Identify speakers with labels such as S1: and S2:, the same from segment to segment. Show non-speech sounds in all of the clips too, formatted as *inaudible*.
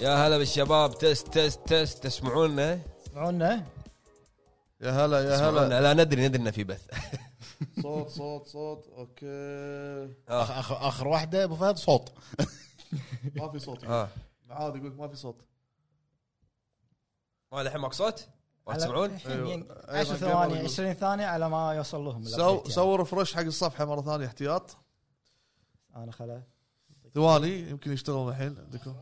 S1: يا هلا بالشباب تست تست تست تسمعونا
S2: اسمعونا
S3: يا هلا يا هلا
S1: تسمعونا لا ندري ندري انه في بث
S3: صوت صوت صوت اوكي
S1: آه.
S4: اخر اخر واحده ابو فهد صوت
S3: *laughs* ما في صوت
S1: اه
S3: معاذ يقول لك ما في صوت
S1: ما الحين ماكو صوت؟ ما تسمعون؟
S3: أيوة.
S2: 10
S3: أيضاً
S2: يعني ثواني
S3: قبل-
S2: 20 ثانيه على ما يعني. يوصل لهم
S3: سو
S4: يعني.
S2: الأبديت
S3: سو ريفرش حق الصفحه مره ثانيه احتياط
S2: يعني. انا خلا
S3: ثواني يمكن يشتغلون الحين عندكم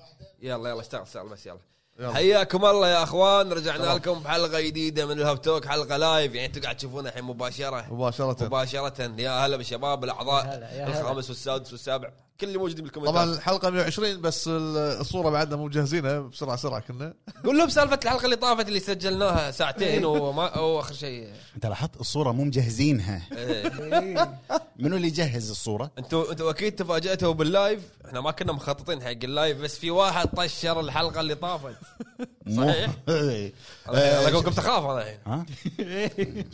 S1: يلا يلا اشتغل اشتغل بس يلا
S3: يلا.
S1: حياكم الله يا اخوان رجعنا لكم بحلقه جديده من الهاب توك حلقه لايف يعني انتم قاعد تشوفونا الحين مباشره
S3: مباشره
S1: مباشره يا هلا بالشباب
S2: يا
S1: الاعضاء
S2: هلا، يا هلا.
S1: الخامس والسادس والسابع كل اللي موجودين
S3: طبعا
S1: بالكومنتات
S3: الحلقه 120 بس ال- الصوره بعدنا مو مجهزينها بسرعه سرعه كنا
S1: قول لهم سالفه الحلقه اللي طافت اللي سجلناها
S2: إيه.
S1: ساعتين وما واخر شيء
S4: انت لاحظت الصوره مو مجهزينها
S1: إيه.
S4: منو اللي يجهز الصوره؟
S1: انتوا انتوا اكيد تفاجاتوا باللايف احنا ما كنا مخططين حق اللايف بس في واحد طشر الحلقه اللي طافت
S4: مو-
S1: صحيح.
S4: إيه.
S1: الله يقولكم تخاف انا الحين
S4: ها؟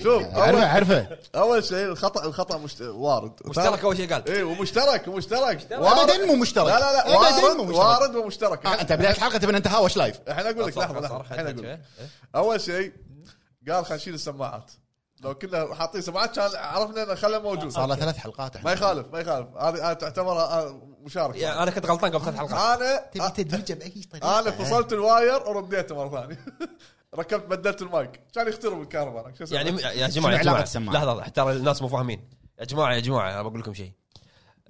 S3: شوف
S4: اعرفه
S3: اول
S4: اعرفه
S3: اول شيء الخطا الخطا مشت... وارد
S1: مشترك اول شيء قال
S3: اي ومشترك ومشترك
S4: ابدا مو مشترك
S3: لا لا لا وارد
S4: ابدا مو مشترك
S3: وارد ومشترك
S4: آه، انت بدايه الحلقه تبي نتهاوش لايف
S3: الحين اقول لك
S1: صح،
S3: لحظه
S1: صح،
S3: لحظه
S1: صح،
S3: الحين اقول لك
S1: إيه.
S3: اول شيء قال خلينا نشيل السماعات لو كنا حاطين سماعات كان عرفنا انه خله موجود
S4: صار له ثلاث حلقات
S3: ما
S4: احنا
S3: يخالف ما يخالف هذه أنا تعتبر آه، مشاركه
S1: يعني انا كنت غلطان قبل ثلاث حلقات
S3: انا
S4: تبي تدمجه باي طريقه
S3: انا آه، فصلت الواير ورديته مره ثانيه *laughs* ركبت بدلت المايك كان يخترب الكهرباء أنا شو أسوي؟
S1: يعني يا جماعه يا
S4: علاقة
S1: جماعه
S4: السماعة؟
S1: لحظه ترى الناس مو فاهمين يا جماعه يا جماعه انا بقول لكم شيء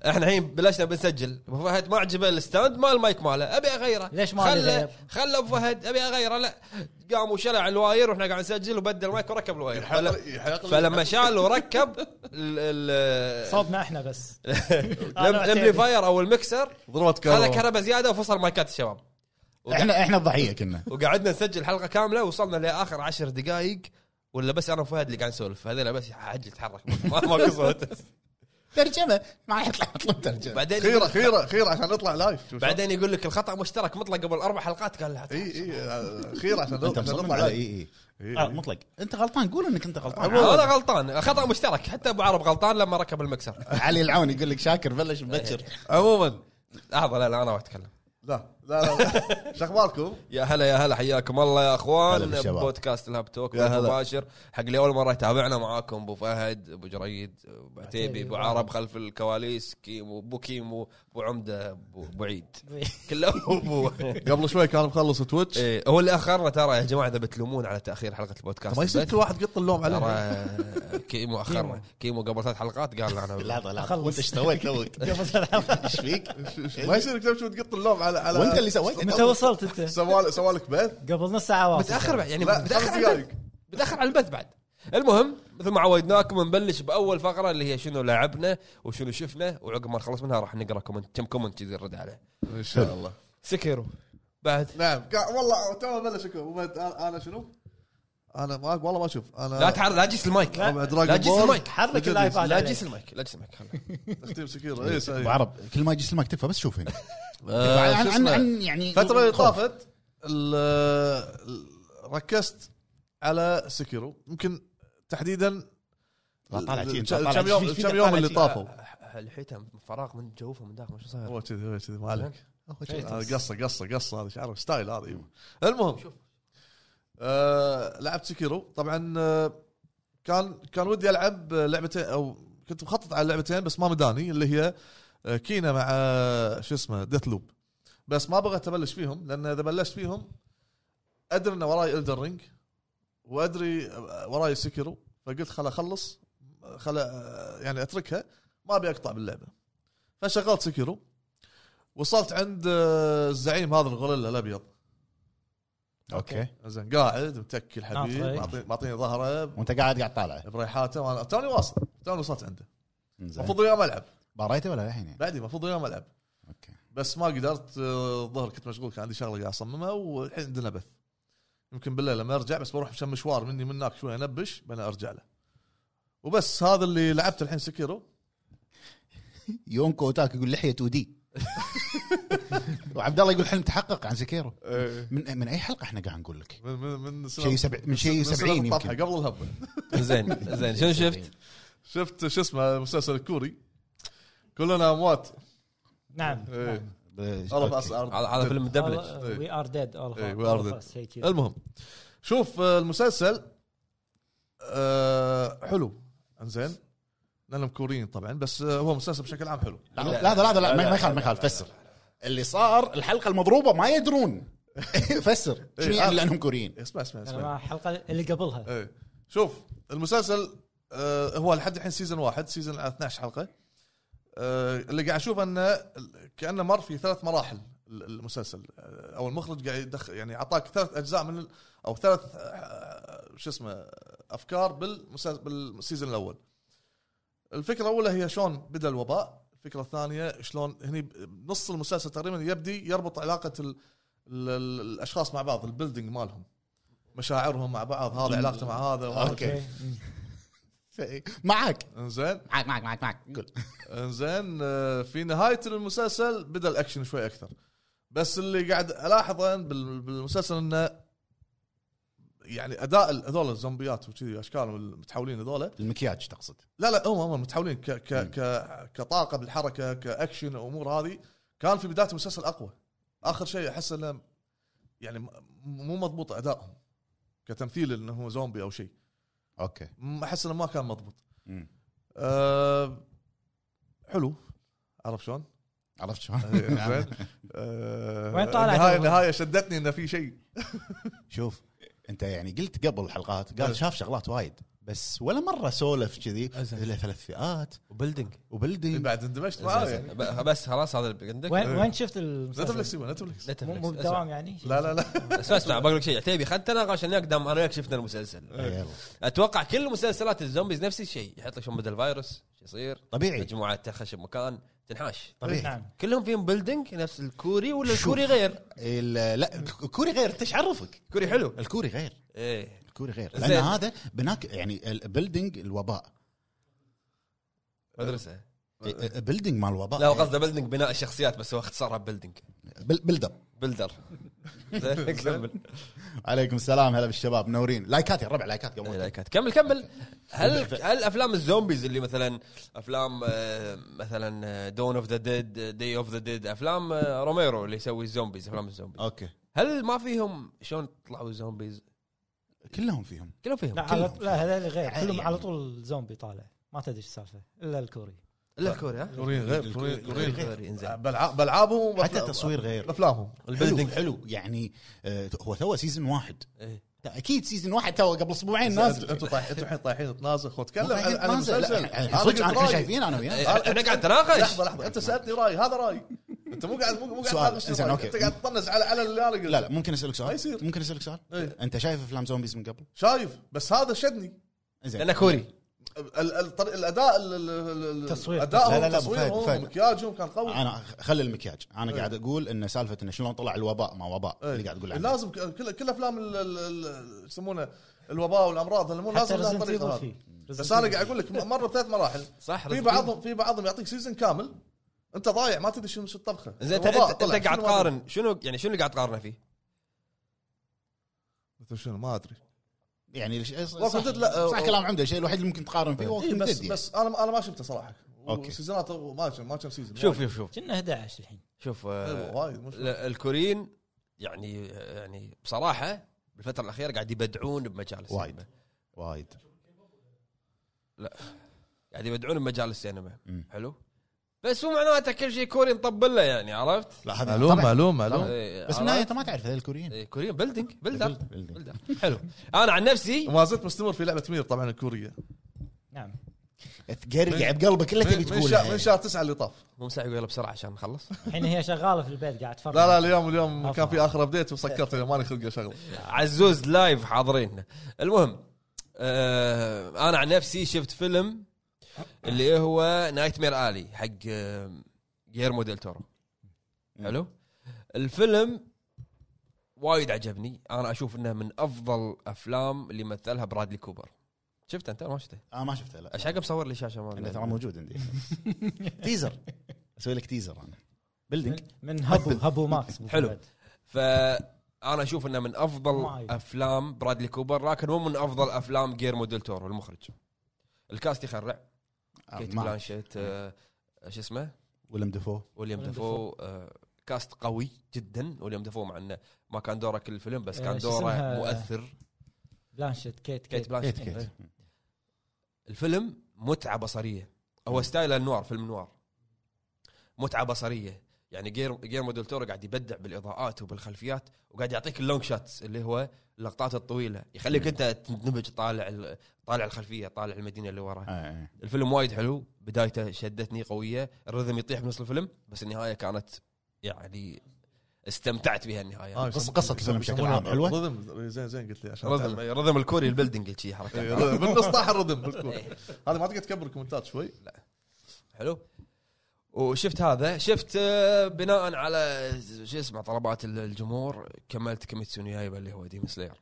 S1: احنا الحين بلشنا بنسجل ابو فهد ما عجبه الستاند مال المايك ماله ابي اغيره
S2: ليش ما
S1: خله
S2: نغير؟
S1: خله ابو فهد ابي اغيره لا قام وشلع الواير واحنا قاعد نسجل وبدل المايك وركب الواير
S3: يحق-
S1: فل-
S3: يحق لي.
S1: فلما شال وركب ال- ال- *laughs*
S2: صوبنا احنا
S3: *laughs*
S2: بس
S1: الامبليفاير او المكسر
S3: ضربت
S1: هذا
S3: كهرباء
S1: كهرباء زياده وفصل مايكات الشباب وقع-
S4: احنا احنا الضحيه كنا
S1: وقعدنا نسجل حلقه كامله وصلنا لاخر عشر دقائق ولا بس انا وفهد اللي قاعد نسولف هذول بس حج يتحرك ما ما *laughs* قصرت
S4: ترجمه ما يطلع مطلوب ترجمه
S1: بعدين
S3: خيره
S1: يقول-
S3: خيره خيره عشان نطلع لايف شوف
S1: بعدين يقول لك الخطا مشترك مطلق قبل اربع حلقات قال لا
S3: شو- اي اي آه، خيره عشان
S4: انت
S3: نطلع- عشان
S4: مصمم
S3: نطلع
S4: على
S3: لايف
S4: اي اي
S3: إي.
S4: آه، مطلق انت غلطان قول انك انت غلطان
S1: انا غلطان خطا مشترك حتى ابو عرب غلطان لما ركب المكسر
S4: علي العون يقول لك شاكر بلش مبكر
S3: إيه. عموما
S1: لحظه لا لا انا راح اتكلم
S3: لا لا لا شو
S4: *laughs*
S3: اخباركم؟
S1: يا هلا يا هلا حياكم الله يا
S4: هلا
S1: اخوان
S4: بالشباب.
S1: بودكاست الهاب توك
S3: يا هلا.
S1: مباشر حق اللي اول مره يتابعنا معاكم ابو فهد ابو جريد ابو عتيبي ابو عرب خلف الكواليس كيمو ابو كيمو ابو عمده ابو أبو عيد كلهم ابو
S3: قبل شوي كان مخلص
S1: *laughs*
S3: تويتش
S1: إيه، هو اللي اخرنا ترى يا جماعه اذا بتلومون على تاخير حلقه البودكاست
S3: ما يصير
S1: بس
S3: كل واحد يقط اللوم عليه
S1: ترى *laughs* كيمو اخرنا كيمو قبل ثلاث حلقات قال انا
S4: لحظه لحظه
S2: أخلص.
S4: وانت ايش سويت
S3: *laughs*
S4: توك؟ ايش فيك؟
S3: ما يصير تمشي وتقط اللوم على على
S4: وانت اللي سويت
S2: متى وصلت انت؟
S3: سوال سوالك بث
S2: قبل نص ساعه واصل
S1: متاخر بعد، يعني
S3: *laughs* لا
S1: متاخر
S3: خمس
S1: على البث
S3: دقائق
S1: متاخر على البث بعد المهم مثل ما عودناكم نبلش باول فقره اللي هي شنو لعبنا وشنو شفنا وعقب ما نخلص منها راح نقرا كومنت كم كومنت كذي نرد عليه
S3: ان شاء الله
S1: سكيرو بعد
S3: نعم قا- والله تو بلش يكون. وبعد- أنا- انا شنو؟ انا ما والله ما اشوف انا
S1: لا تحرك لا تجيس المايك
S2: لا.
S3: ربع
S1: لا
S3: دراجون
S1: تجيس
S3: بول. *laughs*
S1: المايك
S2: حرك الايباد
S1: لا
S2: عليك.
S1: تجيس المايك لا تجيس المايك خلي.
S3: تختيم سكيرة اي
S4: ابو
S3: إيه، صحيح
S4: عرب كل ما يجلس المايك تدفى بس
S3: *laughs*
S4: *laughs* شوف هنا
S3: أيوه. آه،
S4: عن
S3: شو
S4: عن
S3: اسمه؟
S4: عن يعني
S3: الفترة اللي
S4: خوف.
S3: طافت ال- ال- ركزت على سكيرو يمكن تحديدا
S4: لا طالع شي،
S3: ال-
S4: لا طالع
S3: كم
S4: شي.
S3: يوم
S4: شي
S3: كم
S4: فينا
S3: يوم
S4: طالع
S3: اللي
S4: شي.
S3: طافوا
S1: الحيتم فراغ من جوفه من داخل ما شو صاير
S3: هو كذي هو كذي ما عليك
S4: هو شي.
S3: هذا قصه قصه قصه هذا شعره ستايل هذا ايوه المهم آه لعبت سكيرو طبعا آه، كان كان ودي العب لعبتين او كنت مخطط على لعبتين بس ما مداني اللي هي آه، كينا مع آه، شو اسمه ديث لوب بس ما بغيت ابلش فيهم لان اذا بلشت فيهم ادري ان وراي الدر رينج وادري آه، وراي سكيرو فقلت خل اخلص خل آه، يعني اتركها ما ابي اقطع باللعبه فشغلت سكيرو وصلت عند آه، الزعيم هذا الغوريلا الابيض
S4: اوكي
S3: زين "إيه، قاعد متكي الحبيب
S2: ناطرك.
S3: معطيني معطيني ظهره
S4: وانت قاعد قاعد طالعه
S3: بريحاته وانا توني واصل توني وصلت عنده
S4: إنزين.
S3: المفروض اليوم العب
S4: باريته ولا الحين يعني؟
S3: بعدي المفروض اليوم العب
S4: اوكي
S3: بس ما قدرت آه، الظهر كنت مشغول كان عندي شغله قاعد اصممها والحين عندنا بث يمكن بالليل لما ارجع بس بروح عشان مشوار مني من هناك شوي انبش بنا ارجع له وبس هذا اللي لعبته الحين سكيرو
S4: يونكو اوتاك يقول لحيه 2 دي
S3: *laughs*
S4: وعبد الله يقول حلم تحقق عن سكيرو من من اي حلقه احنا قاعد نقول لك؟
S3: من من من سنة-
S4: إيه. شيء سبع من شيء
S3: سنة
S4: 70
S3: الطفحة،
S4: يمكن
S3: قبل الهبه
S1: زين زين شنو شفت؟
S3: شفت شو اسمه المسلسل الكوري كلنا اموات
S2: نعم
S3: إيه. والله بأس أرض.
S1: هذا هذا فيلم مدبلج
S2: وي ار ديد
S3: إيه، we are dead. المهم شوف آه، المسلسل آه، حلو انزين لانهم كوريين طبعا بس آه، هو مسلسل بشكل عام حلو
S4: لا لا لا, لا, لا ما- ما يخالف ما يخالف فسر اللي صار الحلقه المضروبه ما يدرون
S3: *laughs*
S4: فسر
S3: إيه،
S4: شنو يعني لانهم كوريين *laughs*
S3: اسمع اسمع
S2: انا
S3: اسمع
S2: مع الحلقه اللي قبلها
S3: ايه شوف المسلسل آه هو لحد الحين سيزون واحد سيزون 12 حلقه آه اللي قاعد اشوف انه كانه مر في ثلاث مراحل المسلسل آه، او المخرج قاعد يدخل يعني اعطاك ثلاث اجزاء من ال- او ثلاث آه، شو اسمه افكار بالمسلسل بالسيزون الاول الفكره الاولى هي شلون بدا الوباء الفكره الثانيه شلون هني نص المسلسل تقريبا يبدي يربط علاقه ال ال ال الاشخاص مع بعض البيلدينج مالهم مشاعرهم مع بعض هذا علاقته مع هذا وهذا
S4: أوكي.
S2: اوكي
S4: معك
S3: انزين
S4: معك معك معك معك قول
S3: انزين آه، في نهايه المسلسل بدا الاكشن شوي اكثر بس اللي قاعد الاحظه أن بال- بالمسلسل انه يعني اداء ال- هذول الزومبيات وكذي اشكالهم المتحولين هذول
S4: المكياج تقصد
S3: لا لا هم هم المتحولين ك ك ك كطاقه بالحركه كاكشن امور هذه كان في بدايه المسلسل اقوى اخر شيء احس انه يعني م- مو مضبوط ادائهم كتمثيل انه هو زومبي او شيء
S4: اوكي
S3: م- احس انه ما كان مضبوط
S4: مم.
S3: أه حلو عرفت
S4: *laughs*
S3: شلون؟ *laughs*
S4: عرفت شلون؟
S3: زين أه
S2: وين طالع
S3: النهايه
S2: تو؟
S3: النهايه شدتني انه في شيء
S4: شوف انت يعني قلت قبل الحلقات قال شاف شغلات وايد بس ولا مره سولف كذي الا ثلاث فئات
S1: وبيلدينج
S4: وبلدي
S3: بعد
S1: آه،
S3: آه، اندمجت
S1: يعني.
S3: معاه
S1: بس خلاص هذا اللي عندك
S2: وين
S3: إيه.
S2: وين شفت المسلسل؟
S3: نتفلكس يبا نتفلكس
S2: مو مو
S1: نتفلكس
S2: بدوام يعني؟
S3: لا لا لا
S1: اسمع اسمع بقول لك شيء عتيبي خدت انا عشان ياك دام انا وياك شفنا المسلسل
S4: يلا
S1: اتوقع كل مسلسلات الزومبيز نفس الشيء يحط لك شلون بدا الفيروس شو يصير
S4: طبيعي
S1: مجموعه تخش بمكان تنحاش
S3: إيه.
S4: طبيعي
S2: نعم
S1: كلهم فيهم بيلدينج نفس الكوري ولا الكوري غير
S4: ال- لا الكوري غير انت ايش عرفك؟
S1: كوري حلو
S4: الكوري غير
S1: ايه
S4: الكوري غير
S1: زين.
S4: لان هذا بناك يعني البلدنج الوباء
S1: مدرسه
S3: أه.
S4: البلدنج أه، مال الوباء
S1: لا هو قصده بيلدينج بناء الشخصيات بس هو اختصارها بيلدينج
S4: بل- بلد اب
S1: *laughs* بلدر زين كمل
S4: عليكم السلام هلا بالشباب منورين لايكات يا الربع لايكات
S1: إيه،
S4: قبل
S1: لايكات كمل كمل هل هل افلام الزومبيز اللي مثلا افلام آه، مثلا دون اوف ذا ديد داي اوف ذا ديد افلام آه، روميرو اللي يسوي الزومبيز افلام الزومبيز
S4: اوكي
S1: هل ما فيهم شلون طلعوا الزومبيز؟
S4: كلهم فيهم
S1: كلهم فيهم
S2: لا على لا هذول غير
S4: عادي
S3: إيه.
S2: كلهم
S4: يعني.
S2: على طول زومبي طالع ما تدري ايش السالفه الا الكوري
S1: الا الكوري ها؟
S3: كوريين غير كوريين كوريين غير
S1: الكوري آه. انزين
S3: بالع- بالعابهم وبأفلام-
S4: حتى تصوير غير
S3: بافلامهم
S4: حلو
S1: البيلدينج
S4: حلو يعني آه، هو تو سيزون واحد
S1: إيه.
S4: اكيد سيزون واحد تو قبل اسبوعين إيه، نازل
S3: انتم طايح- انتم الحين طايحين تنازل خو تكلم عن عن
S4: نازل.
S3: المسلسل
S4: لا، يعني صدق
S3: أنا
S4: احنا
S3: قلت
S4: شايفين انا وياه
S1: إيه، انا قاعد اتناقش
S3: لحظه لحظه انت سالتني راي هذا راي انت مو قاعد مو مو قاعد
S4: سؤال.
S3: تناقشني
S4: إنزين،
S3: رأيي.
S4: أوكي.
S3: انت قاعد تطنز على على اللي انا قلته
S4: لا لا ممكن اسالك
S3: ما
S4: سؤال
S3: يصير.
S4: ممكن اسالك سؤال
S3: إيه.
S4: انت شايف افلام زومبيز من قبل؟
S3: شايف بس هذا شدني
S4: زين
S1: لانه كوري
S3: ال- ال- طريق- الاداء ال- ال- ال-
S2: التصوير.
S3: ادائهم
S4: لا، لا، لا، أبو فهد، أبو
S3: تصويرهم
S4: فهد.
S3: مكياجهم كان قوي
S4: انا خلي المكياج انا قاعد اقول ان سالفه انه شلون طلع الوباء ما وباء
S3: إيه.
S4: اللي قاعد اقول عنه
S3: لازم ك- كل كل افلام ال- ال- ال- يسمونه الوباء والامراض هذا مو
S2: حتى
S3: لازم لها
S2: ريزنت
S3: طريقه
S2: ايفل
S3: هذه.
S2: فيه
S3: بس انا قاعد اقول لك مر بثلاث مراحل
S1: صح
S3: في بعضهم في بعضهم يعطيك سيزون كامل انت ضايع ما تدري شنو شو الطبخه
S1: زين انت
S3: الوباء
S1: انت
S3: طلع.
S1: أنت قاعد
S3: شنو هذا؟
S1: تقارن شنو يعني شنو اللي قاعد تقارنه فيه؟
S3: مثل شنو ما ادري
S4: يعني الش-
S3: Walking
S4: صح,
S3: Dead لا،
S4: صح
S3: أو-
S4: كلام عمده الشيء الوحيد اللي ممكن تقارن فيه
S3: إيه
S4: ووكينج
S3: بس
S4: ديد يعني.
S3: بس انا انا ما شفته صراحه
S4: أوكي.
S3: وسيزونات ما كان ما كان سيزون
S1: شوف شوف شوف
S2: كنا 11 الحين
S1: يعني شوف آه،
S3: وايد وايد مو شوف.
S1: لا، الكوريين يعني يعني بصراحه بالفتره الاخيره قاعد يبدعون بمجال السينما
S4: وايد. وايد
S1: قاعد يبدعون بمجال السينما
S4: مم.
S1: حلو بس مو معناته كل شيء كوري نطبل له يعني عرفت؟
S4: لا هذا
S3: معلوم
S4: طبعا
S3: معلوم معلوم
S1: إيه،
S4: بس من
S1: عرفت؟
S4: النهايه انت ما تعرف هذول الكوريين
S1: إيه، كوريين بلدنج بلدر
S4: building.
S1: بلدر حلو انا عن نفسي
S3: وما زلت مستمر في لعبه مير طبعا الكوريه
S2: نعم
S4: تقرقع بقلبك كله تبي
S3: من شهر من
S4: تقول
S3: شهر تسعه اللي طاف
S1: مو مساعي يلا بسرعه عشان نخلص
S2: الحين هي شغاله في البيت قاعد تفرج
S3: لا لا اليوم اليوم
S2: عفوا.
S3: كان في اخر ابديت وسكرت ماني خلق شغله
S1: عزوز لايف حاضرين المهم آه انا عن نفسي شفت فيلم اللي هو نايت مير الي حق آه، جيرمو ديل تورو حلو الفيلم وايد عجبني انا اشوف انه من افضل افلام اللي مثلها برادلي كوبر شفته انت ما شفته
S4: اه ما شفته لا
S1: ايش حق مصور لي شاشه
S4: انه
S1: مال
S4: ترى موجود عندي تيزر اسوي لك تيزر انا بلدنج
S2: من هبو هبو ماكس
S1: حلو. فانا اشوف انه من افضل
S2: معي.
S1: افلام برادلي كوبر لكن مو من افضل افلام جيرمو ديل تورو المخرج الكاست يخرع
S4: آه،
S1: كيت بلانشيت آه، شو اسمه
S4: ولم دفو
S1: ويليام
S2: ويليام
S1: دافو آه، كاست قوي جدا وليم دفو مع انه ما كان دوره كل الفيلم بس
S2: آه،
S1: كان
S2: شو
S1: دوره
S2: اسمها؟
S1: مؤثر
S2: بلانشت كيت
S1: كيت
S2: كيت
S1: بلانشيت
S4: كيت كيت
S1: الفيلم متعه بصريه هو ستايل النوار فيلم نوار متعه بصريه يعني جير جير موديل تورو قاعد يبدع بالاضاءات وبالخلفيات وقاعد يعطيك اللونج شوتس اللي هو اللقطات الطويله يخليك انت تندمج طالع ال- طالع الخلفيه طالع المدينه اللي وراها
S4: آه، آه.
S1: الفيلم وايد حلو بدايته شدتني قويه الرذم يطيح بنص الفيلم بس النهايه كانت يعني استمتعت بها النهايه
S3: آه،
S1: آه.
S4: قصة-
S3: يسمون-
S4: قصة الفيلم بشكل
S3: يسمونها
S4: عام حلوة.
S3: رذم إيه، زين زين قلت لي عشان
S1: رذم
S3: أتعلم.
S1: رذم الكوري البلدنج شي
S3: إيه،
S1: حركات
S3: رذم. بالنص طاح الرذم بالكور
S1: *laughs*
S3: هذه ما تقدر تكبر الكومنتات شوي
S1: حلو وشفت هذا شفت آه، بناء على شو اسمه طلبات ال- الجمهور كملت كيميتسو نو يايبا اللي هو ديم سلاير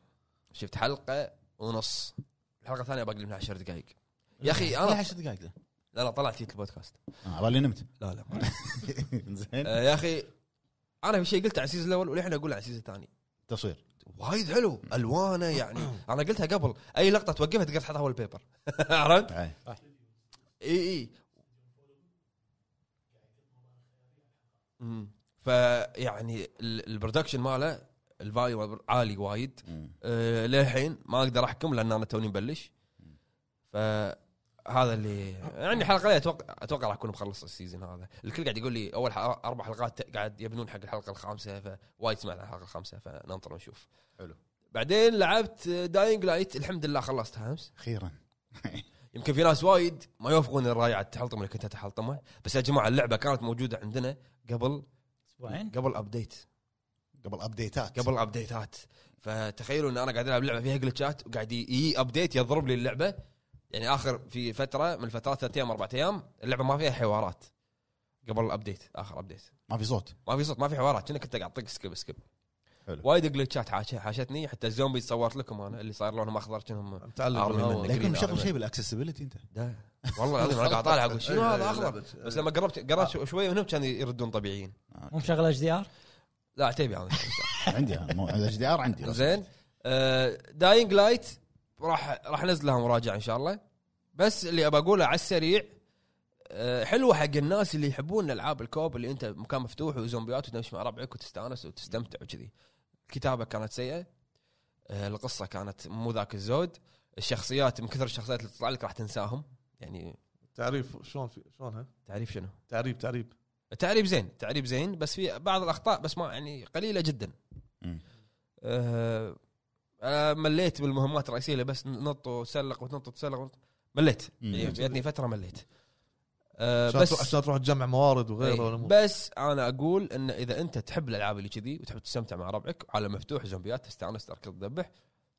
S1: شفت حلقه ونص الحلقه الثانيه باقي منها 10 دقائق يا اخي
S4: ليه
S1: انا
S4: عشر دقائق ذا؟
S1: لا لا طلعت جيت البودكاست
S4: آه، بالي نمت
S1: لا لا
S4: *laughs* زين
S1: آه، يا اخي انا في شيء قلته على السيزون الاول وللحين اقول على السيزون الثاني
S4: تصوير
S1: وايد حلو الوانه يعني انا قلتها قبل اي لقطه توقفها تقدر تحطها اول بيبر *laughs* عرفت؟
S4: آه.
S1: اي اي أمم. فيعني ال- البرودكشن ماله الفاليو عالي وايد
S4: مم.
S1: أه للحين ما اقدر احكم لان انا توني مبلش فهذا اللي يعني حلقه لي اتوقع اتوقع راح اكون مخلص السيزون هذا الكل قاعد يقول لي اول ح- اربع حلقات قاعد يبنون حق الحلقه الخامسه فوايد سمعت عن الحلقه الخامسه فننطر ونشوف
S4: حلو.
S1: بعدين لعبت داينج لايت الحمد لله خلصتها امس
S4: اخيرا
S1: يمكن في ناس وايد ما يوافقون الراي على التحلطم اللي كنت اتحلطمه بس يا جماعه اللعبه كانت موجوده عندنا قبل
S2: اسبوعين
S1: قبل ابديت
S4: *laughs* قبل ابديتات
S1: قبل ابديتات فتخيلوا ان انا قاعد العب لعبه فيها جلتشات وقاعد يجي ابديت يضرب لي اللعبه يعني اخر في فتره من الفترات ثلاث ايام اربع ايام اللعبه ما فيها حوارات قبل الابديت اخر ابديت
S4: ما في صوت
S1: ما في صوت ما في حوارات كأنك انت قاعد تطق سكيب سكيب
S4: حلو.
S1: وايد جلتشات حاش- حاشتني حتى الزومبي صورت لكم انا اللي صاير لونهم اخضر كأنهم
S3: متعلق
S1: أرمي
S3: بالهواء.
S1: منك.
S4: لكن مشغل شيء بالاكسسبيلتي
S1: *laughs*
S4: انت
S1: ده والله العظيم انا قاعد طالع
S3: *laughs*
S1: اقول شنو
S3: إيه،
S1: هذا اخضر
S3: لعبة-
S1: بس لما قربت قربت شو- شوي منهم كانوا يردون طبيعيين
S2: مو مشغله اتش دي ار
S1: لا عتيبي هذا
S4: عندي *laughs* الاتش دي ار عندي
S1: زين داينج لايت راح راح انزل لها مراجعه ان شاء الله بس اللي ابى اقوله على السريع آه، حلوه حق الناس اللي يحبون العاب الكوب اللي انت مكان مفتوح وزومبيات وتمشي مع ربعك وتستانس وتستمتع وكذي الكتابه كانت سيئه آه، القصه كانت مو ذاك الزود الشخصيات من كثر الشخصيات اللي تطلع لك راح تنساهم يعني
S3: تعريف شلون في شلون ها
S1: تعريف شنو؟
S3: تعريب تعريب
S1: تعريب زين تعريب زين بس في بعض الاخطاء بس ما يعني قليله جدا
S4: مم.
S1: أه أنا مليت بالمهمات الرئيسيه اللي بس نط وتسلق وتنط وتسلق ونط- مليت
S4: مم.
S1: يعني جتني فتره مليت أه
S3: عشان تروح-
S1: بس
S3: عشان تروح تجمع موارد وغيره
S1: إيه،
S3: ولا مو
S1: بس انا اقول ان اذا انت تحب الالعاب اللي كذي وتحب تستمتع مع ربعك عالم مفتوح زومبيات تستانس تركض تذبح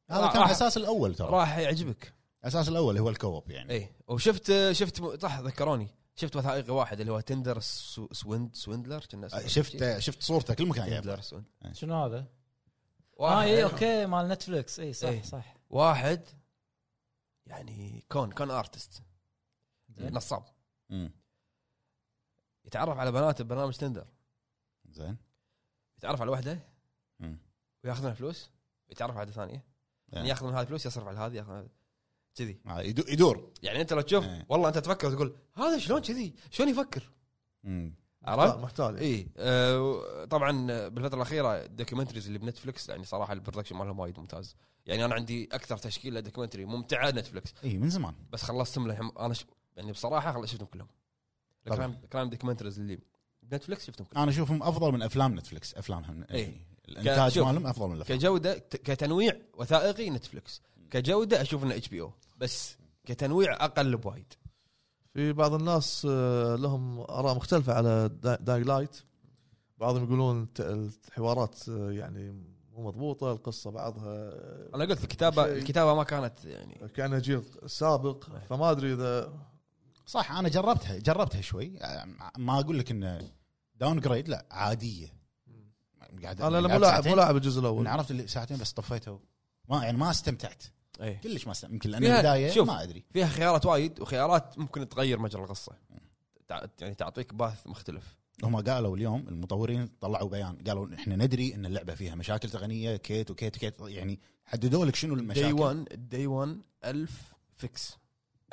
S4: هذا كان
S1: راح-
S4: اساس الاول ترى
S1: راح إيه، يعجبك
S4: اساس الاول هو الكوب يعني
S1: اي وشفت شفت م- صح ذكروني شفت وثائقي واحد اللي هو تندر سو- سويند سويندلر كنا اسمه.
S4: آه، شفت شفت صورته كل مكان جايبها.
S1: تندر سويند
S2: شنو هذا؟ اه
S1: واحد-
S2: اي اوكي مال نتفلكس اي صح
S1: إيه.
S2: صح
S1: واحد يعني كون كون ارتست
S2: زين.
S1: نصاب
S4: مم.
S1: يتعرف على بنات ببرنامج تندر
S4: زين
S1: يتعرف على واحده
S4: مم.
S1: وياخذون فلوس يتعرف على واحده ثانيه
S4: إيه.
S1: يعني ياخذ من هذه فلوس يصرف على هذه ياخذ من هذه. كذي
S4: آه، يدو- يدور
S1: يعني انت لو تشوف
S4: إيه.
S1: والله انت تفكر تقول هذا شلون كذي شلون يفكر
S4: مم.
S1: عرفت
S3: محتاج إيه.
S1: اي آه طبعا بالفتره الاخيره الدوكيومنتريز اللي بنتفلكس يعني صراحه البرودكشن مالهم وايد ممتاز يعني انا عندي اكثر تشكيله دوكيومنتري ممتعه نتفلكس
S4: اي إيه، من زمان
S1: بس خلصتهم للحين انا ش... يعني بصراحه خل... شفتهم كلهم
S4: طبعاً.
S1: الكرايم الكرايم دوكيومنتريز اللي بنتفلكس شفتهم كلهم
S4: انا اشوفهم افضل من افلام نتفلكس افلامهم
S1: إيه.
S4: يعني الانتاج
S1: شوف.
S4: مالهم افضل من الافلام
S1: كجوده ت- كتنويع وثائقي نتفلكس كجوده اشوف انه اتش بي او بس كتنويع اقل بوايد
S3: في بعض الناس آه، لهم اراء مختلفه على دا- دايغ لايت بعضهم يقولون الت- الحوارات آه، يعني مو مضبوطه القصه بعضها آه،
S1: انا قلت الكتابه
S3: شيء.
S1: الكتابه ما كانت يعني
S3: كانها جيل سابق
S1: إيه.
S3: فما ادري اذا
S4: صح انا جربتها جربتها شوي آه، ما اقول لك انه داون جريد لا عاديه قاعد يعني
S3: انا لا
S4: لعبت
S3: ملاعب
S4: ساعتين.
S3: ملاعب الجزء
S4: أنا
S1: نعم.
S3: الاول
S4: عرفت اللي ساعتين بس طفيته ما يعني ما استمتعت
S1: ايه.
S4: كلش ما استمتعت يمكن لان
S1: فيها-
S4: البدايه
S1: شوف.
S4: ما ادري
S1: فيها خيارات وايد وخيارات ممكن تغير مجرى القصه تع- يعني تعطيك باث مختلف
S4: هم قالوا اليوم المطورين طلعوا بيان قالوا احنا ندري ان اللعبه فيها مشاكل تقنيه كيت وكيت كيت يعني حددوا لك شنو
S1: دي
S4: المشاكل
S1: 1 دي 1 1000 فيكس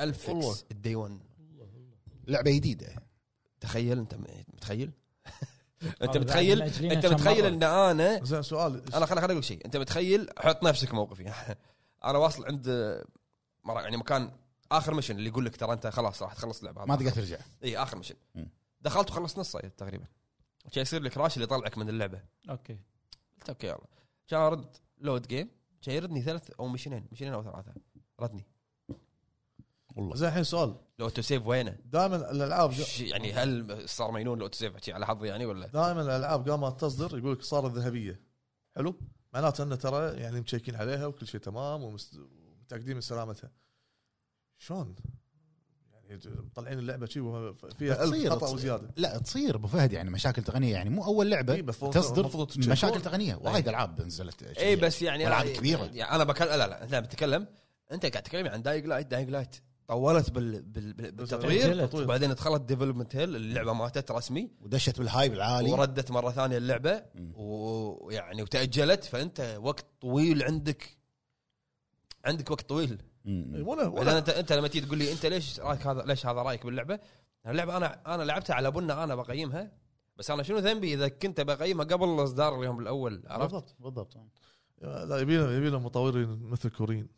S1: 1000
S3: والله.
S1: فيكس الدي 1
S4: لعبه جديده
S1: تخيل انت م- متخيل انت
S2: بعد
S1: متخيل
S2: مأجلينها
S1: انت
S2: كم
S1: متخيل
S2: مرة.
S1: ان انا
S3: زين سؤال
S1: انا خليني اقول لك شيء انت متخيل حط نفسك موقفي *laughs* انا واصل عند مرة- يعني مكان اخر مشن اللي يقول لك ترى انت خلاص راح تخلص اللعبه
S4: ما تقدر ترجع
S1: اي اخر مشن
S4: مم.
S1: دخلت وخلصت نص صيد تقريبا كان يصير لك راش اللي يطلعك من اللعبه
S2: اوكي
S1: قلت اوكي يلا كان ارد لود جيم كان يردني ثلاث او مشينين مشينين او ثلاثه ردني
S4: والله
S3: زين الحين سؤال
S1: لو سيف وينه؟
S3: دائما الالعاب
S1: ش- يعني هل صار مجنون لو سيف أحكي على حظي يعني ولا؟
S3: دائما الالعاب قامت تصدر يقول لك صارت ذهبيه حلو معناته انه ترى يعني مشيكين عليها وكل شيء تمام ومست- ومتاكدين من سلامتها شلون؟ يعني طالعين اللعبه شي وها- فيها ألف
S4: تصير-
S3: خطا
S4: تصير.
S3: وزياده
S4: لا تصير ابو فهد يعني مشاكل تقنيه يعني مو اول لعبه
S3: إي، إيه، بس المفروض-
S4: تصدر
S3: المفروض إيه. تشيكون.
S4: مشاكل تقنيه وايد العاب نزلت
S1: اي بس يعني
S4: ألعاب
S1: أنا-
S4: كبيرة.
S1: يعني انا بكلم لا لا انا بتكلم انت قاعد تتكلم عن دايج لايت دايج لايت طولت بال... بال... بال- بالتطوير
S2: تأجلت.
S3: يعني تطوير.
S1: وبعدين دخلت ديفلوبمنت هيل اللعبه ماتت رسمي
S4: ودشت بالهايب العالي
S1: وردت مره ثانيه اللعبه
S4: مم.
S1: ويعني وتاجلت فانت يعني وقت طويل عندك عندك وقت طويل
S4: مم.
S3: ولا
S1: بعدين
S3: ولا
S1: انت انت لما تيجي تقول لي انت ليش رايك هذا ليش هذا رايك باللعبه؟ اللعبه انا انا لعبتها على بنا انا بقيمها بس انا شنو ذنبي اذا كنت بقيمها قبل اصدار اليوم الاول عرفت؟
S4: بالضبط بالضبط
S3: لا يبينا يبينا مطورين مثل كوريين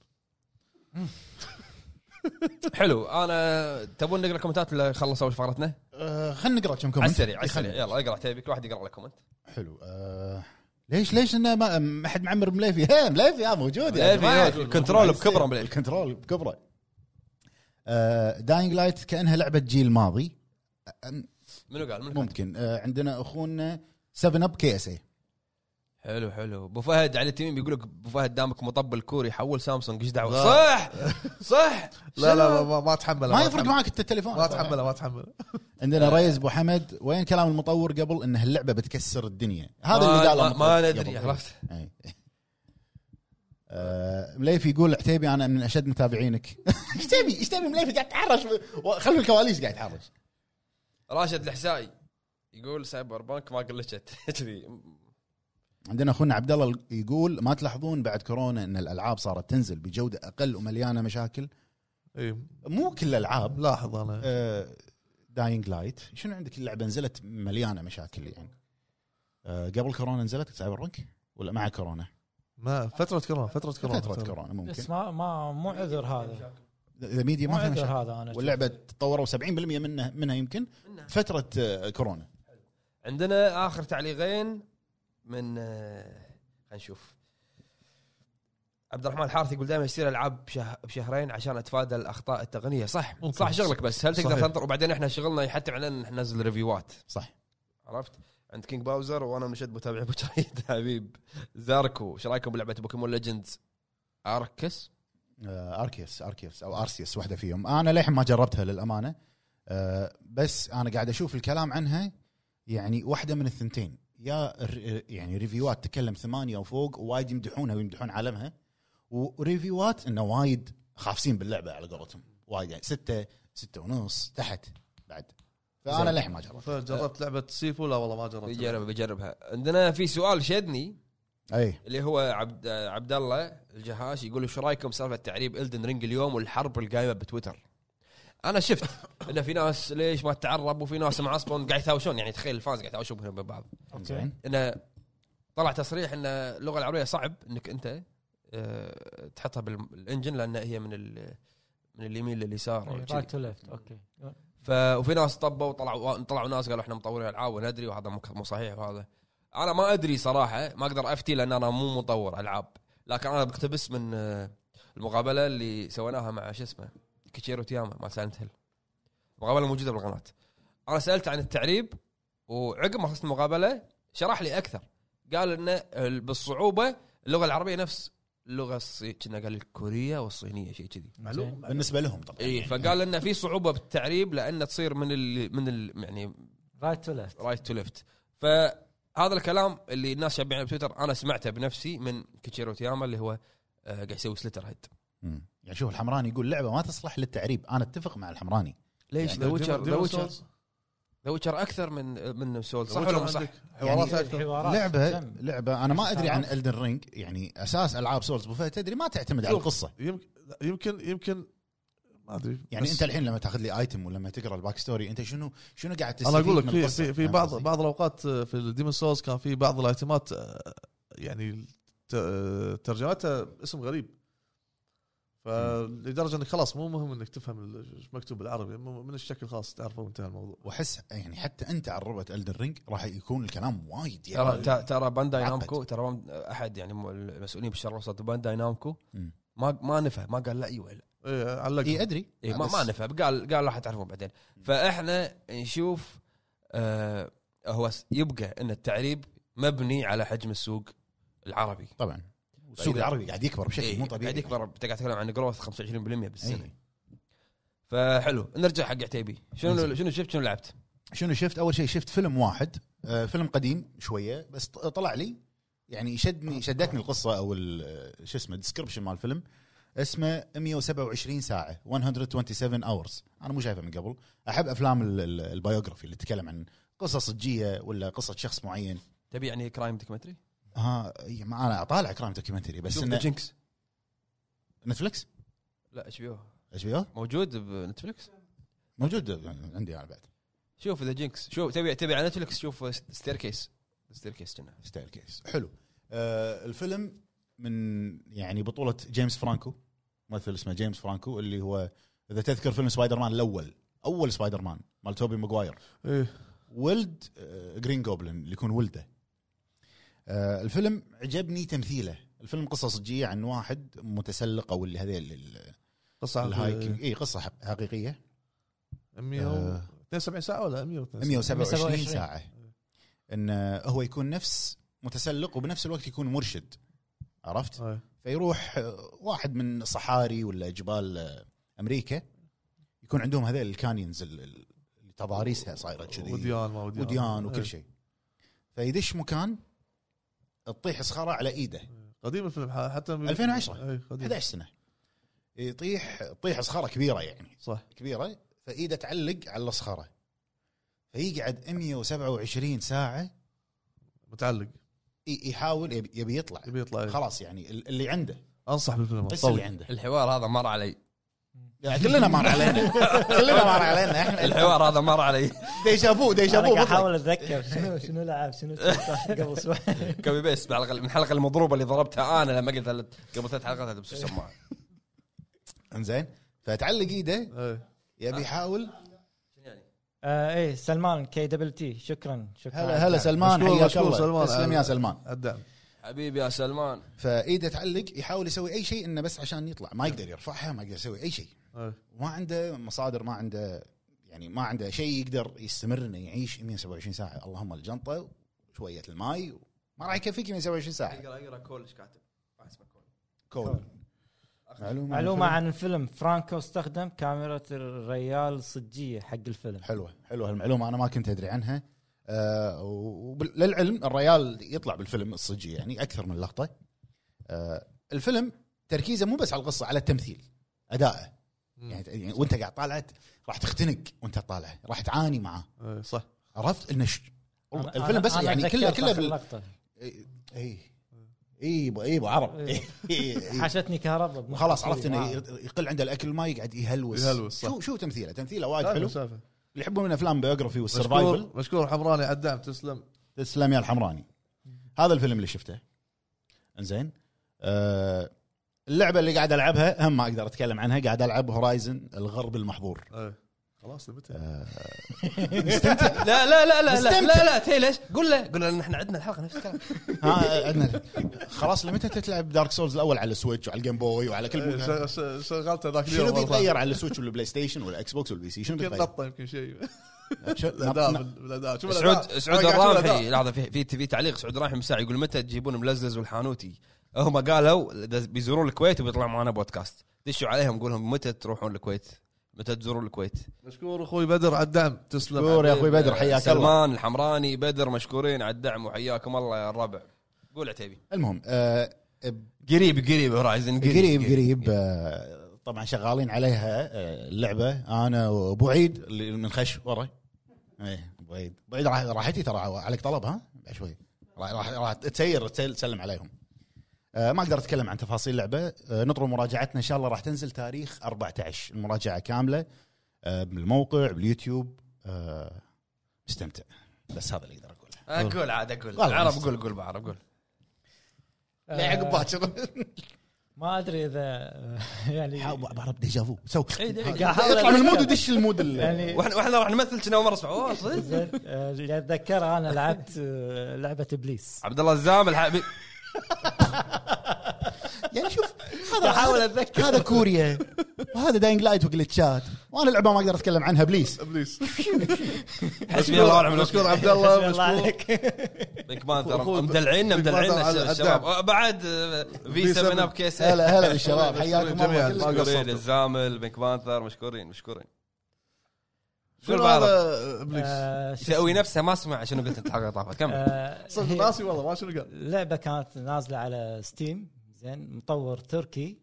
S1: حلو انا تبون نقرا كومنتات ولا خلص اول فقرتنا؟
S4: آه، خلينا نقرا كم كومنت
S1: على السريع على
S4: إي،
S1: السريع
S4: خلينا.
S1: يلا اقرا تبي كل واحد يقرا له كومنت
S4: حلو آه، ليش ليش انه ما ما حد معمر مليفي *laughs* ها مليفي ها موجود يعني. يا
S1: مليفي،
S4: جماعة.
S1: يا الكنترول بكبره مليفي.
S4: الكنترول بكبره آه، داينج لايت كانها لعبه جيل ماضي آه،
S1: منو قال؟ منو كاتب؟
S4: ممكن آه، عندنا اخونا 7 اب كي اس اي
S1: حلو حلو ابو فهد على التميم بيقول لك ابو فهد دامك مطبل كوري حول سامسونج ايش دعوه؟ صح صح
S3: لا لا ما, ما تحمله
S4: ما يفرق
S3: تحمله.
S4: معك انت التليفون
S3: ما تحمله ما تحمله
S1: آه.
S4: عندنا ريز ابو حمد وين كلام المطور قبل ان هاللعبه بتكسر الدنيا هذا
S1: ما-
S4: اللي قاله
S1: ما-
S4: المطور
S1: ما ندري،
S4: قبل.
S1: عرفت.
S4: أي. آه، مليفي يقول عتيبي انا من اشد متابعينك *laughs* ايش تبي ايش تبي مليفي قاعد تحرش و- خلف الكواليس قاعد يتحرش
S1: راشد الحسائي يقول سايبر بانك ما قلشت *laughs* كذي
S4: عندنا اخونا عبد الله يقول ما تلاحظون بعد كورونا ان الالعاب صارت تنزل بجوده اقل ومليانه مشاكل
S3: اي
S4: مو كل الالعاب
S3: ملاحظ انا
S4: داينج لايت شنو عندك اللعبه نزلت مليانه مشاكل يعني آه، قبل كورونا نزلت سايبر بانك ولا مع كورونا؟
S3: ما فتره كورونا فتره كورونا
S4: فتره كورونا ممكن
S2: بس ما ما مو عذر هذا
S4: اذا ميديا
S2: مو
S4: ما فيها
S2: عذر
S4: مشاكل
S2: هذا انا
S4: واللعبه تطوروا 70% منها منها يمكن فتره آه، كورونا
S1: عندنا اخر تعليقين من آه، خلينا نشوف عبد الرحمن الحارثي يقول دائما يصير العاب بشه- بشهرين عشان اتفادى الاخطاء التقنيه صح
S3: ممكن.
S1: صح شغلك بس هل تقدر
S3: صحيح.
S1: تنطر وبعدين احنا شغلنا يحتم علينا ان احنا ننزل ريفيوات
S4: صح
S1: عرفت عند كينج باوزر وانا مشد متابع ابو شريد *laughs* حبيب زاركو ايش رايكم بلعبه بوكيمون ليجندز اركس
S4: آه، اركيس اركيس او ارسيس واحده فيهم انا للحين ما جربتها للامانه آه، بس انا قاعد اشوف الكلام عنها يعني واحده من الثنتين يا الر- يعني ريفيوات تكلم ثمانيه وفوق وايد يمدحونها ويمدحون عالمها وريفيوات انه وايد خافسين باللعبه على قولتهم وايد يعني سته سته ونص تحت بعد فانا
S1: زين.
S4: للحين ما جربت
S3: فجربت لعبه سيفو لا والله ما جربت
S1: بجربها بجربها عندنا في سؤال شدني
S4: اي
S1: اللي هو عبد آه، عبد الله الجهاش يقول ايش رايكم سالفه تعريب الدن رينج اليوم والحرب القايمه بتويتر انا شفت انه في ناس ليش ما تعرب وفي ناس معصبون قاعد يتهاوشون يعني تخيل الفانز قاعد يتهاوشون بينهم وبين بعض
S4: زين
S1: انه طلع تصريح ان اللغه العربيه صعب انك انت آه، تحطها بالانجن لان هي من ال- من اليمين لليسار أو كذي.
S2: رايت تو ليفت اوكي
S1: ف وفي ناس طبوا وطلعوا طلعوا ناس قالوا احنا مطورين العاب وندري وهذا مو- مو صحيح وهذا انا ما ادري صراحه ما اقدر افتي لان انا مو مطور العاب لكن انا بقتبس من آه، المقابله اللي سويناها مع شو اسمه كيتشيرو تياما مع سايلنت هيل مقابله موجوده بالقناه انا سالت عن التعريب وعقب ما خلصت المقابله شرح لي اكثر قال انه ال- بالصعوبه اللغه العربيه نفس اللغه الصي... كنا قال الكوريه والصينيه شيء كذي
S2: معلوم
S4: بالنسبه لهم طبعا
S1: اي إيه، فقال انه في صعوبه بالتعريب لان تصير من ال... من ال... يعني
S2: رايت تو ليفت
S1: رايت تو ليفت فهذا الكلام اللي الناس شبعنا بتويتر انا سمعته بنفسي من كيتشيرو تياما اللي هو آه، قاعد يسوي سلتر هيد
S4: مم. يعني شوف الحمراني يقول لعبه ما تصلح للتعريب انا اتفق مع الحمراني
S1: ليش
S4: يعني
S1: ذا ويتشر ذا ويتشر ذا ويتشر اكثر من من سول صح ولا مو صح؟
S3: حوارات
S2: يعني
S3: اكثر
S2: حوارات
S4: لعبه
S2: كم؟
S4: لعبه انا ما ادري عن
S2: تعرف؟
S4: الدن رينج يعني اساس العاب سولز بوفيه تدري ما تعتمد على
S3: شوف.
S4: القصه
S3: يمكن لا، يمكن يمكن ما ادري
S4: يعني
S3: بس
S4: انت الحين لما تاخذ لي ايتم ولما تقرا الباك ستوري انت شنو شنو قاعد تستفيد
S3: انا اقول لك
S4: من
S3: في
S4: القصة؟
S3: في, في
S4: فاهم
S3: بعض
S4: قصدي؟
S3: بعض الاوقات في الديمون سولز كان في بعض الايتمات آه، يعني ت- آه، ترجمتها اسم غريب فلدرجه انك خلاص مو مهم انك تفهم ال- ايش مكتوب بالعربي م- من الشكل خلاص تعرفه وانتهى الموضوع
S4: واحس يعني حتى انت عربت الدن رينج راح يكون الكلام وايد
S1: ترى
S4: يعني
S1: ت- ترى بانداي
S4: عقد.
S1: نامكو ترى بان- احد يعني م- المسؤولين بالشرق الاوسط بانداي نامكو
S4: مم.
S1: ما ما نفه ما قال لا ايوه لا
S3: ايه علق
S4: اي ادري
S1: إيه ما, ما
S4: بس-
S1: نفه قال قال راح تعرفون بعدين فاحنا نشوف آه هو س- يبقى ان التعريب مبني على حجم السوق العربي
S4: طبعا السوق
S1: إذا-
S4: العربي قاعد يكبر بشكل
S1: إيه،
S4: مو طبيعي
S1: قاعد يكبر انت قاعد تتكلم عن جروث 25% بالسنه
S4: إيه.
S1: فحلو نرجع حق عتيبي شنو
S4: انزين.
S1: شنو شفت شنو لعبت؟
S4: شنو شفت اول شيء شفت فيلم واحد آه فيلم قديم شويه بس ط- طلع لي يعني شدني شدتني القصه او ال- آه، شو اسمه الديسكربشن مال الفيلم اسمه 127 ساعه 127 اورز انا مو شايفه من قبل احب افلام ال- ال- البايوغرافي اللي تتكلم عن قصه صجيه ولا قصه شخص معين
S1: تبي يعني كرايم دوكيومنتري؟
S4: ها إي، ما انا اطالع كرايم دوكيومنتري بس
S1: شوف ذا
S4: انه
S1: جينكس
S4: نتفلكس
S1: لا اتش بي او
S4: اتش بي او
S1: موجود بنتفلكس
S4: موجود عندي انا بعد
S1: شوف ذا جينكس شوف تبي تبي على نتفلكس شوف ستير كيس ستير كيس كنا
S4: ستايل كيس حلو آه الفيلم من يعني بطوله جيمس فرانكو ممثل اسمه جيمس فرانكو اللي هو اذا تذكر فيلم سبايدر مان الاول اول سبايدر مان مال توبي ماجواير
S3: ايه
S4: ولد آه، جرين جوبلن اللي يكون ولده آه، الفيلم عجبني تمثيله الفيلم قصه صجيه عن واحد متسلق او اللي هذيل ال-
S3: قصه
S4: الهايكينج آه.
S3: عن
S4: اي قصه حق- حقيقيه
S3: 172 ساعه ولا 172
S4: 127 ساعه انه آه، هو يكون نفس متسلق وبنفس الوقت يكون مرشد عرفت؟
S3: إيه.
S4: فيروح آه، واحد من صحاري ولا جبال آه، امريكا يكون عندهم هذول الكانيونز ال- ال- اللي تضاريسها صايره كذي
S3: وديان ما وديان
S4: وديان وكل
S3: إيه.
S4: شيء فيدش مكان تطيح صخره على ايده
S3: قديم الفيلم ح- حتى
S4: 2010.
S3: ايه قديم
S4: 11 سنه يطيح تطيح صخره كبيره يعني
S3: صح
S4: كبيره فايده تعلق على الصخره فيقعد 127 ساعه
S3: متعلق
S4: ي- يحاول يبي يبي يطلع
S3: يبي يطلع إيه.
S4: خلاص يعني ال- اللي عنده
S3: انصح بالفيلم
S4: بس يعني.
S3: طول.
S4: اللي عنده
S1: الحوار هذا مر علي
S4: يعني كلنا مر علينا *laughs* كلنا مر علينا احنا
S1: الحوار هذا مر علي
S4: ديجافو
S2: انا
S4: ديجافو
S2: قاعد
S4: مطلق.
S2: احاول اتذكر شنو شنو لعب شنو سويت قبل اسبوع
S1: كوبي بيست من الحلقه من الحلقه المضروبه اللي ضربتها انا لما قلت ال- قبل ثلاث حلقات البس السماعه
S4: انزين فتعلق ايده
S3: ايه
S4: يبي يحاول
S2: *laughs* آه، ايه سلمان كي دبل تي شكرا شكرا
S4: هلا هلا سلمان
S3: مشكور-
S4: حياك
S3: مشكور سلمان.
S4: الله تسلم يا سلمان
S3: الدعم
S1: حبيبي يا سلمان
S4: فايده تعلق يحاول يسوي اي شيء انه بس عشان يطلع ما يقدر يرفعها ما يقدر يسوي اي شيء
S3: ايه
S4: ما عنده مصادر ما عنده يعني ما عنده شيء يقدر يستمر انه يعيش 127 ساعه اللهم الجنطه وشويه الماي ما راح يكفيك 127 ساعه
S1: اقرا كول ايش كاتب اسمه كول
S4: كول معلومه
S2: معلومه عن الفيلم فرانكو استخدم كاميرا الريال صجيه حق الفيلم
S4: حلوه حلوه هالمعلومه انا ما كنت ادري عنها آه وللعلم الريال يطلع بالفيلم الصجي يعني اكثر من لقطه آه الفيلم تركيزه مو بس على القصه على التمثيل ادائه
S3: مم.
S4: يعني, يعني وانت قاعد طالع راح تختنق وانت طالع راح تعاني معاه
S3: ايه صح
S4: عرفت انه ش-
S2: أنا-
S4: الفيلم بس
S2: أنا- أنا
S4: يعني كله
S2: أتذكرت
S4: كله
S2: آخر
S4: بال إيه.
S2: لقطة.
S4: اي اي ابو إي أبو إيه، عرب *laughs* إي- إي- إي.
S2: حاشتني
S4: *laughs*
S2: كهرباء
S4: وخلاص عرفت انه يقل عنده الاكل ما يقعد يهلوس
S3: يهلوس، صح.
S4: شو شو تمثيله تمثيله وايد
S3: سالفة-
S4: طيب، حلو
S3: سالفة.
S4: اللي يحبون الافلام بيوغرافي والسرفايفل
S3: مشكور مشكور حمراني على الدعم تسلم
S4: تسلم يا الحمراني هذا الفيلم اللي شفته انزين آه اللعبه اللي قاعد العبها هم ما اقدر اتكلم عنها قاعد العب هورايزن الغرب المحظور
S3: ايه خلاص لمتى
S4: آه استمتع
S1: لا لا لا لا لا
S4: مستمتع.
S1: لا لا تي ليش قول له قول له إن احنا عندنا الحلقه نفس الكلام
S4: *laughs* ها عندنا خلاص لمتى تلعب دارك سولز الاول على السويتش وعلى الجيم بوي وعلى كل
S3: إيه،
S4: مكان
S3: ش- ش- شغلته ذاك اليوم
S4: شنو
S3: مرة.
S4: بيتغير على السويتش والبلاي ستيشن والاكس بوكس والبي سي شنو
S3: يمكن *laughs*
S4: بيتغير؟
S3: نطه
S4: نعم.
S3: يمكن
S4: *laughs*
S3: شيء
S4: شو-
S3: الاداء
S4: نط-
S3: بال- بالاداء شوف
S1: سعود سعود
S3: أنا قاعد أشوف
S1: الرامحي
S3: الأداء.
S1: لحظه في في في تعليق سعود الرامحي من ساعه يقول متى تجيبون ملزلز والحانوتي هم قالوا إذا بيزورون الكويت وبيطلعوا معنا بودكاست دشوا عليهم قول لهم متى تروحون الكويت متى تزورون الكويت
S3: مشكور اخوي بدر على الدعم تسلم
S4: مشكور يا اخوي بدر حياك الله
S1: سلمان الحمراني بدر مشكورين على الدعم وحياكم الله يا الربع قول عتيبي
S4: المهم آه
S1: قريب قريب هورايزن
S4: قريب قريب آه، طبعا شغالين عليها آه، اللعبه انا وابو عيد اللي من خش ورا ايه ابو عيد ابو عيد راح- راحتي ترى عليك طلب ها بعد شوي راح راح- راح تسير تسل- تسلم عليهم آه، آه، ما اقدر اتكلم عن تفاصيل اللعبه آه، نطروا مراجعتنا ان شاء الله راح تنزل تاريخ 14 المراجعه كامله آه، بالموقع باليوتيوب آه، مستمتع بس هذا اللي اقدر اقوله
S1: اقول آه، عاد اقول
S4: والله
S1: عرب
S4: مست-
S1: قول قول بعرب قول
S4: لا عقب
S2: آه،
S4: باكر
S2: ما ادري اذا *laughs* يعني
S4: بعرب ديجافو سو
S2: قاعد أحاول
S4: اطلع من المود
S2: أتذكر.
S4: ودش المود ال-
S2: إيه، يعني
S1: واحنا واحنا راح نمثل كنا اول مره اسمع اوه
S2: *laughs*
S1: صدق
S2: زين، آه، اللي اتذكره انا لعبت آه، لعبه ابليس
S1: عبد الله الزام الحبيب
S4: يعني شوف
S2: *laughs*
S4: هذا
S2: بحاول
S4: هذا-
S2: اتذكر
S4: هذا كوريا وهذا داينج لايت وجلتشات وانا لعبه ما اقدر اتكلم عنها بليز *laughs*
S3: ابليس
S1: حسبي الله ونعم الوكيل
S3: مشكور عبد
S1: *laughs*
S3: الله
S2: الله
S3: مشكور
S4: *laughs*
S2: عليك
S1: بيج مان ترى
S3: أخوي-
S1: مدلعيننا
S3: بيج مان
S1: مدلعينا
S3: على الأداء.
S1: الشباب آه، بعد في 7 اب كيس
S4: هلا هلا
S1: *laughs*
S4: بالشباب حياكم
S3: جميعاً.
S4: الله
S3: ما قصرتوا.
S1: مشكورين الزامل بينك بانثر مشكورين مشكورين شنو
S3: شنو
S1: بعرف
S3: هذا ابليس
S2: آه، شو
S1: يسوي نفسه ما سمع شنو قلت انت الحلقه طافت كمل
S2: آه،
S3: صدق
S2: هي
S3: ناسي والله ما شنو قال
S2: لعبه كانت نازله على ستيم زين مطور تركي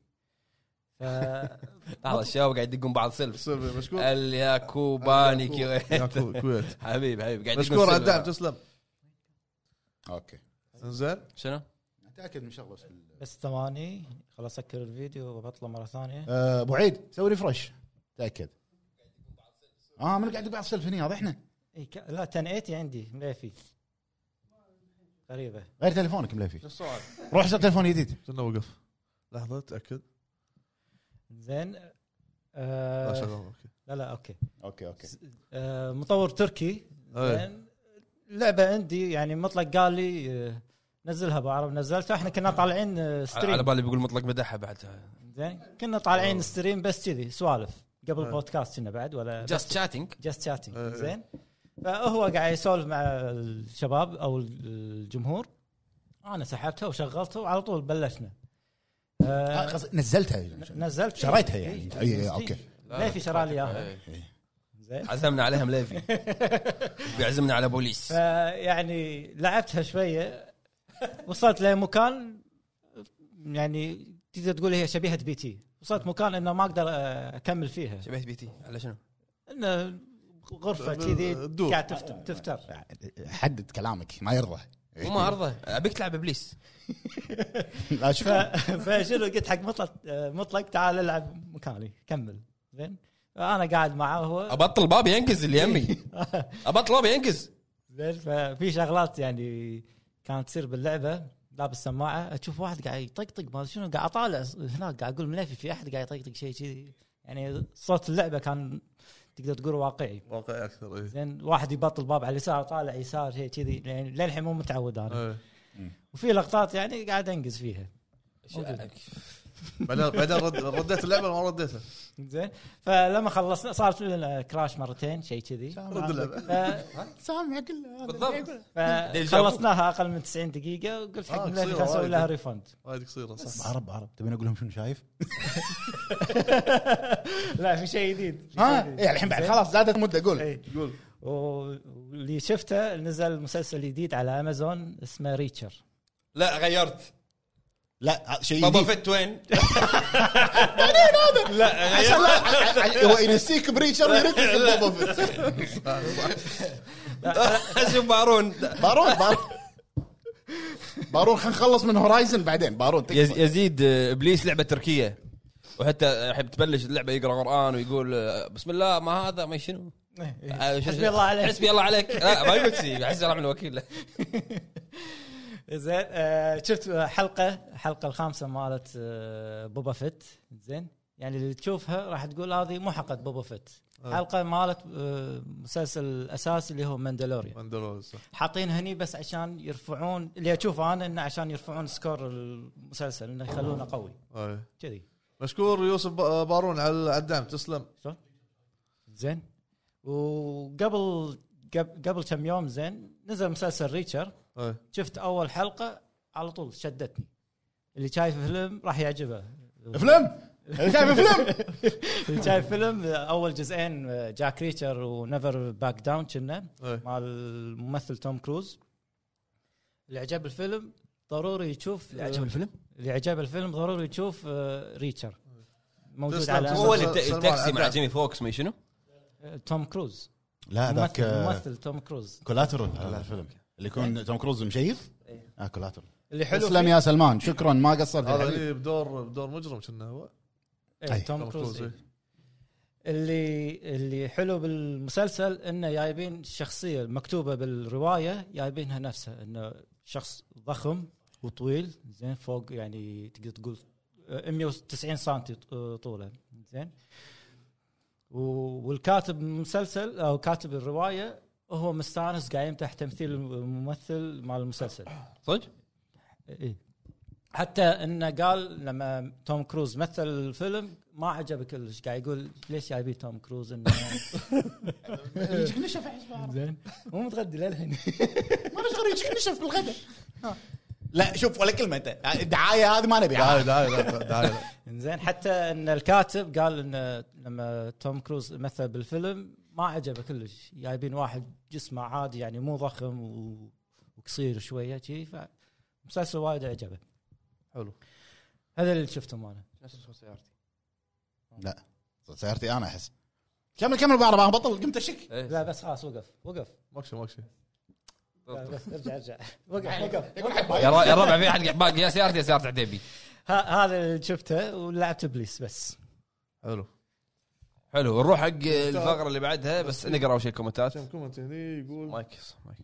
S2: ف
S4: *laughs*
S1: هذا الشباب قاعد يدقون بعض سيلف
S3: سلمي مشكور
S1: الياكوباني
S3: يا
S1: *laughs* كويت
S3: كو- *laughs* كويت
S1: حبيب حبيب قاعد
S3: مشكور
S1: يدقون
S3: على الدعم
S1: سيلف.
S3: يعني تسلم
S4: اوكي
S3: زين
S1: شنو؟
S4: اتاكد من شغله بس.
S2: بس ثواني خلاص اسكر الفيديو وبطله مره ثانيه
S4: آه، ابو عيد سوي ريفرش تاكد اه من قاعد يبيع السلف هنا هذا احنا
S2: إي ك- لا 1080 عندي مليفي غريبه
S4: غير تليفونك مليفي
S1: السؤال؟
S4: روح اشتري تليفون جديد
S3: استنى وقف لحظه تاكد
S2: زين
S3: لا
S2: آه
S3: شغال اوكي
S2: لا لا اوكي
S4: اوكي اوكي
S2: آه مطور تركي
S1: إيه.
S3: أي.
S2: زين لعبه عندي يعني مطلق قال لي آه، نزلها ابو عرب نزلتها احنا كنا طالعين آه،
S1: على آه.
S2: ستريم
S1: بالي بيقول مطلق مدحها بعد
S2: زين كنا طالعين ستريم بس كذي سوالف قبل
S1: إيه.
S3: أي.
S2: البودكاست كنا بعد ولا
S1: جاست شاتنج
S2: جاست شاتنج
S3: أي.
S2: زين فهو قاعد يسولف مع الشباب او الجمهور انا سحبتها وشغلتها وعلى طول بلشنا آه،
S4: نزلتها يعني.
S2: نزلت إيه،
S4: شريتها يعني. أي- أي- أوكي. إيه.
S2: ليفي شرى لي اياها زين
S1: عزمنا عليها *laughs* مليفي بيعزمنا على بوليس
S2: فيعني لعبتها شويه وصلت لمكان يعني تقدر تقول هي شبيهه بي تي وصلت مكان انه ما اقدر آه، اكمل فيها
S1: شبيهه بي تي على شنو؟
S2: انه غرفه كذي
S3: تدور.
S2: قاعد تفت- تفتر
S4: حدد كلامك ما يرضى *laughs*
S1: وما ارضى ابيك تلعب *laughs* ابليس
S4: لا شوف
S2: ف- *laughs* فشنو قلت حق مطلق مطلق تعال العب مكاني كمل زين انا قاعد معاه هو
S1: ابطل بابي ينقز اللي يمي *laughs* ابطل بابي ينقز
S2: زين ففي شغلات يعني كانت تصير باللعبه لابس سماعه اشوف واحد قاعد يطقطق ما أدري شنو قاعد اطالع هناك قاعد اقول ملفي في احد قاعد يطقطق شيء كذي يعني صوت اللعبه كان تقدر تقول واقعي
S3: واقعي اكثر اي
S2: زين واحد يبطل باب على اليسار طالع يسار شيء كذي يعني للحين مو متعود انا
S3: إي.
S2: وفي لقطات يعني قاعد انقز فيها
S3: بعدين بعدين رد- رديت اللعبه ولا ما رديتها
S2: زين فلما خلصنا صارت لنا كراش مرتين شيء كذي
S3: رد اللعبه
S2: ف-
S4: سامع كله
S1: بالضبط
S2: فخلصناها اقل من 90 دقيقه وقلت حق
S3: آه،
S2: ملفي
S3: قصيرة
S2: خلنا نسوي
S3: وايد.
S2: لها ريفند
S3: *laughs* وايد قصيره صح
S4: عرب عرب تبين اقول لهم شنو شايف؟
S2: لا في شيء جديد في شيء
S4: ها
S2: جديد.
S4: إيه، الحين بعد
S2: زين؟
S4: خلاص زادت مده اقول
S2: إيه.
S3: قول
S2: و- واللي شفته نزل مسلسل جديد على امازون اسمه ريتشر
S1: لا غيرت
S4: لا آه، شيء
S1: بابا
S4: جديد
S1: فت وين؟ *laughs* لا غيرت.
S4: عشان *laughs* لا- ع- ع- هو ينسيك بريتشر ويرد بابا فيت
S1: شوف بارون
S4: بارون بارون بارون خلينا نخلص من هورايزن بعدين بارون
S1: *laughs*
S4: تكفى.
S1: يز- يزيد آه، ابليس لعبه تركيه وحتى يحب تبلش اللعبه يقرا قران ويقول آه، بسم الله ما هذا ما شنو
S3: إيه،
S1: آه، شو-
S2: حسبي الله عليك.
S1: *laughs* حسبي الله عليك لا ما يقول شيء حسبي الله من *laughs* الوكيل
S2: زين آه، شفت حلقه الحلقه الخامسه مالت آه، بوبا فيت زين يعني اللي تشوفها راح تقول هذه مو حلقه بوبا فيت حلقه مالت آه، مسلسل الاساسي اللي هو ماندلوريا
S3: مندلوز صح
S2: حاطين هني بس عشان يرفعون اللي اشوفه انا انه عشان يرفعون سكور المسلسل انه يخلونه قوي
S3: إي.
S2: كذي
S3: مشكور يوسف با- بارون على على الدعم تسلم
S2: زين وقبل قب- قبل كم يوم زين نزل مسلسل ريتشر
S3: إي.
S2: شفت اول حلقه على طول شدتني اللي شايف فيلم راح يعجبه
S4: فيلم شايف فيلم
S2: اللي شايف فيلم اول جزئين جاك ريتشر ونيفر باك داون كنا
S3: إي.
S2: مع الممثل توم كروز اللي عجب الفيلم ضروري يشوف
S1: الفيلم؟
S2: اللي عجبه الفيلم ضروري تشوف آه، ريتشر موجود
S3: تسلم.
S2: على
S1: هو
S2: هو
S1: اللي الت-
S3: سلمان
S1: التاكسي مع
S3: عدنان.
S1: جيمي فوكس ما شنو؟
S2: توم كروز
S4: لا ذاك
S2: ممثل
S4: آه،
S2: ممثل توم كروز
S4: كولاترال هذا الفيلم اللي يكون توم كروز مشيب اه كولاترال
S2: اللي حلو
S4: تسلم
S2: فيه-
S4: يا سلمان شكرا ما قصرت
S3: هذا
S4: الحبيب.
S3: اللي بدور بدور مجرم كنا هو
S2: إيه،
S3: توم
S2: توم
S3: كروز،
S2: كروز
S3: إيه.
S2: إيه. اللي اللي حلو بالمسلسل انه جايبين الشخصيه المكتوبه بالروايه جايبينها نفسها انه شخص ضخم وطويل زين فوق يعني تقدر تقول آه، 190 سم آه، طوله زين و- والكاتب المسلسل او كاتب الروايه هو مستانس قايم تحت تمثيل الممثل مال المسلسل
S1: صدق؟
S2: إيه. حتى انه قال لما توم كروز مثل الفيلم ما عجبه كلش قاعد يقول ليش جايبي توم كروز *laughs* انه
S4: يجيك نشف عيش بعرف.
S2: زين مو متغدي للحين
S4: ما ليش غير يجيك نشف بالغداء آه. لا شوف ولا كلمه انت الدعايه هذه ما نبيها
S3: دعايه دعايه لا، دعايه
S2: زين حتى ان الكاتب قال انه لما توم كروز مثل بالفيلم ما عجبه كلش جايبين واحد جسمه عادي يعني مو ضخم و- وقصير شويه شي فمسلسل وايد عجبه
S3: حلو
S2: هذا اللي شفتهم انا
S4: لا سيارتي انا احس كمل كمل بعرف انا بطل قمت اشك
S2: لا بس خلاص وقف وقف
S3: ماكو ماكو
S2: لا بس ارجع ارجع *laughs* وقف وقف
S1: يا را- يا ربع في احد قاعد باقي يا سيارتي يا سياره عتيبي
S2: ها- هذا اللي شفته ولعبت ابليس بس
S3: حلو
S1: حلو نروح حق الفقره اللي بعدها بس نقرا اول شيء كومنتات
S3: كم كومنت هني يقول
S1: مايك مايك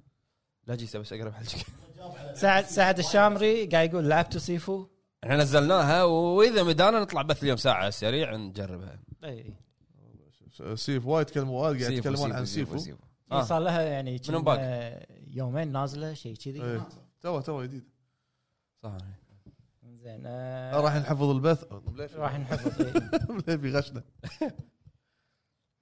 S1: لا جيسه بس اقرب حلقك
S2: سعد سعد الشامري قاعد يقول لعبتوا سيفو
S1: احنا نزلناها واذا مدانا نطلع بث اليوم ساعه سريع نجربها
S2: اي
S3: سيف وايد كلموا وايد قاعد
S1: سيفو،
S3: يتكلمون
S1: سيفو،
S3: عن
S1: سيفو،
S3: سيفو
S1: سيفو.
S2: آه.
S1: آه.
S2: صار لها يعني
S1: من
S2: كم-
S1: باق.
S2: آه، يومين نازله شيء كذي
S3: إيه. تو تو جديد
S1: صح
S2: زين آه،
S3: راح نحفظ البث *laughs*
S2: راح نحفظ إيه.
S3: مليفي غشنا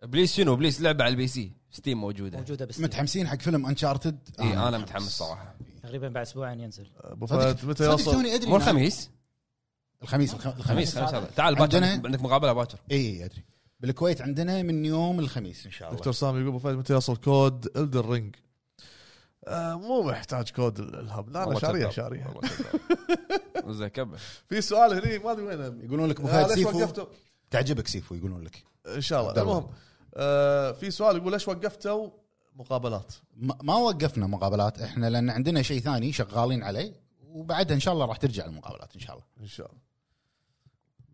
S1: بليس شنو بليس لعبه على البي سي ستيم موجوده
S2: موجوده بس
S4: متحمسين حق فيلم آه. انشارتد
S1: اي
S3: آه،
S1: انا متحمس صراحه
S2: تقريبا بعد اسبوعين ينزل
S3: ابو
S4: صدق-
S3: فهد متى
S4: صدق
S3: يوصل
S4: توني ادري
S1: مو
S4: إن-
S1: الخميس
S4: الخميس الخ- الخميس
S1: الخميس خميس هذا تعال باكر
S4: عندنا-
S1: عندك مقابله باكر
S4: اي ادري بالكويت عندنا من يوم الخميس ان شاء
S3: دكتور
S4: الله
S3: سامي يقول ابو فهد متى يوصل كود الدر رينج مو محتاج كود ال- الهب لا انا
S1: والله
S3: شاريها
S1: كذاب.
S3: شاريها
S1: والله كذاب. *laughs* زين كمل
S3: في سؤال هني ما ادري وين
S4: يقولون لك ابو
S3: آه،
S4: فهد
S3: ليش
S4: سيفو
S3: وقفتوا
S4: تعجبك سيفو يقولون لك
S3: ان شاء
S4: عبد
S3: الله
S4: الله.
S3: المهم آه، في سؤال يقول ليش وقفتوا مقابلات
S4: ما ما وقفنا مقابلات احنا لان عندنا شيء ثاني شغالين عليه وبعدها ان شاء الله راح ترجع المقابلات ان شاء الله
S3: ان شاء الله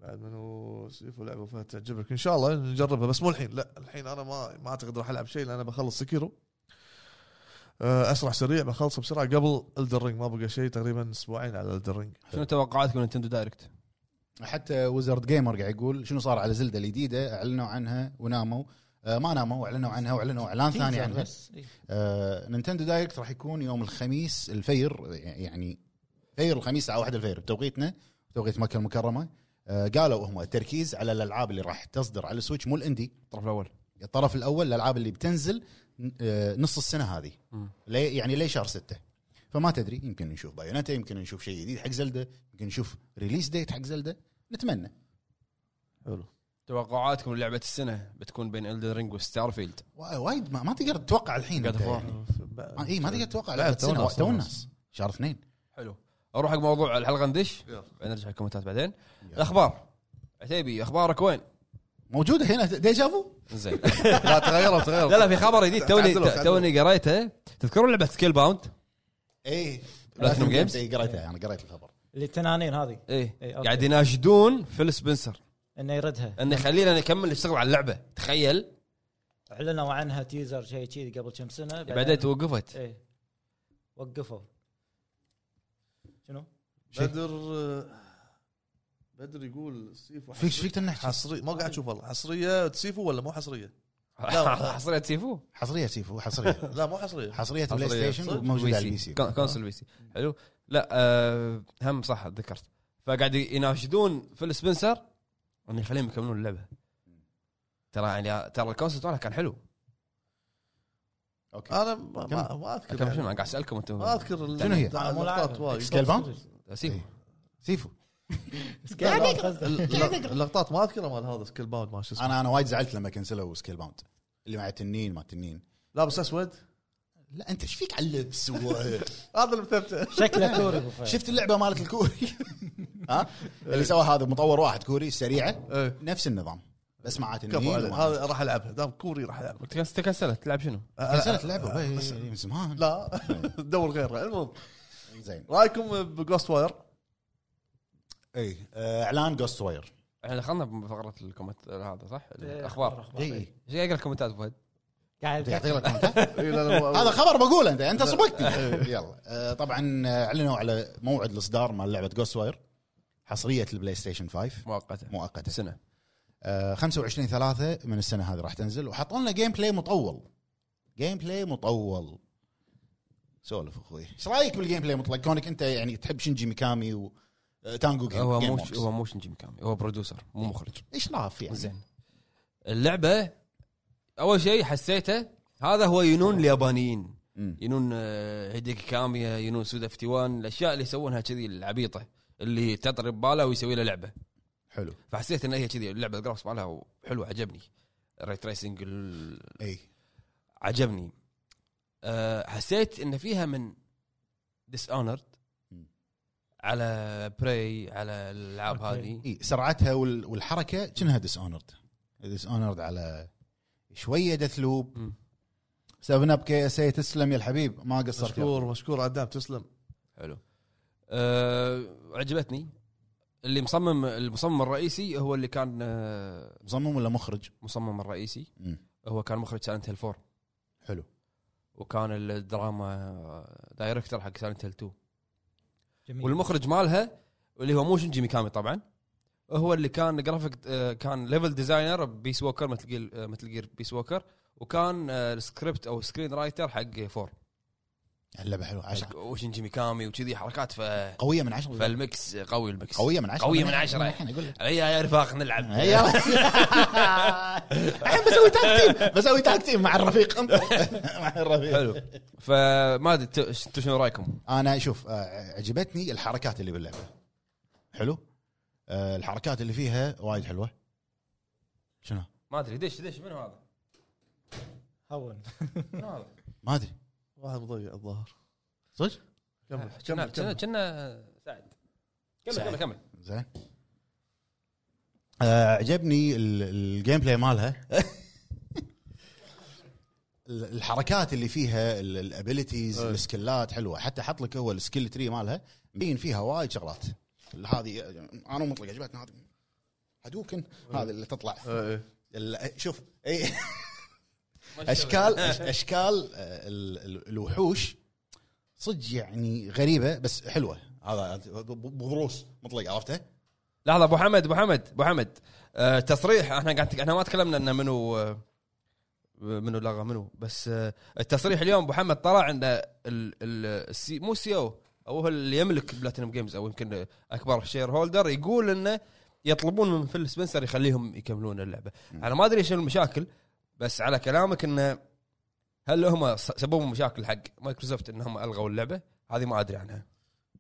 S3: بعد منو سيف لعبه فهد تعجبك ان شاء الله نجربها بس مو الحين لا الحين انا ما ما اعتقد راح العب شيء لان انا بخلص سكيرو آه، اسرع سريع بخلصه بسرعه قبل الدرينج ما بقى شيء تقريبا اسبوعين على الدرينج
S1: شنو توقعاتك من نتندو دايركت؟
S4: حتى ويزرد جيمر قاعد يقول شنو صار على زلده الجديده اعلنوا عنها وناموا آه ما ناموا اعلنوا عنها واعلنوا اعلان ثاني يعني.
S2: تيزر
S4: عنها
S2: بس
S4: آه نينتندو دايركت راح يكون يوم الخميس الفير يعني فير الخميس الساعه 1 الفير بتوقيتنا توقيت مكه المكرمه آه قالوا هم التركيز على الالعاب اللي راح تصدر على السويتش مو الاندي
S1: الطرف الاول
S4: الطرف الاول الالعاب اللي بتنزل آه، نص السنه هذه
S1: مم.
S4: لي يعني لي شهر ستة فما تدري يمكن نشوف بايوناتا يمكن نشوف شيء جديد حق زلده يمكن نشوف ريليس ديت حق زلده نتمنى
S3: حلو
S1: توقعاتكم للعبه السنه بتكون بين الدر رينج وستار فيلد
S4: وا- وايد ما, ما تقدر تتوقع الحين
S1: God
S4: أنت
S1: of War.
S4: يعني. ما- اي ما تقدر تتوقع
S3: لا،
S4: لعبه
S3: تو
S4: سنه
S3: الناس، تو
S4: تو
S3: الناس.
S4: الناس شهر اثنين
S1: حلو اروح حق موضوع الحلقه ندش
S3: يلا.
S1: بعدين نرجع الكومنتات بعدين الاخبار عتيبي اخبارك وين؟
S4: موجوده هنا ديجا فو
S1: زين
S3: لا تغيروا تغيروا
S1: لا لا في خبر جديد توني
S3: تعدلوا، تعدلوا.
S1: توني قريته تذكرون لعبه سكيل باوند؟
S4: اي
S1: Platinum Games.
S4: اي قريتها انا إيه، قريت الخبر
S2: اللي التنانين هذه
S1: ايه
S2: إيه، أوكي.
S1: قاعد يناشدون فيل سبنسر
S2: انه يردها
S1: انه يخلينا نكمل نشتغل على اللعبه تخيل
S2: اعلنوا عنها تيزر شيء كذي قبل كم سنه
S1: بعدين توقفت
S2: ايه وقفوا شنو؟
S3: بدر آه، بدر يقول سيفو
S4: فيك ايش فيك تنحكي
S3: حصريه ما قاعد اشوف والله حصريه سيفو ولا مو حصريه؟
S1: *laughs*
S3: لا.
S1: حصريه سيفو
S4: حصريه سيفو حصريه
S3: *laughs* لا مو حصريه
S4: حصريه
S1: حصرية،
S4: بلاي ستيشن
S3: صدق.
S4: وموجوده على آه. البي سي
S1: كون- كونسول بي سي حلو لا آه هم صح ذكرت فقاعد يناشدون فيل سبنسر انه يخليهم يكملون اللعبه ترى يعني ترى الكونسول ترى كان حلو
S4: اوكي
S3: انا ما, ما, ما اذكر
S1: كان شنو انا قاعد اسالكم انتم
S4: آه،
S3: ما اذكر ال-
S4: شنو هي؟
S2: أنا مو
S3: اللقطات
S2: لاعب.
S3: وايد
S4: سكيل باوند
S1: سيفو
S4: إيه. سيفو
S3: الل- اللقطات ما اذكرها مال هذا سكيل باوند ما شو اسمه
S4: انا انا وايد زعلت لما كنسلوا سكيل باوند اللي مع التنين ما التنين
S3: لابس اسود
S4: لا انت ايش فيك على اللبس و-
S3: هذا اللي مثبته
S2: شكله كوري أبو فهد.
S4: شفت اللعبه مالت الكوري *laughs* ها اللي سواها هذا مطور واحد كوري سريعه
S3: إيه.
S4: نفس النظام بس مع
S3: كفو
S4: تنين
S3: عليه.
S4: ومع-
S3: هذا راح العبها دام كوري راح العبها
S1: تكسلت تلعب شنو؟
S4: كنسلت اللعبه بس من زمان
S3: *laughs* لا دور غيرها المهم
S4: زين
S3: رايكم بجوست واير
S4: اي آه، اعلان جوست واير
S1: احنا دخلنا بفقره الكومنت هذا صح؟ الاخبار
S4: اي
S1: ايش قاعد اقرا الكومنتات ابو فهد؟
S2: قاعد
S4: يعطيك
S2: قاعد-
S4: العافية.
S3: إي، لا، لا، ما-
S4: *laughs* هذا خبر بقوله انت انت
S1: *laughs*
S4: صبقتني
S1: إيه.
S4: يلا آه، طبعا آه، اعلنوا على موعد الاصدار مال لعبه جوست واير حصريه البلاي ستيشن 5
S1: مؤقته
S4: مؤقته
S1: سنه
S4: آه، 25 3 من السنه هذه راح تنزل وحطوا لنا جيم بلاي مطول جيم بلاي مطول سولف اخوي ايش رايك بالجيم بلاي مطول كونك انت يعني تحب شنجي ميكامي وتانجو جيم
S1: هو
S4: جيم
S1: مو
S4: ووركس.
S1: هو مو شنجي ميكامي هو برودوسر مو مخرج
S4: اشراف إيه. يعني
S1: زين اللعبه اول شيء حسيته هذا هو ينون اليابانيين
S4: مم.
S1: ينون آه، هيديكي كاميا ينون سودا افتوان الاشياء اللي يسوونها كذي العبيطه اللي تطري بباله ويسوي له لعبه
S4: حلو
S1: فحسيت ان هي كذي اللعبه الجرافكس مالها حلوه عجبني الري تريسنج إيه.
S4: اي
S1: عجبني أه حسيت ان فيها من ديس اونرد
S4: مم.
S1: على براي على الالعاب
S2: أوكي.
S1: هذه
S4: اي سرعتها وال- والحركه كأنها ديس اونرد ديس اونرد على شويه دث لوب
S1: مم.
S4: 7 اب كي اس اي تسلم يا الحبيب ما قصرت
S3: مشكور مشكور عدام تسلم
S1: حلو أه عجبتني اللي مصمم المصمم الرئيسي هو اللي كان آه،
S4: مصمم ولا مخرج
S1: مصمم الرئيسي
S4: مم.
S1: هو كان مخرج سايلنت هيل 4
S4: حلو
S1: وكان الدراما دايركتور حق سايلنت هيل 2
S2: جميل.
S1: والمخرج مالها اللي هو مو شنجي ميكامي طبعا هو اللي كان جرافيك آه، كان ليفل ديزاينر بيس ووكر مثل جير آه، مثل جير بيس ووكر وكان آه، السكريبت او سكرين رايتر حق فور
S4: اللعبه حلوه 10
S1: وشنجي ميكامي وكذي حركات ف...
S4: قويه من 10
S1: فالمكس قوي المكس
S4: قويه من 10
S1: قوية من عشرة.
S4: الحين اقول لك
S1: هيا يا رفاق نلعب
S4: *laughs* هيا. الحين بسوي تاك تيم بسوي تاك تيم مع الرفيق *laughs* مع الرفيق
S1: حلو فما ادري ت- انتم شنو رايكم؟
S4: انا شوف آه، عجبتني الحركات اللي باللعبه حلو آه، الحركات اللي فيها وايد حلوه شنو
S1: ما ادري دش دش منو هذا؟
S2: هون
S1: منو هذا؟
S4: ما ادري
S3: واحد مضيع الظاهر
S4: صدق آه،
S3: كمل
S1: كنا كنا-
S3: كمل كمل
S1: كنا سعد كمل
S4: سعد.
S1: كمل كمل
S4: زين آه، عجبني ال- الجيم بلاي مالها *laughs* ال- الحركات اللي فيها ال- الابيلتيز
S3: أي.
S4: السكلات حلوه حتى حط لك هو السكيل تري مالها مبين فيها وايد شغلات هذه انا مطلق عجبتني هذه هدوكن هذه اللي تطلع
S3: إيه، إيه.
S4: ال- شوف اي اشكال
S1: *laughs*
S4: أش- اشكال آه، ال- ال- الوحوش صدق يعني غريبه بس حلوه هذا بضروس مطلق عرفته؟
S1: لحظه ابو حمد ابو حمد ابو حمد أه تصريح احنا قاعد احنا ما تكلمنا انه منو آه، منو لغى منو بس آه، التصريح اليوم ابو حمد طلع ان ال ال السي مو سي او او هو اللي يملك بلاتينم جيمز او يمكن اكبر شير هولدر يقول انه يطلبون من فيل سبنسر يخليهم يكملون اللعبه
S4: مم.
S1: انا ما ادري شنو المشاكل بس على كلامك انه هل هم س- سببوا مشاكل حق مايكروسوفت انهم الغوا اللعبه هذه ما ادري عنها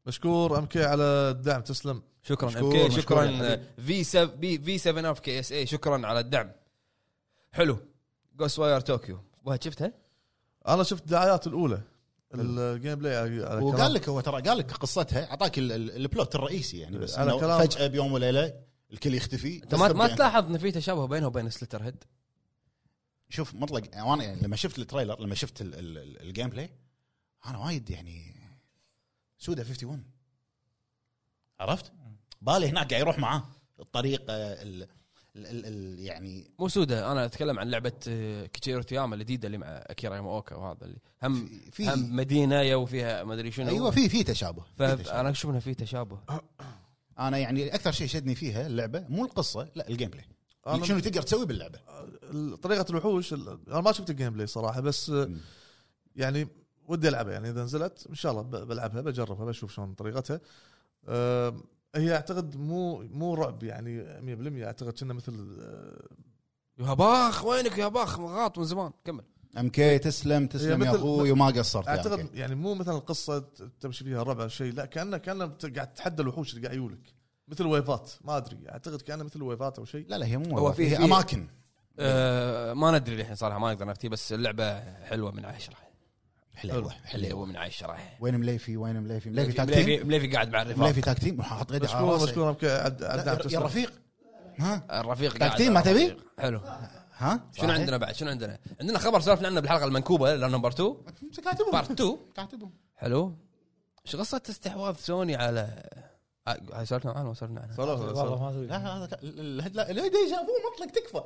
S3: مشكور ام كي على الدعم تسلم
S1: شكرا
S4: مشكور،
S1: MK،
S4: مشكور يا
S1: شكرا
S4: حبيبي.
S1: في 7 بي في 7 اف كي اس اي شكرا على الدعم حلو جوست واير طوكيو وهد شفتها؟
S3: انا شفت الدعايات الاولى الجيم بلاي على على كلام-
S4: وقال لك هو ترى قال لك قصتها اعطاك ال- ال- البلوت الرئيسي يعني بس
S3: على
S4: على
S3: كلام-
S4: فجاه بيوم وليله الكل يختفي
S1: انت ما,
S4: بس
S1: ما
S4: تبدأ- يعني.
S1: تلاحظ ان في تشابه بينه وبين سلتر هيد
S4: شوف مطلق يعني انا يعني لما شفت التريلر لما شفت ال- ال- ال- الجيم بلاي انا وايد يعني سودا 51 عرفت؟ بالي هناك قاعد يروح معاه الطريقه ال ال ال ال يعني
S1: مو سودا انا اتكلم عن لعبه آه، كيتشيرو تياما الجديده اللي مع اكيرا ياماوكا وهذا اللي هم
S4: في
S1: هم مدينه يا وفيها ما ادري شنو
S4: ايوه في في تشابه في تشابه. آه.
S1: فانا اشوف انه في تشابه
S4: انا يعني اكثر شيء شدني فيها اللعبه مو القصه لا الجيم بلاي
S3: أنا-
S4: شنو تقدر تسوي باللعبه
S3: طريقه الوحوش ال- انا ما شفت الجيم بلاي صراحه بس آه،
S4: مم.
S3: يعني ودي العبها يعني اذا نزلت ان شاء الله ب- بلعبها بجربها بشوف شلون طريقتها آه، هي اعتقد مو مو رعب يعني 100% اعتقد كنا مثل آه،
S1: يا باخ وينك يا باخ غاط من زمان كمل
S4: ام كي تسلم تسلم يا
S3: إيه. مثل-
S4: اخوي وما قصرت يا أم
S3: اعتقد
S4: كي.
S3: يعني مو مثلا القصه ت- تمشي فيها ربع أو شيء لا كانه كانه بت- قاعد تتحدى الوحوش اللي قاعد يولك مثل ويفات ما ادري اعتقد كانه مثل ويفات او شيء
S4: لا لا هي مو
S1: هو
S4: هو
S1: في-
S4: في
S1: في-
S4: اماكن إيه.
S1: أه ما ندري الحين صراحه ما نقدر نفتي بس اللعبه حلوه من عشره
S4: حلوه
S1: حلوه
S4: حلوه
S1: من عشره
S4: وين مليفي وين مليفي مليفي تاك تيم
S1: مليفي مليفي قاعد مع الرفاق
S4: مليفي تاك تيم حاط يده على
S3: مشكور
S4: راسه.
S3: مشكور أمك عد-
S4: لا،
S3: عدنان
S4: يا- يا
S3: تسلم.
S4: رفيق ها
S1: الرفيق
S4: تاك
S1: قاعد
S4: تيم ما تبي؟
S1: الرفيق. حلو
S4: ها
S1: شنو عندنا بعد شنو عندنا عندنا خبر سولفنا عنه بالحلقه المنكوبه نمبر 2
S4: كاتبهم
S1: بارت 2
S4: كاتبهم
S1: حلو شو قصه استحواذ سوني على ع- سولفنا عنها ما سولفنا عنها
S3: سولفنا
S2: والله
S3: سولفنا.
S2: ما ادري
S4: لا هذا كان- لا لا لا ديجا فو مطلق تكفى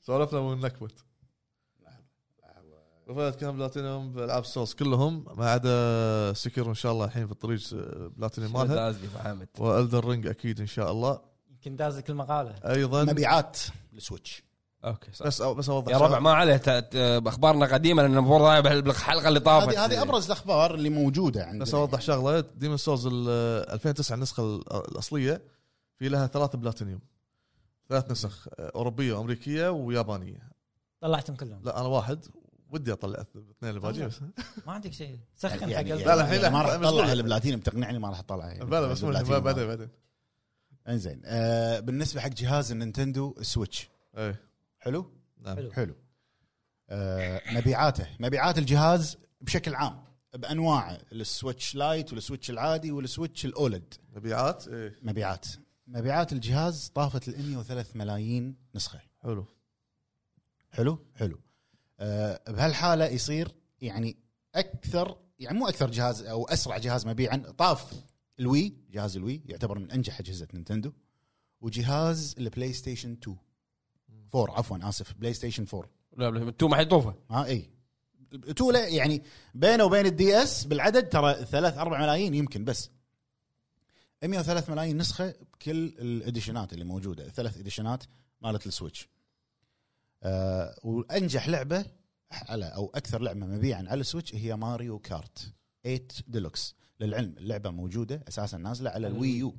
S3: سولفنا ونكبت وفات كان بلاتينيوم بالعاب سولز كلهم ما عدا سكر ان شاء الله الحين في الطريق آه، بلاتينيوم مالها
S1: دازلي محمد
S3: والدر رينج اكيد ان شاء الله
S2: يمكن دازك المقاله
S3: ايضا
S4: مبيعات السويتش
S1: اوكي صح.
S3: بس أو بس اوضح
S1: يا ربع ما عليه ت- ت- اخبارنا قديمه لان المفروض هاي بال- بالحلقه اللي طافت
S4: هذه هذه ابرز الاخبار اللي موجوده عندنا
S3: بس اوضح شغله ديمون سولز ال 2009 النسخه ال- الاصليه في لها ثلاث بلاتينيوم ثلاث نسخ آه، اوروبيه وامريكيه ويابانيه
S2: طلعتهم كلهم
S3: لا انا واحد ودي اطلع الاثنين اللي باجي بس
S2: ما عندك شيء سخن حق
S4: يعني
S2: ال-
S3: *laughs* لا، لا، الحين
S4: يعني ما راح
S3: مسؤول.
S4: اطلع البلاتينيوم بتقنعني ما راح اطلع
S3: بلا بس مو الحين،
S4: البلاتينيوم.
S3: *laughs* بعدين بعدين
S4: انزين آه بالنسبه حق جهاز النينتندو السويتش
S3: اي
S4: حلو
S3: إيه، نعم
S2: حلو.
S4: حلو آه مبيعاته مبيعات الجهاز بشكل عام بانواعه السويتش لايت والسويتش العادي والسويتش الاولد
S3: مبيعات إيه. اي
S4: مبيعات مبيعات الجهاز طافت ال 103 ملايين نسخه
S3: حلو
S4: حلو حلو آه بهالحاله يصير يعني اكثر يعني مو اكثر جهاز او اسرع جهاز مبيعا طاف الوي جهاز الوي يعتبر من انجح اجهزه نينتندو وجهاز البلاي ستيشن 2 4 عفوا اسف بلاي ستيشن 4
S1: لا لا، تو ما حيطوفه
S4: ها اي تو لا يعني بينه وبين الدي اس بالعدد ترى 3 4 ملايين يمكن بس 103 ملايين نسخه بكل الاديشنات اللي موجوده الثلاث اديشنات مالت السويتش آه وانجح لعبه على او اكثر لعبه مبيعا على السويتش هي ماريو كارت 8 ديلوكس للعلم اللعبه موجوده اساسا نازله على الوي يو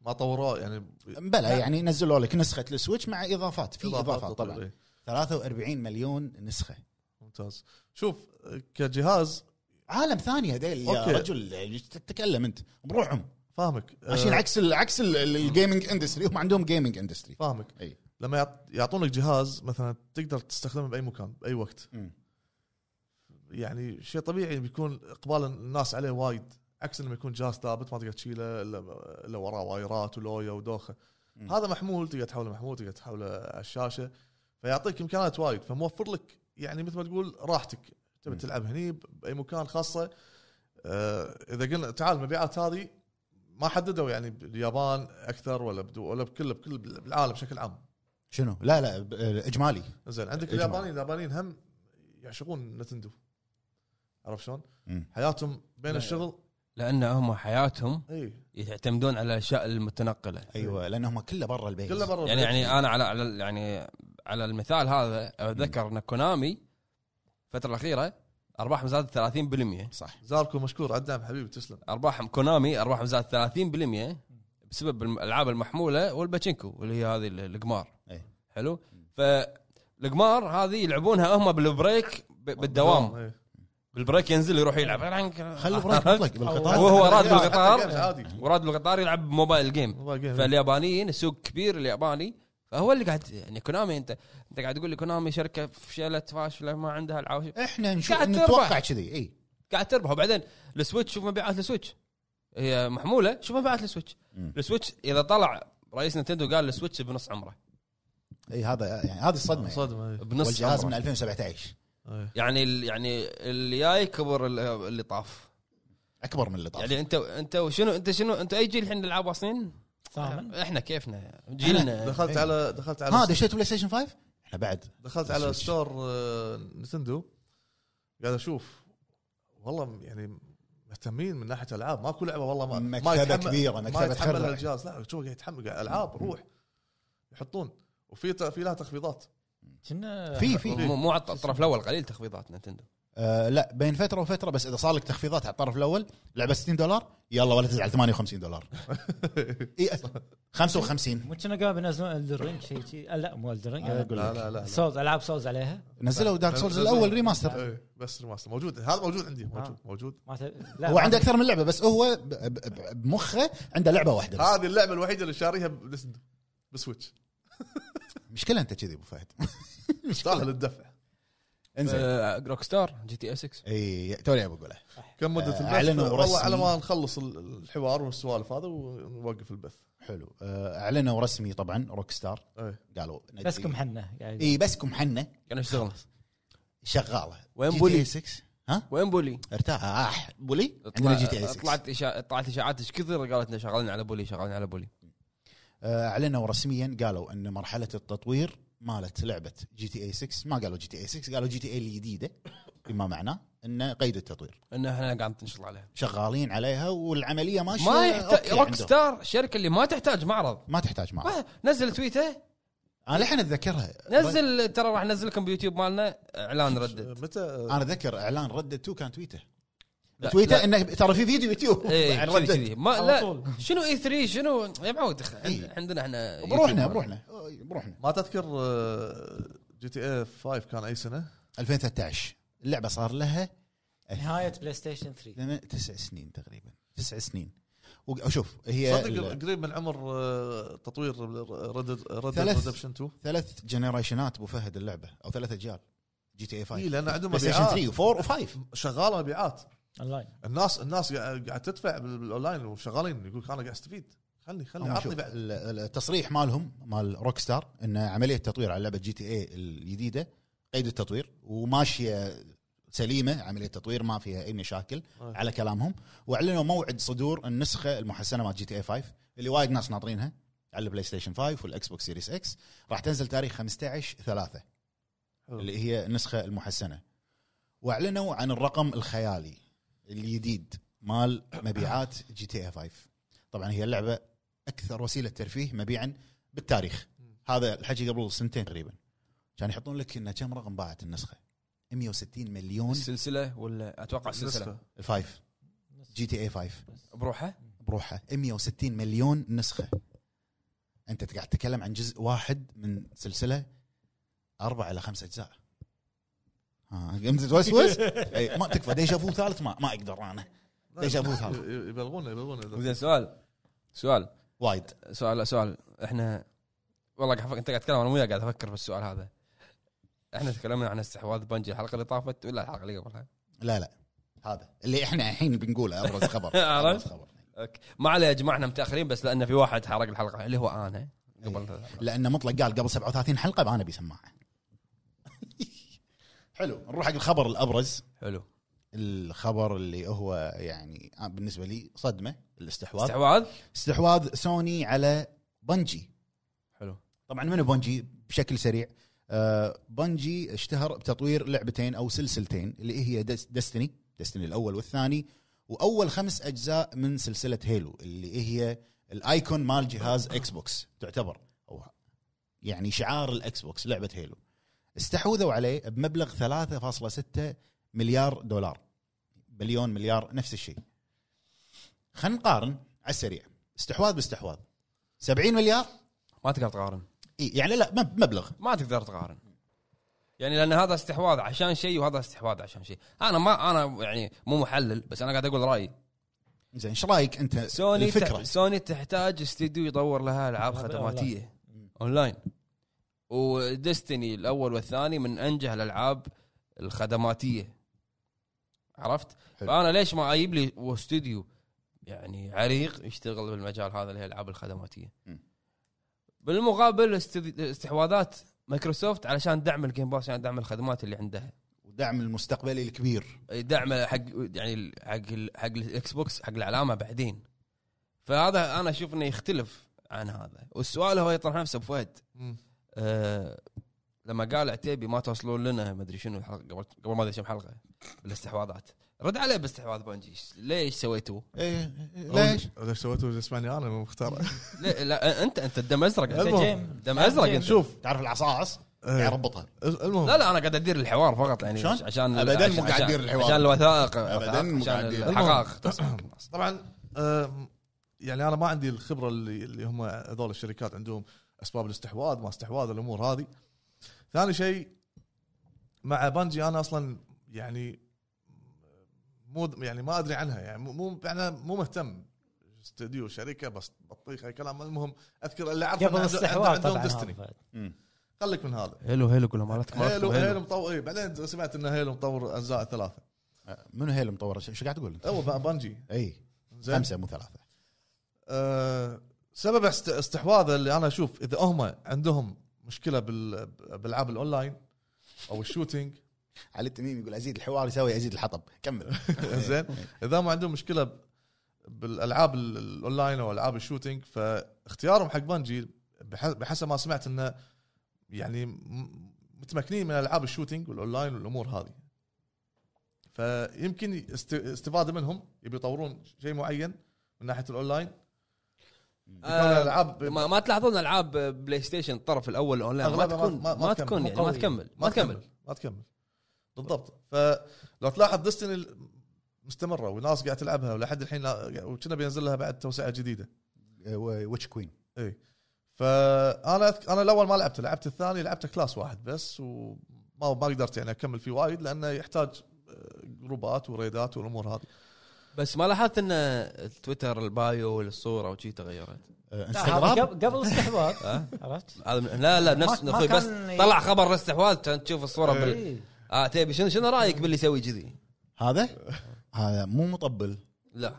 S3: ما طوروها يعني
S4: بلا يعني نزلوا لك نسخه السويتش مع اضافات في اضافات طبعا
S3: إيه.
S4: 43 مليون نسخه
S3: ممتاز شوف كجهاز
S4: عالم ثاني هذيل يا
S3: أوكي.
S4: رجل تتكلم انت بروحهم
S3: فاهمك آه،
S4: ماشيين عكس ال عكس الجيمنج اندستري هم عندهم جيمنج اندستري
S3: فاهمك
S4: إي.
S3: لما يعط- يعطونك جهاز مثلا تقدر تستخدمه باي مكان باي وقت
S4: مم.
S3: يعني شيء طبيعي بيكون اقبال الناس عليه وايد عكس لما يكون جهاز ثابت ما تقدر تشيله الا الا وراه وايرات ولويا ودوخه
S4: مم.
S3: هذا محمول تقدر تحوله محمول تقدر تحوله على الشاشه فيعطيك امكانات وايد فموفر لك يعني مثل ما تقول راحتك تبي
S4: مم.
S3: تلعب هني باي مكان خاصه آه، اذا قلنا تعال المبيعات هذه ما حددوا يعني باليابان اكثر ولا بدو ولا بكل بكل بالعالم بشكل عام
S4: شنو لا لا ب- اجمالي
S3: زين عندك
S4: إجمالاً.
S3: اليابانيين اليابانيين هم يعشقون نتندو عرفت شلون؟
S4: مم.
S3: حياتهم بين
S1: لا،
S3: الشغل
S1: لان هم حياتهم
S3: اي
S1: يعتمدون على الاشياء المتنقله
S4: ايوه لانهم كله برا البيت
S3: كله برا
S1: يعني
S3: البيت.
S1: يعني انا على على يعني على المثال هذا اتذكر ان كونامي الفتره الاخيره ارباحهم زادت 30%
S4: صح
S3: زاركو مشكور على الدعم حبيبي تسلم
S1: ارباحهم كونامي ارباحهم زادت 30% بسبب الالعاب المحموله والباتشينكو اللي هي هذه ال- القمار
S4: أي.
S1: حلو فالقمار هذه يلعبونها هم بالبريك ب- بالدوام
S3: إي.
S1: بالبريك ينزل يروح يلعب
S4: خلوا
S1: *laughs*
S4: بريك مطلق بالقطار
S1: هو هو راد
S3: حتى جيمز
S1: بالقطار
S3: عادي
S1: وراد بالقطار يلعب موبايل جيم
S3: موبايل جيم.
S1: فاليابانيين سوق كبير الياباني فهو اللي قاعد يعني كونامي انت انت قاعد تقول لي كونامي شركه فشلت فاشله ما عندها العواشق
S4: احنا نشوف
S1: قاعد تربح.
S4: نتوقع كذي إيه. اي
S1: قاعد تربح وبعدين السويتش شوف مبيعات السويتش هي محموله شوف مبيعات السويتش
S4: مم.
S1: السويتش اذا طلع رئيس نتندو قال السويتش بنص عمره
S4: اي هذا يعني هذه الصدمه يعني.
S3: صدمه إي.
S1: بنص
S4: والجهاز من
S1: عمره
S4: 2017
S3: إي.
S1: يعني ال- يعني اللي جاي كبر ال- اللي طاف
S4: اكبر من اللي طاف
S1: يعني انت انت شنو انت شنو انت اي جيل الحين نلعب اصلا
S2: صامن
S1: احنا كيفنا جيلنا
S3: دخلت على دخلت
S4: ها
S3: على
S4: دشيت بلاي ستيشن 5 احنا بعد
S3: دخلت على
S4: السويتش.
S3: ستور آه، نتندو قاعد اشوف والله يعني مهتمين من ناحيه العاب ماكو لعبه والله ما ما
S4: مكتبة
S3: يتحمل-
S4: كبيرة،
S3: ما
S4: مكتبة
S3: يتحمل
S4: خرع.
S3: الجهاز لا شوف قاعد يتحمل قاعد العاب روح يحطون وفي ت- في لها تخفيضات
S2: كنا
S4: *laughs* في في
S1: مو مو على الطرف الاول قليل تخفيضات نتندو
S4: آه لا بين فتره وفتره بس اذا صار لك تخفيضات على الطرف الاول لعبه 60 دولار يلا ولا تزعل 58 دولار إيه، اي 55
S2: مو كنا قبل بينزلون الدرينج شيء شيء لا مو آه،
S4: أنا
S2: الدرينج
S4: أقول
S3: لا
S4: لك.
S3: لا لا
S2: سولز العاب سولز عليها
S4: نزلوا دارك سولز الاول ريماستر
S3: إي، إيه، بس ريماستر موجود هذا موجود عندي
S4: آه.
S3: موجود موجود
S2: ما ت... لا
S4: هو
S2: ما
S4: عنده
S2: ت-
S4: اكثر من لعبه بس هو ب- ب- بمخه عنده لعبه واحده بس
S1: آه.
S3: هذه اللعبه الوحيده اللي شاريها بنتندو بسويتش
S4: مشكله انت كذي ابو فهد
S3: تستاهل الدفع
S4: انزين
S1: آه، روك ستار جي تي اس 6
S4: اي توني ابو اقوله
S3: كم مده
S4: آه،
S3: البث
S4: أعلنوا
S3: والله
S4: رسمي.
S3: على ما نخلص ال- الحوار والسوالف هذا ونوقف البث
S4: حلو آه، اعلنوا رسمي طبعا روك ستار
S3: إيه.
S4: قالوا ندري- إيه.
S2: بس كم حنه يعني
S4: اي بسكم حنا
S1: كان يشتغل
S4: شغاله
S1: وين
S4: GTA
S1: بولي؟
S4: 6 ها؟
S1: وين بولي؟
S4: ارتاح آه بولي
S1: اطلع-
S4: عندنا جي تي اي 6
S1: طلعت إشا... طلعت اشاعات ايش كثر قالت لنا شغالين على بولي شغالين على بولي
S4: آه، اعلنوا رسميا قالوا ان مرحله التطوير مالت لعبه جي تي اي 6 ما قالوا جي تي اي 6 قالوا جي تي اي الجديده بما معناه انه قيد التطوير
S1: ان احنا قاعد نشتغل عليها
S4: شغالين عليها والعمليه ماشيه
S1: ما
S4: أوكي
S1: يحتاج روك
S4: عندهم.
S1: ستار الشركه اللي ما تحتاج معرض
S4: ما تحتاج معه
S1: ما نزل تويته
S4: انا للحين اتذكرها طيب.
S1: نزل ترى راح ننزلكم باليوتيوب مالنا اعلان ردد
S3: متى
S4: انا اتذكر اعلان ردة 2 كان تويته
S1: لا،
S4: تويته
S1: لا.
S4: انه ترى في فيديو يوتيوب
S1: ايه
S4: *laughs* عن
S1: كذي
S4: ردة.
S1: كذي ما
S2: على
S1: لا
S2: طول.
S1: شنو اي 3 شنو يا معود خ- عند-
S4: إيه.
S1: عندنا احنا
S4: بروحنا
S1: يوتيوب.
S4: بروحنا أوه، بروحنا
S3: ما تذكر آه، جي تي اي 5 كان اي سنه
S4: 2013 اللعبه صار لها
S2: نهايه بلاي ستيشن 3
S4: لنا تسع سنين تقريبا تسع سنين وشوف هي
S3: صدق
S4: ال-
S3: قريب من عمر آه، تطوير ريد
S4: ثلاث.
S3: ريدمشن 2
S4: ثلاث جنريشنات ابو فهد اللعبه او ثلاث اجيال جي تي إيه اي 5
S1: إيه،
S3: اي لان إيه، عندهم
S4: بلاي ستيشن 3
S3: مبيعات
S4: و4 و5
S3: شغاله مبيعات
S2: اونلاين
S3: الناس الناس قاعد قاعد تدفع بال- بالاونلاين وشغالين يقول انا قاعد استفيد خلي خلي
S4: هم
S3: عطني
S4: شوف،
S3: بعد
S4: ال- ال- التصريح مالهم مال روك ستار ان عمليه تطوير على لعبه جي تي اي الجديده قيد التطوير وماشيه سليمه عمليه تطوير ما فيها اي مشاكل
S3: أي.
S4: على كلامهم واعلنوا موعد صدور النسخه المحسنه مال جي تي اي 5 اللي وايد ناس ناطرينها على البلاي ستيشن 5 والاكس بوكس سيريس اكس راح تنزل تاريخ 15 3
S3: حلو.
S4: اللي هي النسخه المحسنه واعلنوا عن الرقم الخيالي الجديد مال مبيعات جي تي اي 5 طبعا هي اللعبه اكثر وسيله ترفيه مبيعا بالتاريخ هذا الحكي قبل سنتين تقريبا كان يحطون لك انه كم رقم باعت النسخه 160 مليون
S1: السلسله ولا اتوقع السلسله
S3: نسخة.
S4: الفايف جي تي اي 5
S1: بروحه
S4: بروحه 160 مليون نسخه انت قاعد تتكلم عن جزء واحد من سلسله اربع الى خمس اجزاء ها قمت
S2: *laughs*
S4: توسوس اي إيه، ما تكفى ديجا فو ثالث ما ما اقدر انا
S3: لا،
S4: ليش أبوه هذا؟
S3: ي- يبلغونا يبلغونا
S1: زين سؤال سؤال
S4: وايد
S1: سؤال لا، سؤال احنا والله قاعد أفكر- انت قاعد تتكلم انا وياه قاعد افكر في السؤال هذا احنا تكلمنا عن استحواذ بنجي الحلقه اللي طافت ولا الحلقه اللي قبلها
S4: لا لا هذا اللي احنا الحين بنقوله ابرز
S1: *laughs*
S4: خبر
S1: عرفت؟
S4: ابرز خبر
S1: اوكي ما عليه يا جماعه احنا متاخرين بس لان في واحد حرق الحلقه اللي هو انا قبل
S4: لان مطلق قال قبل 37 حلقه انا ابي سماعه *laughs* حلو نروح حق الخبر الابرز
S1: حلو
S4: الخبر اللي هو يعني بالنسبه لي صدمه الاستحواذ
S1: استحواذ
S4: استحواذ سوني على بنجي
S1: حلو
S4: طبعا منو بنجي بشكل سريع آه، بنجي اشتهر بتطوير لعبتين او سلسلتين اللي هي دستني دستني الاول والثاني واول خمس اجزاء من سلسله هيلو اللي هي الايكون مال جهاز اكس بوكس تعتبر او يعني شعار الاكس بوكس لعبه هيلو استحوذوا عليه بمبلغ 3.6 مليار دولار بليون مليار نفس الشيء خلينا نقارن على السريع استحواذ باستحواذ 70 مليار
S1: ما تقدر تقارن
S4: إي، يعني لا مب- مبلغ
S1: ما تقدر تقارن يعني لان هذا استحواذ عشان شيء وهذا استحواذ عشان شيء انا ما انا يعني مو محلل بس انا قاعد اقول رايي
S4: زين ايش رايك انت
S1: سوني
S4: الفكره
S1: تح... سوني تحتاج استديو يطور لها العاب
S2: ألعاب
S1: خدماتيه اونلاين وديستني الاول والثاني من انجح الالعاب الخدماتيه عرفت؟
S4: حلو.
S1: فانا ليش ما اجيب لي استوديو يعني عريق يشتغل بالمجال هذا اللي هي الالعاب الخدماتيه.
S4: مم.
S1: بالمقابل استد- استحواذات مايكروسوفت علشان دعم الجيم باس يعني دعم الخدمات اللي عندها
S4: ودعم المستقبلي الكبير
S1: دعمه حق يعني ال- حق ال- حق الاكس بوكس حق العلامه بعدين فهذا انا اشوف انه يختلف عن هذا والسؤال هو يطرح نفسه ابو فهد
S3: مم.
S1: أه لما قال عتيبي ما توصلون لنا ما ادري شنو الحلقه قبل قبل ما ادري كم حلقه بالاستحواذات رد عليه باستحواذ بنجي ليش سويتوه؟
S4: ايه ليش؟
S3: ليش سويته اسمعني انا مختار *laughs*
S1: ليه- لا انت انت الدم ازرق
S2: أنت
S1: أنت.
S2: جيم.
S1: دم ازرق انت
S3: شوف
S4: تعرف العصاص يعني
S3: إيه.
S4: يربطها
S3: المهم
S1: لا لا انا قاعد ادير الحوار فقط يعني
S4: شلون؟
S1: عشان
S4: أبداً
S1: عشان-
S4: مو قاعد أدير الحوار.
S1: عشان الوثائق
S4: أبداً مو
S1: عشان
S4: قاعد أدير.
S1: الحقائق
S3: طبعا آم، يعني انا ما عندي الخبره اللي اللي هم هذول الشركات عندهم اسباب الاستحواذ ما استحواذ الامور هذه ثاني شيء مع بانجي انا اصلا يعني مو يعني ما ادري عنها يعني مو- مو انا مو مهتم استوديو شركه بس بطيخه كلام المهم اذكر اللي اعرفه إن
S2: قبل
S3: عندهم-
S2: الاستحواذ
S3: عندهم
S2: طبعا
S3: ديستني
S2: هذا.
S3: خليك من هذا
S1: هيلو هيلو كلها مالتك
S3: هيلو
S1: مالتكم
S3: هيلو مطور اي بعدين سمعت ان هيلو مطور اجزاء ثلاثه
S4: آه، منو هي المطوره شو شو قاعد تقول انت؟
S3: او بانجي
S4: اي
S3: زين
S4: خمسه مو ثلاثه
S3: أه، سبب است- استحواذه اللي انا اشوف اذا هم عندهم مشكله بال- بالالعاب الاونلاين او الشوتينج *laughs*
S4: علي التميم يقول ازيد الحوار يساوي ازيد الحطب كمل
S3: زين اذا ما عندهم مشكله ب- بالالعاب ال- الاونلاين او العاب الشوتينج فاختيارهم حق بانجي بح- بحسب ما سمعت انه يعني م- متمكنين من العاب الشوتينج والاونلاين والامور هذه فيمكن است- استفاده منهم يبي يطورون شيء معين من ناحيه الاونلاين
S1: آه،
S3: الالعاب
S1: ما, ما تلاحظون العاب بلاي ستيشن الطرف الاول اونلاين ما
S3: أغلبها ما-
S1: تكون
S3: ما-
S1: ما,
S3: ما تكمل.
S1: تكون
S2: مو
S1: يعني ما
S2: قوية.
S1: تكمل ما تكمل
S3: ما تكمل بالضبط فلو تلاحظ ديستني مستمره وناس قاعد تلعبها ولحد الحين لا- وكنا بينزل لها بعد توسعه جديده
S4: ويتش كوين
S3: فانا أذك... انا الاول ما لعبته لعبت الثاني لعبته كلاس واحد بس وما ما قدرت يعني اكمل فيه وايد لانه يحتاج آه، جروبات وريدات والامور هذه
S1: بس ما لاحظت ان تويتر البايو والصوره وشي تغيرت
S2: هذا
S4: انستغرام
S2: قبل قبل الاستحواذ
S1: ها؟
S2: عرفت؟
S1: هذا من- لا لا نفس
S2: ما- ما
S1: أخوي بس
S2: كان ي-
S1: طلع خبر الاستحواذ كان تشوف الصوره
S3: إيه.
S1: بال...
S2: إيه.
S1: اه تبي شنو شنو رايك باللي يسوي كذي؟
S4: هذا هذا مو مطبل
S1: لا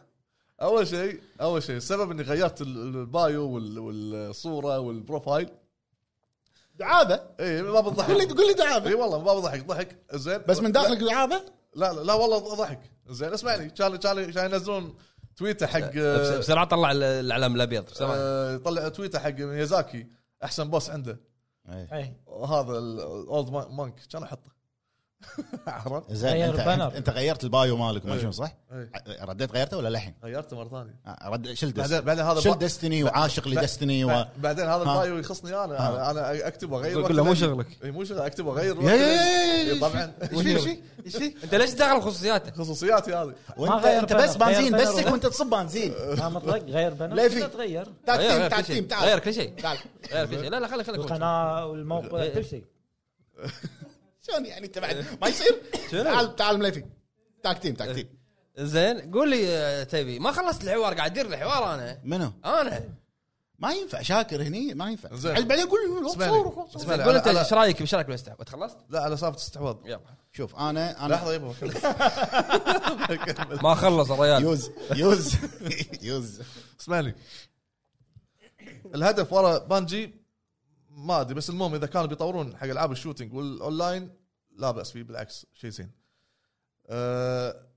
S3: اول شيء اول شيء السبب اني غيرت ال- ال- البايو وال... والصوره والبروفايل
S4: دعابه
S3: اي ما
S4: *laughs* قول لي
S3: بضحك
S4: قول لي
S3: اي
S4: دعابه
S3: والله ما بضحك ضحك زين
S4: بس من داخلك دعابه
S3: لا لا, لا والله ضحك زين اسمعني كان كان كان ينزلون تويته حق
S1: بس-
S3: آه،
S1: بسرعه طلع ال- الاعلام الابيض بسرعه
S3: آه، طلع تويته حق ميازاكي احسن بوس عنده
S2: إيه.
S3: هذا الاولد مانك كان احطه *laughs* عرفت؟
S4: زين
S2: غير
S4: انت
S2: بانر.
S4: انت غيرت البايو مالك وما
S3: إيه.
S4: شنو صح؟
S3: إيه.
S4: رديت غيرته ولا للحين؟
S3: غيرته مره ثانيه
S4: آه، رد شل
S3: بعدين
S4: دست
S3: بعدين هذا
S4: شل
S3: البا-
S4: ديستني وعاشق لدستني و
S3: بع- بعدين هذا
S4: ها.
S3: البايو يخصني انا انا, أنا اكتب واغير
S1: قول
S3: وقت
S1: له مو
S3: لأني-
S1: شغلك.
S3: اي إيه، مو شغل اكتب واغير
S4: يا- يا-
S3: وقت
S4: يا-
S3: لأني-
S4: يا-
S3: إي طبعا
S4: ايش في- ايش في؟ ايش في؟
S1: انت ليش داخل خصوصياته؟
S3: *laughs* خصوصياتي هذه
S4: وانت
S2: غير
S4: انت
S2: بانر،
S4: بس بنزين
S2: غير بانر
S4: بسك
S2: ولا-
S4: وانت تصب بنزين
S2: ما مطلق غير بنر
S4: ليفي.
S2: كله تغير
S1: غير
S4: تعال
S1: غير
S4: تعال
S1: كل شيء
S4: تيم
S1: غير
S4: تعال
S1: كل شيء
S4: تعال
S1: غير كل شيء لا لا خليك خليك
S2: القناه والموقع
S1: إيه.
S2: كل شيء
S4: شلون يعني انت بعد ما يصير
S1: شنو؟
S4: تعال تعال مليفي تاك تيم تاك تيم
S1: زين قول لي آه، تبي ما خلصت الحوار قاعد ادير الحوار انا
S4: منو؟
S1: انا
S4: ما ينفع شاكر هني ما ينفع
S3: زين.
S4: بعدين يقول
S3: اسمعني.
S4: صور
S3: اسمعني.
S1: قول انت
S3: على-
S1: ايش رايك ايش رايك بالاستحواذ خلصت؟
S3: لا على سالفه استحواذ
S4: *laughs*
S1: يلا
S4: شوف انا انا
S3: لحظه يبا أكمل.
S1: ما خلص الرجال
S4: يوز يوز يوز
S3: اسمعني الهدف ورا بانجي ما ادري بس المهم اذا كانوا بيطورون حق العاب الشوتينج والاونلاين لا باس فيه بالعكس شيء زين. أه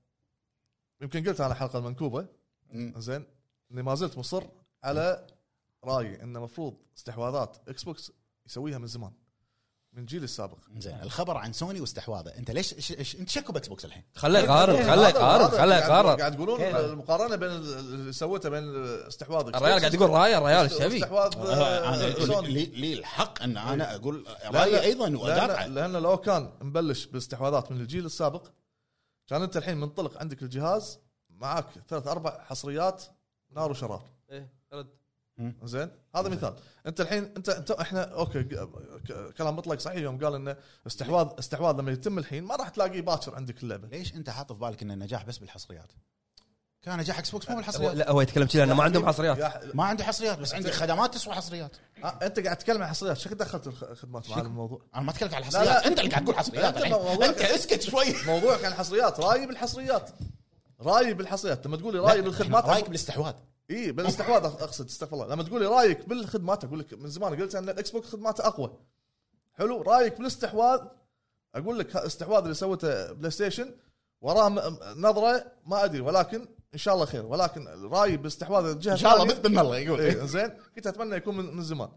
S3: يمكن قلت انا الحلقه المنكوبه
S4: مم.
S3: زين اني ما زلت مصر على رايي ان المفروض استحواذات اكس بوكس يسويها من زمان من جيل السابق
S4: زين الخبر عن سوني واستحواذه انت ليش إيش- إيش- انت شكو باكس بوكس الحين
S1: خليه يقارن خليه
S3: هذا-
S1: يقارن
S3: هذا
S1: خليه
S3: قاعد-
S1: يقارن
S3: قاعد تقولون
S2: كيف؟
S3: المقارنه بين ال- اللي سوته بين استحواذ Xbox
S1: الرجال قاعد يقول رايه الرجال ايش تبي؟
S3: استحواذ
S4: آه، انا
S3: آه،
S4: أقول
S3: سوني.
S4: لي, لي الحق ان انا اقول
S3: لأن-
S4: رايي ايضا
S3: لأن,
S4: وادافع
S3: لان لو كان مبلش باستحواذات من الجيل السابق كان انت الحين منطلق عندك الجهاز معاك ثلاث اربع حصريات نار وشرار
S1: إيه، رد.
S3: زين هذا مثال انت الحين انت, انت احنا اوكي ك- ك- كلام مطلق صحيح يوم قال انه استحواذ استحواذ لما يتم الحين ما راح تلاقيه باكر عندك اللعبه
S4: ليش انت حاط في بالك ان النجاح بس بالحصريات؟ كان نجاح اكس بوكس مو
S1: هو-
S4: بالحصريات
S1: لا هو يتكلم كذي لانه ما عندهم حصريات
S3: يا ح-
S4: ما عنده حصريات بس عندي خدمات تسوى حصريات
S3: آه، انت قاعد تتكلم عن حصريات شكل دخلت الخدمات مع الموضوع
S4: انا ما تكلمت على
S3: لا،
S4: الحصريات
S3: لا.
S4: انت اللي قاعد تقول حصريات
S3: أنت
S4: الحين.
S3: موضوعك-
S4: انت اسكت شوي
S3: موضوعك عن الحصريات رايي بالحصريات رايي بالحصريات لما تقول لي رايي
S4: لا،
S3: بالخدمات
S4: إحنا رايك بالاستحواذ
S3: اي بالاستحواذ أق- اقصد استغفر الله لما تقول لي رايك بالخدمات اقول لك من زمان قلت ان الاكس بوكس خدماته اقوى حلو رايك بالاستحواذ اقول لك الاستحواذ اللي سوته بلاي ستيشن وراه م- م- نظره ما ادري ولكن ان شاء الله خير ولكن رايي باستحواذ الجهه
S4: ان شاء الله
S3: الثانية-
S4: باذن الله يقول
S3: إيه، زين كنت اتمنى يكون من من زمان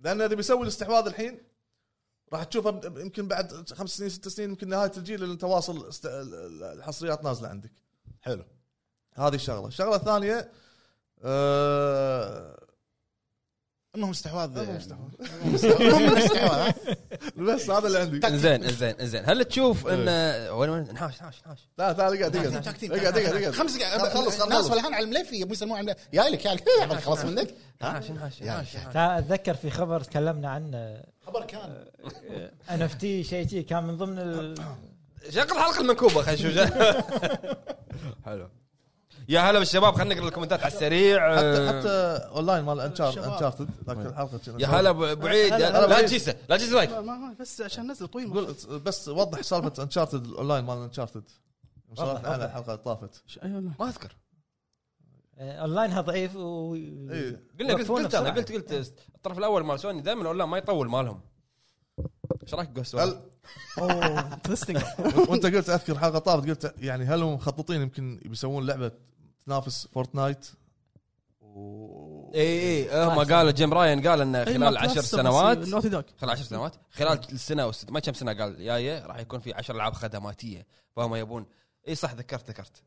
S3: لان اللي بيسوي الاستحواذ الحين راح تشوفه ب- يمكن بعد خمس سنين ست سنين يمكن نهايه الجيل اللي انت واصل است- الحصريات نازله عندك
S4: حلو
S3: هذه الشغله الشغله الثانيه آه، *laughs*
S4: المهم استحواذ
S3: المهم
S4: المهم
S3: استحواذ.
S4: الاستحواذ
S3: بس هذا اللي عندي
S1: زين زين زين هل
S3: إيه.
S1: تشوف ان وين وين نحاش نحاش نحاش
S3: لا تعال اقعد
S4: تاك تيم،
S3: اقعد
S4: تاك تيم،
S3: اقعد
S4: تاك تيم.
S3: اقعد
S4: آه، خمس دقائق
S3: خلص
S4: خلص
S3: خلص
S4: الناس
S3: خلص
S4: والحين على الملفي مو يسموه على الملفي جاي لك *laughs* جاي لك خلص منك ها؟
S1: نحاش نحاش نحاش نحاش.
S2: تا- اتذكر في خبر تكلمنا عنه
S4: خبر كان
S2: ان اف تي شيء شي كان من ضمن ال...
S1: شغل الحلقه المنكوبه خلينا نشوف
S3: *laughs*
S1: شو- حلو يا هلا بالشباب خلينا نقرا الكومنتات على السريع
S3: حتى حتى اونلاين مال انشارتد
S5: الشباب.
S3: انشارتد ذاك الحلقه كنا
S1: آه، طيب. يا هلا ابو بعيد
S5: هلا،
S3: هلا
S1: لا
S3: بعيد.
S1: تجيسه لا تجيسه لايك
S5: ما ما بس عشان نزل طويل ما
S3: قول بس وضح سالفه انشارتد الاونلاين مال انشارتد صراحه على الحلقه اللي طافت
S5: ش- أي والله.
S1: ما اذكر
S2: آه، اونلاينها ضعيف و
S3: إيه.
S1: قلنا قلت
S2: يوقفونه
S1: قلت انا
S2: بسرعة.
S1: قلت قلت الطرف الاول مال سوني دائما الاونلاين ما يطول مالهم ايش رايك بجوست
S3: هل
S5: اوه انترستنج
S3: *laughs* وانت قلت اذكر حلقه طافت قلت يعني هل هم مخططين يمكن بيسوون لعبه تنافس فورتنايت و...
S1: اي اي هم قالوا جيم راين قال انه خلال عشر سنوات
S5: نوتي دوك
S1: خلال عشر سنوات خلال السنه او ما كم سنه قال جايه راح يكون في عشر العاب خدماتيه فهم يبون اي صح ذكرت ذكرت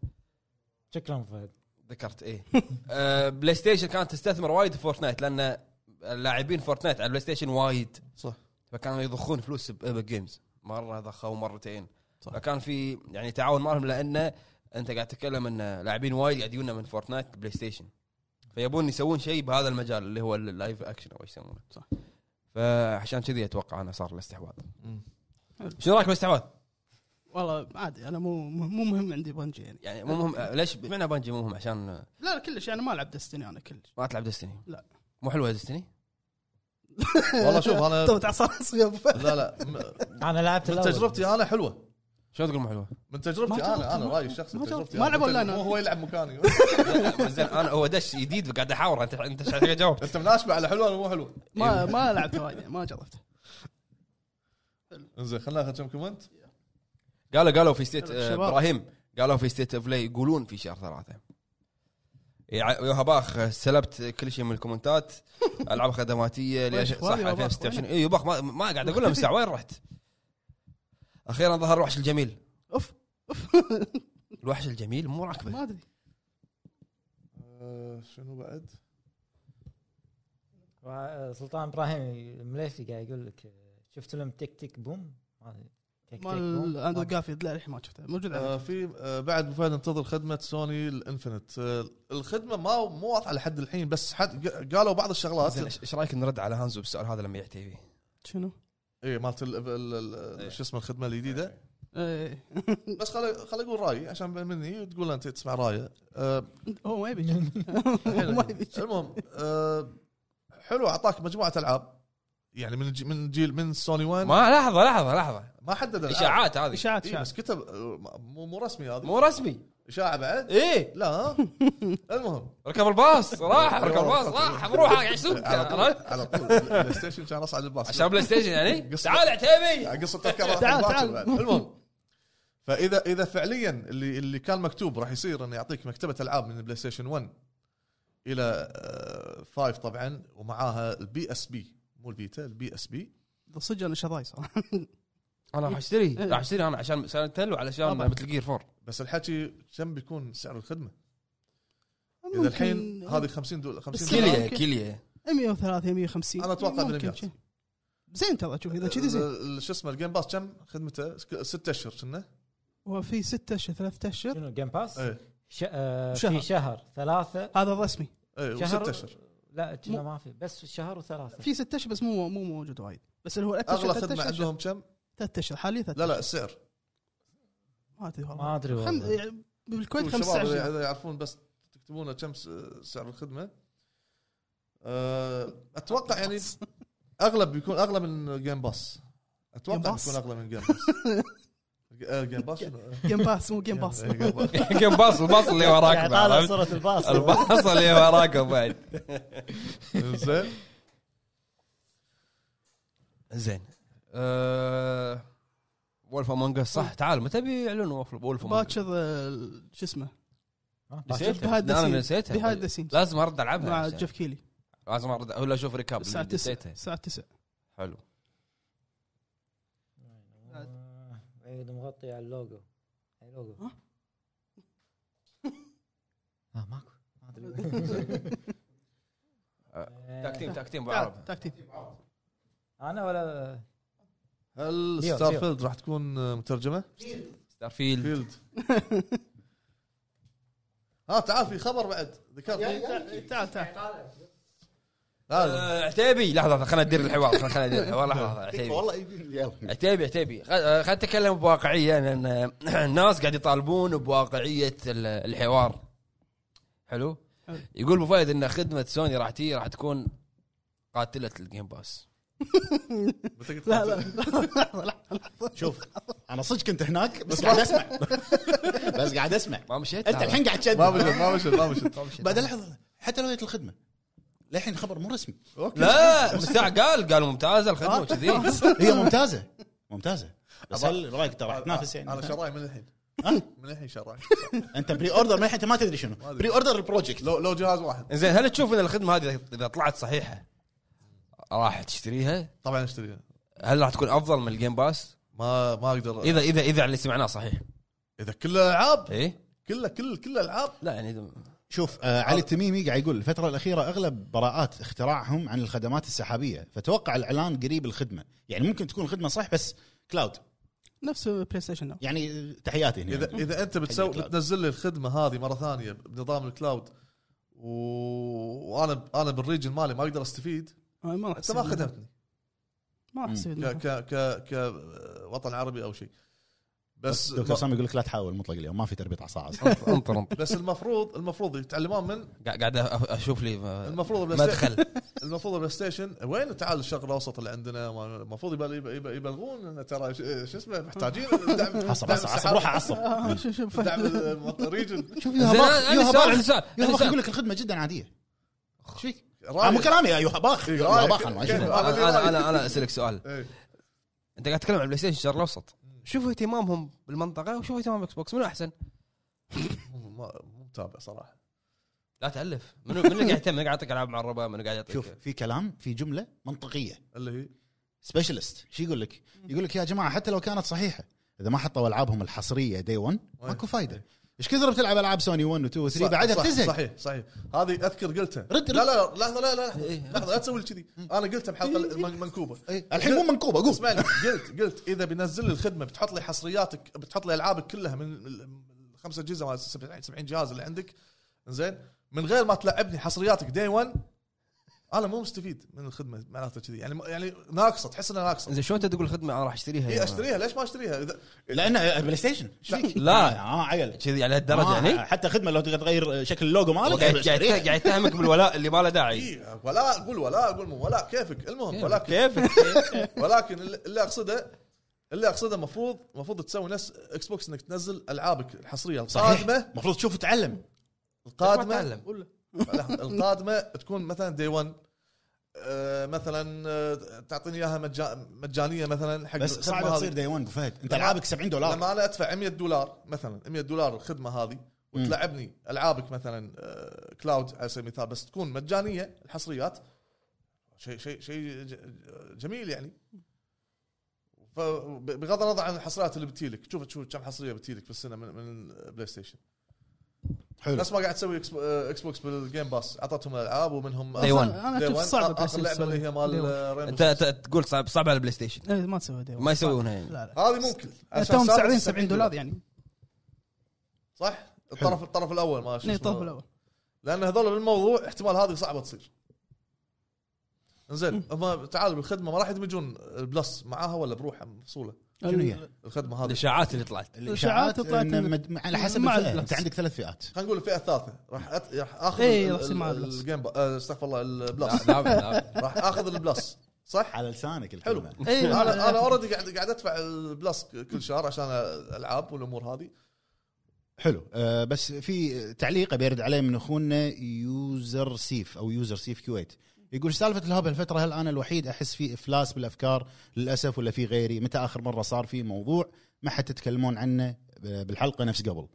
S2: شكرا فهد
S1: ذكرت اي آه، بلاي ستيشن كانت تستثمر وايد في فورتنايت لان اللاعبين فورتنايت على البلاي ستيشن وايد
S3: صح.
S1: فكانوا يضخون فلوس بايبك جيمز مره ضخوا مرتين
S3: صح.
S1: فكان في يعني تعاون معهم لانه انت قاعد تتكلم ان لاعبين وايد قاعد يجونا من فورتنايت بلاي ستيشن فيبون يسوون شيء بهذا المجال اللي هو اللايف اكشن او ايش يسمونه
S3: صح.
S1: فعشان كذي اتوقع انا صار الاستحواذ
S3: مم.
S1: شنو رايك بالاستحواذ؟
S5: والله عادي انا مو مو مو مهم عندي بنجي يعني
S1: يعني مو مهم
S3: أه،
S1: آه، ليش معنى بانجي مو مهم عشان
S5: لا لا كلش انا ما العب دستني انا كلش
S1: ما تلعب ديستني
S5: لا.
S1: مو حلوه ديستني؟
S3: والله شوف أنا-
S5: تو تعصب يا ابو فهد
S3: لا لا م-
S2: انا لعبت
S3: من
S2: الاول
S3: تجربتي انا حلوه
S1: شلون تقول مو حلوه؟
S3: من
S5: ما
S3: تجربتي
S5: جربت،
S3: انا انا
S5: ما-
S3: رايي الشخصي
S5: ما
S3: من
S5: جربت.
S3: تجربتي
S5: ما
S3: أنا.
S5: لعبوا إلا أنا.
S3: مو هو يلعب مكاني
S1: *laughs* زين انا هو دش جديد قاعد احاور انت انت ايش قاعد تجاوب؟
S3: انت مناشبه على حلوه ولا مو حلوه؟
S5: ما ما لعبت وايد ما جربت
S3: انزين خلينا ناخذ كم كومنت
S1: قالوا قالوا في ستيت آه،
S5: شباب.
S1: ابراهيم قالوا في ستيت اوف بلاي يقولون في شهر ثلاثه يع- يا هباخ سلبت كل شيء من
S5: *laughs*
S1: الكومنتات العاب خدماتيه ليش
S5: وين
S1: صح
S5: إخواني يا
S1: على
S5: هباخ؟
S1: ستيشن
S5: وين؟
S1: اي يباخ ما, ما قاعد
S5: *laughs*
S1: اقول لهم الساعه وين رحت؟ اخيرا ظهر الوحش الجميل
S5: اوف اوف
S1: *laughs* الوحش الجميل مو راكبه
S5: ما ادري
S3: آه، شنو بعد؟
S2: وا- سلطان ابراهيم المليفي قاعد يقول لك شفت لهم تيك تيك بوم ما أدري. تيك تيك بوم.
S5: مال اندرو جارفيلد لا الحين ما شفته موجود
S3: آه،
S5: على
S3: في آه، بعد أبو فهد انتظر خدمه سوني الانفنت آه، الخدمه ما مو واضحه لحد الحين بس حد ق- قالوا بعض الشغلات
S1: زين ايش إيش رايك نرد على هانزو بالسؤال هذا لما يحتي فيه؟
S5: شنو؟
S3: اي إيه، مالت ال- ال- ال-
S1: إيه.
S3: شو اسمه الخدمه الجديده
S5: إيه.
S3: بس خل خل اقول رايي عشان مني تقول انت تسمع رايه أه
S5: إيه.
S2: *laughs*
S5: هو ما يبي ما يبي
S3: *laughs* المهم أه حلو اعطاك مجموعه العاب يعني من الج- من جيل من سوني 1 ما,
S1: ما لحظه لحظه لحظه
S3: حدد الألعاب.
S1: اشاعات هذه
S5: اشاعات
S3: إيه
S5: اشاعات
S3: بس كتب آه، مو مو رسمي هذا
S1: مو رسمي
S3: اشاعه بعد
S1: ايه
S3: لا ها؟
S1: *laughs*
S3: المهم
S1: ركب الباص راح ركب الباص راح بروح يعيشون
S3: على طول على طول بلاي ستيشن كان اصعد الباص
S1: عشان بلاي ستيشن يعني
S3: قصة.
S1: تعال عتيبي
S3: قصه تذكره
S5: تعال،
S3: باكر
S5: تعال.
S3: بعد. المهم فاذا اذا فعليا اللي اللي كان مكتوب راح يصير انه يعطيك مكتبه العاب من البلاي ستيشن 1 الى 5 طبعا آه، ومعاها البي اس بي مو البيتا البي اس بي
S5: صدق انا شراي صراحه
S1: انا راح اشتري راح اشتري انا عشان سايلنت تل وعلشان
S5: طبعاً.
S1: مثل جير 4
S3: بس الحكي كم بيكون سعر الخدمه؟ اذا الحين هذه 50 دولار 50
S5: كيلو.
S3: دولار
S1: كليه *laughs*
S5: ممكن.
S1: كليه
S5: إيه، 130 150
S3: أنا أتوقع آه.
S5: ممكن
S3: بالمئات.
S5: شي. زين ترى شوف اذا كذي زين
S3: ال- ال- شو اسمه الجيم باس كم خدمته؟ س- ست اشهر كنا
S5: هو في 6 اشهر 3 اشهر
S2: شنو جيم باس؟
S3: اي
S2: ش... آه
S5: شهر.
S2: في شهر ثلاثة
S5: هذا الرسمي
S3: اي
S2: شهر.
S3: إيه، وست اشهر
S2: لا كنا
S5: مو-
S2: ما في بس شهر وثلاثة
S5: في 6 اشهر بس مو مو موجود وايد بس اللي هو
S3: اغلى خدمه عندهم كم؟
S5: 3 اشهر حاليا 3
S3: لا لا السعر
S5: ما ادري والله
S2: ما ادري
S5: خم...
S2: والله
S5: يعني بالكويت
S3: الشباب
S5: 15
S3: اذا يعرفون بس تكتبون كم س- سعر الخدمه أه، اتوقع يعني اغلب بيكون اغلى من جيم باس اتوقع
S5: Game Pass؟
S3: بيكون اغلى من جيم باس أه، جيم باس شنو؟
S5: جيم باس
S2: *laughs*
S5: مو جيم باس
S3: إيه، Game Pass.
S1: كم باص الباص اللي وراك
S2: قاعد يعني طالع
S1: بعد.
S2: صورة الباص
S4: *laughs*
S1: الباص اللي وراك بعد
S3: زين
S1: زين آه، وولف امونج صح تعال متى بيعلنوا وولف امونج
S5: باكر آه، شو اسمه
S1: نسيتها
S5: بهايد ذا
S1: انا
S5: سين.
S1: نسيتها
S5: بهايد ذا سينز
S1: لازم ارد
S5: مع
S1: العبها
S5: جيف كيلي
S1: لازم ارد ولا اشوف ريكاب
S5: الساعه 9
S1: نسيتها
S5: الساعه 9
S1: حلو
S2: آه، عيد مغطي على اللوجو اي لوجو *laughs*
S5: ها؟
S2: اه ماكو ما آه، ادري
S1: تاكتيم تاكتيم
S5: تعال،
S1: بعرب
S5: تاك تيم
S2: انا ولا
S3: هل
S2: ليو،
S3: ستار
S2: ليو.
S3: فيلد راح تكون مترجمه؟
S1: ستار فيلد
S3: فيلد ها تعال في خبر بعد ذكرت
S5: تعال تعال
S3: *laughs* تعال.
S1: آه، عتيبي لحظه لحظة، خلنا ندير الحوار خلنا- خلنا ندير الحوار لحظه لحظة، عتيبي
S4: إيه، والله يبي- *laughs* يلا.
S1: عتيبي عتيبي خ- آه، خلنا نتكلم بواقعيه لان آه، *clears throat* الناس قاعد يطالبون بواقعيه ال- الحوار حلو
S5: حلو.
S1: يقول ابو فهد ان خدمه سوني راح تي راح تكون قاتله الجيم باس
S3: متى قلت
S5: لا لا لحظه لحظه
S4: شوف انا صدق كنت هناك بس *laughs* قاعد اسمع بس قاعد *laughs* اسمع
S1: ما مشيت
S4: انت الحين
S3: ما
S4: قاعد تشد
S3: مشت ما مشت ما
S1: *laughs*
S3: مشت
S1: ما مشيت.
S4: بعد لحظه حتى لو جت الخدمه للحين خبر مو رسمي
S3: اوكي
S1: لا مساع قال قال ممتازه الخدمه وكذي
S4: *laughs* هي ممتازه ممتازه بس
S3: أبا-
S4: هل رايك ترى راح تنافس
S3: انا
S4: يعني *laughs*
S3: شراي من الحين
S4: ها؟
S3: من الحين شراي
S4: انت بري اوردر ما الحين انت ما تدري شنو *laughs*
S3: أدري.
S4: بري اوردر البروجكت
S3: لو لو جهاز واحد
S1: زين هل تشوف ان الخدمه هذه اذا طلعت صحيحه راح تشتريها؟
S3: طبعا اشتريها
S1: هل راح تكون افضل من الجيم باس؟
S3: ما ما اقدر
S1: اذا اذا اذا اللي سمعناه صحيح
S3: اذا كل الالعاب
S1: اي
S3: كلها كل كل الالعاب
S1: لا يعني
S4: شوف آه علي التميمي قاعد يقول الفتره الاخيره اغلب براءات اختراعهم عن الخدمات السحابيه فتوقع الاعلان قريب الخدمه يعني ممكن تكون الخدمه صح بس كلاود
S5: نفس بلاي ستيشن ناو
S4: يعني تحياتي هنا
S3: اذا اذا انت بتسوي
S4: الكلاود.
S3: بتنزل لي الخدمه هذه مره ثانيه بنظام الكلاود و... وانا انا بالريجن مالي ما اقدر استفيد
S5: آه، ما راح
S3: انت ما
S5: يصير.
S3: خدمتني
S5: ما راح
S4: مم.
S5: يصير
S3: ك ك ك كوطن عربي او شيء بس
S4: دكتور سامي يقول لك لا تحاول مطلق اليوم ما في تربيط عصا *laughs*
S1: انطر انطر انطر
S3: بس المفروض المفروض يتعلمون من
S1: قا- قاعد أ- اشوف لي م-
S3: المفروض البلاي ستيشن
S1: مدخل
S3: المفروض البلاي ستيشن وين تعال الشرق الاوسط اللي عندنا ما- المفروض يبل- يبل- يبلغون إن ترى ش- شو اسمه محتاجين
S4: *laughs*
S3: دعم
S4: عصب عصب عصب *laughs* روح عصب
S5: آه، شوف
S3: *laughs*
S5: شوف
S3: دعم
S5: فهد.
S3: الريجن
S4: *laughs* شوف
S1: زين انا عندي سؤال عندي سؤال
S4: يا
S1: عندي
S4: باخ
S1: سؤال.
S4: يقول لك الخدمه جدا عاديه ايش فيك؟ آه، مو كلامي يا *laughs* باخ
S3: إيه،
S4: يا
S3: رأيك.
S4: باخ أنا ما أشوفه.
S1: انا انا انا, أنا اسالك سؤال
S3: إيه.
S1: انت قاعد تتكلم عن البلاي ستيشن الشرق الاوسط شوفوا اهتمامهم بالمنطقه وشوفوا اهتمام الاكس بوكس منو احسن؟
S3: ما- مو متابع صراحه
S1: لا تالف منو منو قاعد يهتم؟ منو قاعد يعطيك العاب معربه منو قاعد يعطيك
S4: شوف في كلام في جمله منطقيه
S3: اللي هي
S4: سبيشالست شو يقول لك؟ يقول لك يا جماعه حتى لو كانت صحيحه اذا ما حطوا العابهم الحصريه دي 1 ماكو فايده ايش كثر بتلعب العاب سوني 1 و 2 و 3
S3: صح-
S4: بعدها
S3: إيه. صح-
S4: بتزهق
S3: صحيح صحيح هذه اذكر قلتها
S4: رد-
S3: لا لا لا
S4: رد.
S3: لحظه لا لا
S1: إيه.
S3: لحظه لحظه لا تسوي لي كذي انا قلتها بحلقه المنكوبه
S4: إيه، الحين مو منكوبه قول
S3: اسمعني قلت قلت اذا بينزل لي الخدمه بتحط لي حصرياتك بتحط لي العابك كلها من ال- الخمسه اجهزه مال 70 70 جهاز اللي عندك زين من غير ما تلعبني حصرياتك دي 1 انا مو مستفيد من الخدمه معناته كذي يعني يعني ناقصه تحس انها ناقصه
S1: زين شو انت تقول خدمه انا راح
S4: إيه،
S1: اشتريها
S3: اي
S1: يا-
S3: اشتريها ليش ما اشتريها اذا
S4: لان البلاي ستيشن ايش فيك؟
S1: لا.
S4: اه عقل
S1: كذي على هالدرجه يعني
S4: حتى خدمه لو تقدر تغير شكل اللوجو
S1: هو
S4: مالك
S1: قاعد قاعد
S4: اشتريها.
S1: قاعد يتهمك بالولاء اللي ما له
S4: إيه.
S1: داعي
S3: إي، إيه، ولا اقول ولا اقول مو ولا كيفك المهم ولكن
S1: إيه.
S4: *laughs*
S1: كيفك
S4: إيه.
S3: ولكن اللي اللي اقصده اللي اقصده المفروض المفروض تسوي نفس اكس بوكس انك تنزل العابك الحصريه
S4: صحيح
S3: القادمه
S4: المفروض تشوف وتتعلم
S1: ليش ما
S3: القادمه
S1: تعلم؟
S5: ولا.
S3: لحظة، القادمه تكون مثلا دي 1 آه، مثلا آه، تعطيني اياها مجا- مجانيه مثلا حق
S4: بس
S3: الخدمة
S4: صعبه
S3: هذه.
S4: تصير دي 1 ابو فهد انت
S3: لما-
S4: العابك 70 دولار
S3: لما انا ادفع 100 دولار مثلا 100 دولار الخدمه هذه وتلعبني العابك مثلا آه، كلاود على سبيل المثال بس تكون مجانيه الحصريات شيء شيء شيء ج- جميل يعني ف- بغض النظر عن الحصريات اللي بتجيلك شوف تشوف كم حصريه بتجيلك بالسنه من من البلاي ستيشن
S4: حلو
S3: نفس ما قاعد تسوي إكس- آه، اكس بوكس بالجيم باس اعطتهم الالعاب ومنهم
S1: Day one.
S5: أنا
S3: Day
S5: أشوف
S3: one.
S5: صعب
S3: آخر
S5: بلاي
S3: لعبه
S5: ستيشن.
S3: آه، اللي هي مال
S5: Day one.
S3: آه، Rainbow
S1: انت
S3: Six.
S1: أنت تقول صعب صعب على البلاي ستيشن
S5: إيه، ما تسوي دي
S1: ما يسوونها يعني
S5: لا لا
S3: هذه ممكن عشان
S5: توهم
S3: صارت
S5: سعرين 70 دولار يعني
S3: صح الطرف الطرف الاول ما شو
S5: إيه،
S3: اسمه.
S5: طرف الاول
S3: لان هذول بالموضوع احتمال هذه صعبه تصير زين هم تعال بالخدمه ما راح يدمجون البلس معاها ولا بروحها مفصوله
S4: شنو
S5: إيه،
S4: هي؟
S3: الخدمه هذه
S1: الاشاعات اللي طلعت
S4: الاشاعات
S5: طلعت
S4: إن
S5: إن-
S4: مد- على حسب
S5: مع
S4: الفئة.
S5: البلس.
S4: انت عندك ثلاث فئات
S3: خلينا نقول الفئه الثالثه راح أت... راح اخذ
S5: إيه،
S3: ال-
S5: راح يصير
S3: ال-
S5: معاها
S3: ال-
S5: بلس.
S3: الجيم با... آه، استغفر الله البلس
S1: لا، لا، لا.
S3: راح اخذ البلس صح؟
S1: *laughs*
S4: على لسانك
S3: حلو
S4: الكلمه
S5: إيه،
S3: انا انا
S5: لا.
S3: اوريدي قاعد قاعد ادفع البلس كل شهر عشان الالعاب والامور هذه
S4: حلو آه بس في تعليق ابي ارد عليه من اخونا يوزر سيف او يوزر سيف كويت يقول "إيش سالفه الهب هالفتره هل انا الوحيد احس في افلاس بالافكار للاسف ولا في غيري متى اخر مره صار في موضوع ما حد تتكلمون عنه ب- بالحلقه نفس قبل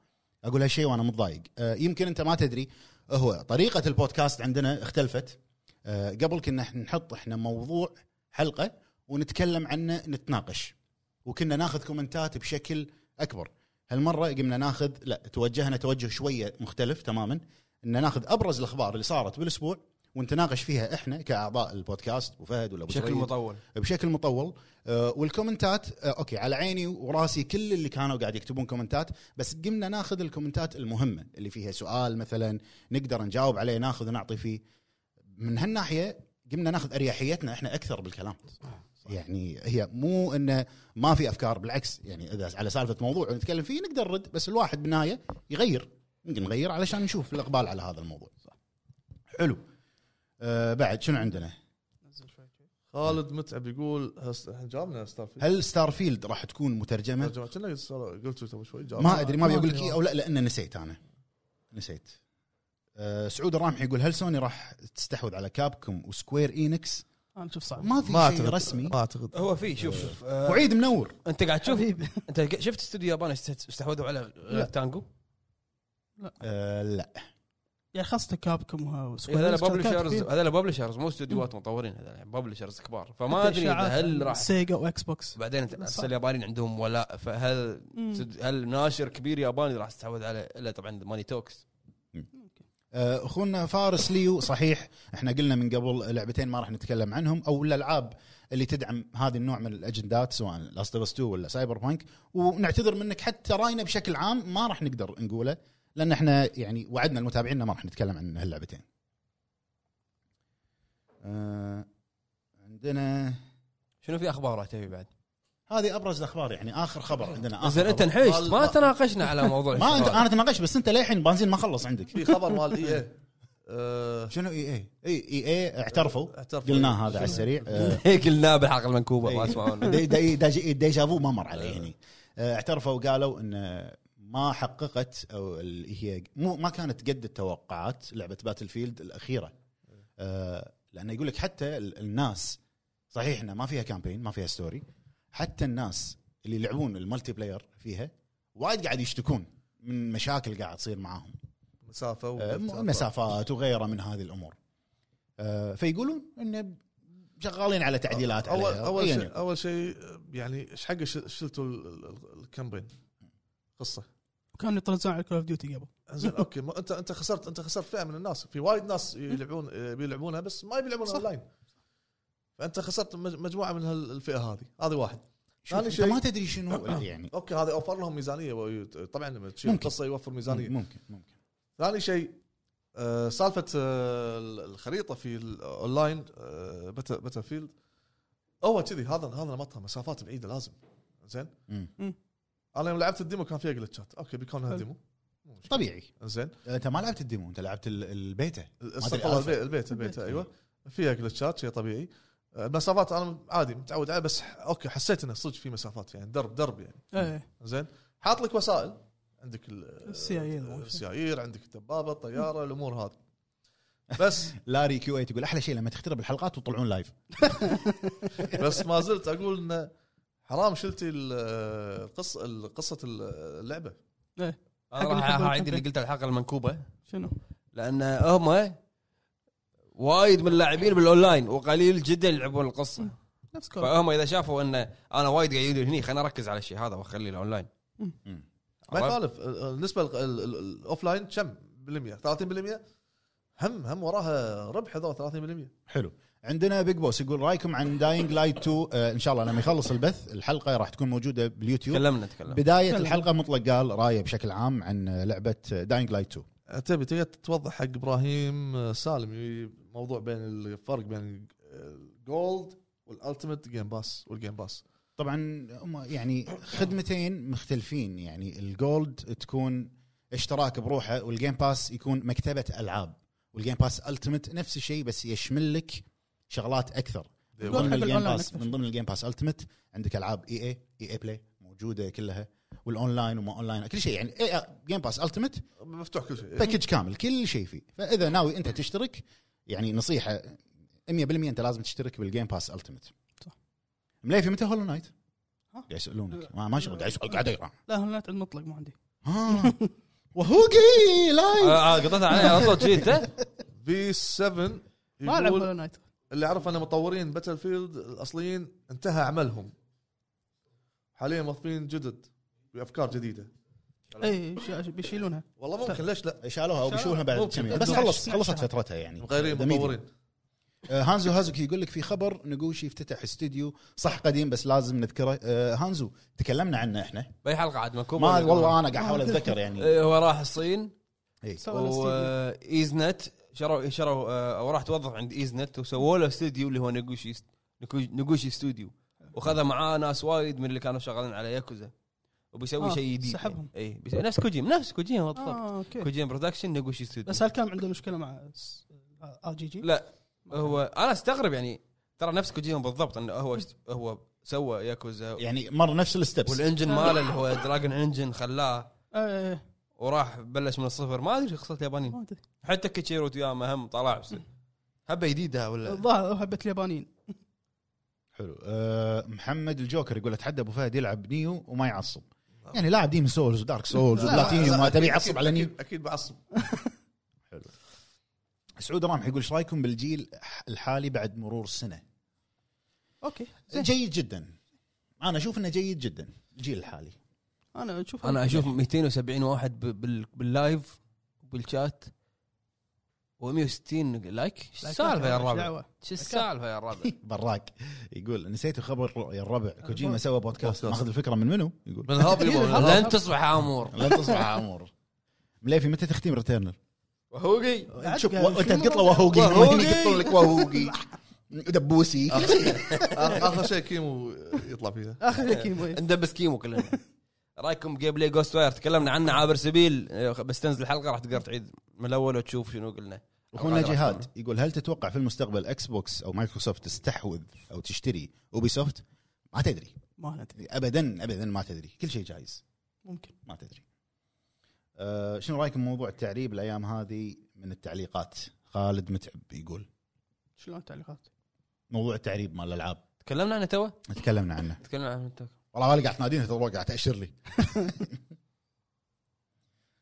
S4: اقول هالشيء وانا متضايق آه يمكن انت ما تدري هو طريقه البودكاست عندنا اختلفت آه قبل كنا إحنا نحط احنا موضوع حلقه ونتكلم عنه نتناقش وكنا ناخذ كومنتات بشكل اكبر هالمره قمنا ناخذ لا توجهنا توجه شويه مختلف تماما ان ناخذ ابرز الاخبار اللي صارت بالاسبوع ونتناقش فيها احنا كاعضاء البودكاست وفهد ولا أبو
S1: بشكل
S4: شريف.
S1: مطول
S4: بشكل مطول آه، والكومنتات آه، اوكي على عيني وراسي كل اللي كانوا قاعد يكتبون كومنتات بس قمنا ناخذ الكومنتات المهمه اللي فيها سؤال مثلا نقدر نجاوب عليه ناخذ ونعطي فيه من هالناحيه قمنا ناخذ اريحيتنا احنا اكثر بالكلام يعني هي مو انه ما في افكار بالعكس يعني اذا على سالفه موضوع نتكلم فيه نقدر نرد بس الواحد بالنهايه يغير يمكن نغير علشان نشوف الاقبال على هذا الموضوع حلو أه بعد شنو عندنا؟
S3: خالد متعب يقول هس- إحنا جابنا ستار فيلد
S4: هل ستار فيلد راح تكون مترجمه؟
S3: ترجمة. كنا قلت قبل شوي جابنا
S4: ما ادري ما
S5: ما
S4: بيقول لك إيه
S5: أدري
S4: اي او لا لان نسيت انا نسيت أه سعود الرامح يقول هل سوني راح تستحوذ على كابكم وسكوير اينكس؟
S5: انا اشوف صعب
S4: ما في
S3: ما
S4: شيء
S3: اعتقد
S4: رسمي
S3: ما اعتقد
S1: هو في شوف شوف آه،
S4: وعيد منور
S1: انت قاعد تشوف
S5: حبيبي.
S1: انت شفت استوديو ياباني است- استحوذوا على غير
S5: لا.
S1: تانجو
S4: أه لا
S5: يعني خاصه كابكم
S3: إيه،
S1: إيه، هذول ببلشرز هذول ببلشرز مو استوديوهات مطورين هذول ببلشرز كبار فما ادري إذا هل راح
S5: سيجا واكس بوكس
S1: بعدين انت- أصل اليابانيين عندهم ولاء فهل
S5: مم.
S1: تد- هل ناشر كبير ياباني راح تستحوذ على الا طبعا ماني توكس
S4: آه، اخونا فارس ليو صحيح احنا قلنا من قبل لعبتين ما راح نتكلم عنهم او الالعاب اللي تدعم هذا النوع من الاجندات سواء لاست اوف 2 ولا سايبر بانك ونعتذر منك حتى راينا بشكل عام ما راح نقدر نقوله لان احنا يعني وعدنا المتابعين ما راح نتكلم عن هاللعبتين. آه، عندنا
S1: شنو في اخبار تبي بعد؟
S4: هذه ابرز الاخبار يعني اخر خبر عندنا اخر
S1: زين انت
S4: خبر.
S1: انحشت ما تناقشنا على موضوع
S4: *laughs* ما انت
S1: الشباب.
S4: انا تناقشت بس انت للحين بنزين ما خلص عندك.
S3: في خبر مال إيه. اي *laughs* اي
S4: شنو اي اي؟ اي اي اي اعترفوا
S3: اعترف
S4: قلناه هذا على السريع آه،
S1: *laughs* هيك إيه، قلنا بالحلقه المنكوبه ما
S4: *laughs*
S1: اسمعونا
S4: دي- دي- دي- ديجا فو ما مر عليه هني آه، اعترفوا وقالوا ان ما حققت او ال- هي مو ما كانت قد التوقعات لعبه باتل فيلد الاخيره آه، لانه يقول لك حتى ال- الناس صحيح انها ما فيها كامبين ما فيها ستوري حتى الناس اللي يلعبون الملتي بلاير فيها وايد قاعد يشتكون من مشاكل قاعد تصير معاهم
S3: مسافه
S4: آه،
S3: وغير
S4: مسافات وغيره من هذه الامور آه، فيقولون انه شغالين على تعديلات
S3: اول
S4: عليها إيه
S3: اول
S4: يعني. أياً
S3: شيء اول شيء يعني ايش حق ش- شلتوا ال- ال- الكامبين قصه
S5: كانوا يطرزون على كول اوف ديوتي قبل
S4: *laughs*
S3: زين اوكي ما انت انت خسرت انت خسرت فئه من الناس في وايد ناس يلعبون بيلعبونها بس ما يلعبون اونلاين فانت خسرت مج- مجموعه من هالفئه هذه هذا واحد
S4: شوف
S3: ثاني
S4: انت
S3: شيء-
S4: ما تدري شنو يعني
S3: اوكي هذا اوفر لهم ميزانيه ويت- طبعا لما تشيل
S4: ممكن.
S3: القصه يوفر ميزانيه
S4: ممكن ممكن
S3: ثاني شيء آه، سالفه آه، الخريطه في الاونلاين آه، بتا بتا فيلد هو كذي هذا هذا نمطها مسافات بعيده لازم زين
S4: مم.
S3: انا يوم لعبت الديمو كان فيها جلتشات اوكي بيكونها
S5: حلو.
S3: ديمو
S4: طبيعي آه،
S3: زين
S4: انت ما لعبت الديمو انت لعبت ال- البيتا
S3: استغفر الله
S4: ألفا.
S3: البيت البيت, البيت
S5: البيت.
S3: ايوه فيها جلتشات شيء طبيعي آه، مسافات انا عادي متعود عليها بس اوكي حسيت انه صدق في مسافات يعني درب درب يعني
S5: ايه
S3: زين حاط لك وسائل عندك ال-
S5: السيايير.
S3: السيايير عندك الدبابه الطياره الامور هذه
S4: *laughs*
S3: بس
S4: لاري كيو 8 يقول احلى شيء لما تخترب الحلقات وتطلعون لايف
S3: بس ما زلت اقول انه حرام شلتي القصه قصه اللعبه
S5: ايه
S1: انا راح اعيد اللي قلته الحلقه المنكوبه
S5: شنو؟
S1: لان هم وايد من اللاعبين بالاونلاين وقليل جدا يلعبون القصه
S5: نفس كول
S1: فهم اذا شافوا انه انا وايد قاعد يجي هني خليني اركز على الشيء هذا واخلي الاونلاين
S3: ما
S1: عرفت؟
S3: يخالف بالنسبه الاوف لاين كم بالمية 30% هم هم وراها ربح هذول 30%
S4: حلو عندنا بيج بوس يقول رايكم عن داينج لايت 2 آه، ان شاء الله لما يخلص البث الحلقه راح تكون موجوده باليوتيوب
S1: تكلمنا تكلمنا
S4: بدايه الحلقه مطلق قال رايه بشكل عام عن لعبه داينج لايت 2
S3: تبي تقدر توضح حق ابراهيم سالم ي- موضوع بين الفرق بين الجولد والالتيميت جيم باس والجيم باس
S4: طبعا هم يعني خدمتين مختلفين يعني الجولد تكون اشتراك بروحه والجيم باس يكون مكتبه العاب والجيم باس التمت نفس الشيء بس يشمل لك شغلات اكثر من ضمن
S5: أحب
S4: الجيم
S5: الأونلاين
S4: باس
S5: أكثر.
S4: من ضمن الجيم باس التمت عندك العاب اي اي اي اي بلاي موجوده كلها والاونلاين وما اونلاين كل شيء يعني إي آه، جيم باس التمت
S3: مفتوح كل شيء
S4: باكج كامل كل شيء فيه فاذا ناوي انت تشترك يعني نصيحه 100% انت لازم تشترك بالجيم باس التمت
S5: صح.
S4: مليفي متى هولو نايت؟
S5: ها؟
S4: قاعد يسالونك ما ما شغل قاعد يسأل- قاعد يقرا
S5: لا هلا عند مطلق ما عندي
S4: ها وهوقي لايف
S1: آه آه، قطعت علي على طول جيت ها؟
S3: في 7
S5: ما العب
S3: يقول
S5: هولو نايت
S3: اللي اعرف ان مطورين باتل فيلد الاصليين انتهى عملهم حاليا موظفين جدد بافكار جديده
S5: اي ش- بيشيلونها
S3: والله ممكن ليش لا
S4: شالوها وبيشوفها بعد
S3: ممكن.
S4: كم يوم بس
S5: ممكن.
S4: خلص خلصت فترتها يعني
S3: مغيرين
S4: The media.
S3: مطورين
S4: آه، هانزو هازوكي يقول لك في خبر نقوشي افتتح استوديو صح قديم بس لازم نذكره آه، هانزو تكلمنا عنه احنا
S1: باي حلقه عاد منكوبه
S4: ما والله انا قاعد احاول اتذكر
S1: *laughs*
S4: يعني
S1: إيه، هو راح الصين
S4: إيه.
S5: سوى له استديو.
S1: وايزنت شروا شروا آه، او راح توظف عند ايزنت وسووا له استوديو اللي هو نقوشي نقوشي استوديو وخذ معاه ناس وايد من اللي كانوا شغالين على ياكوزا وبيسوي
S5: آه،
S1: شيء جديد
S5: سحبهم.
S1: اي بيسوي نفس كوجيم نفس كوجيم بالضبط
S5: اه اوكي
S1: كوجيم برودكشن نقوشي استوديو
S5: بس هل كان عنده مشكله مع ار جي جي؟
S1: لا هو انا استغرب يعني ترى نفس كوجيما بالضبط انه هو هو سوى ياكوزا
S4: يعني مر نفس الستبس
S1: والانجن ماله اللي هو دراجون انجن خلاه
S5: ايه
S1: وراح بلش من الصفر ما ادري شو قصه اليابانيين
S5: آه، ما أدري.
S1: حتى كيتشيرو توياما هم طلع بس- هبه جديده ولا
S5: الظاهر هبه اليابانيين
S4: حلو أه محمد الجوكر يقول اتحدى ابو فهد يلعب نيو وما يعصب يعني لاعب ديم سولز ودارك سولز
S5: لا،
S4: وبلاتينيوم ما تبي
S3: آه، أكيد-
S4: يعصب على نيو
S3: أكيد- اكيد بعصب
S4: سعود رامح يقول ايش رايكم بالجيل الحالي بعد مرور سنه؟
S5: اوكي
S4: جيد جدا انا اشوف انه جيد جدا الجيل الحالي
S1: إيه.
S5: انا اشوف
S1: انا اشوف 270 واحد ب- بال- باللايف بالشات و160 لايك شو السالفه يا الربع شو السالفه يا *laughs* الربع
S4: *laughs* براك يقول نسيت خبر يا الربع كوجيما
S5: بو-
S4: سوى بودكاست
S3: بودكاست.
S4: ماخذ الفكره من منو؟ يقول
S3: من
S1: *laughs*
S3: هاب يبا، من هاب.
S1: لن تصبح امور
S4: لا تصبح امور مليفي متى تختيم ريتيرنر؟
S1: وهوقي
S4: شوف انت تقط له وهوقي
S1: وهوقي.
S4: يقطون لك وهوقي دبوسي
S3: اخر شيء كيمو يطلع فيها
S5: اخر
S1: إيه.
S5: شيء كيمو إيه.
S1: ندبس كيمو كلنا *laughs* رايكم جيم بلاي جوست واير تكلمنا عنه عابر سبيل آه، بس تنزل الحلقه راح تقدر تعيد من الاول وتشوف شنو قلنا
S4: اخونا
S1: الحلقة راح
S4: جهاد يقول هل تتوقع في المستقبل اكس بوكس او مايكروسوفت تستحوذ او تشتري اوبي سوفت؟ ما تدري
S5: ما ندري
S4: ابدا ابدا ما تدري كل شيء جايز
S5: ممكن
S4: ما تدري أه شنو رايكم موضوع التعريب الايام هذه من التعليقات خالد متعب يقول
S5: شلون تعليقات
S1: آه.
S4: موضوع التعريب مال الالعاب
S1: تكلمنا عنه توه
S4: تكلمنا عنه
S1: تكلمنا عنه توه
S4: والله غالي قاعد تناديني تو قاعد تاشر لي *laughs*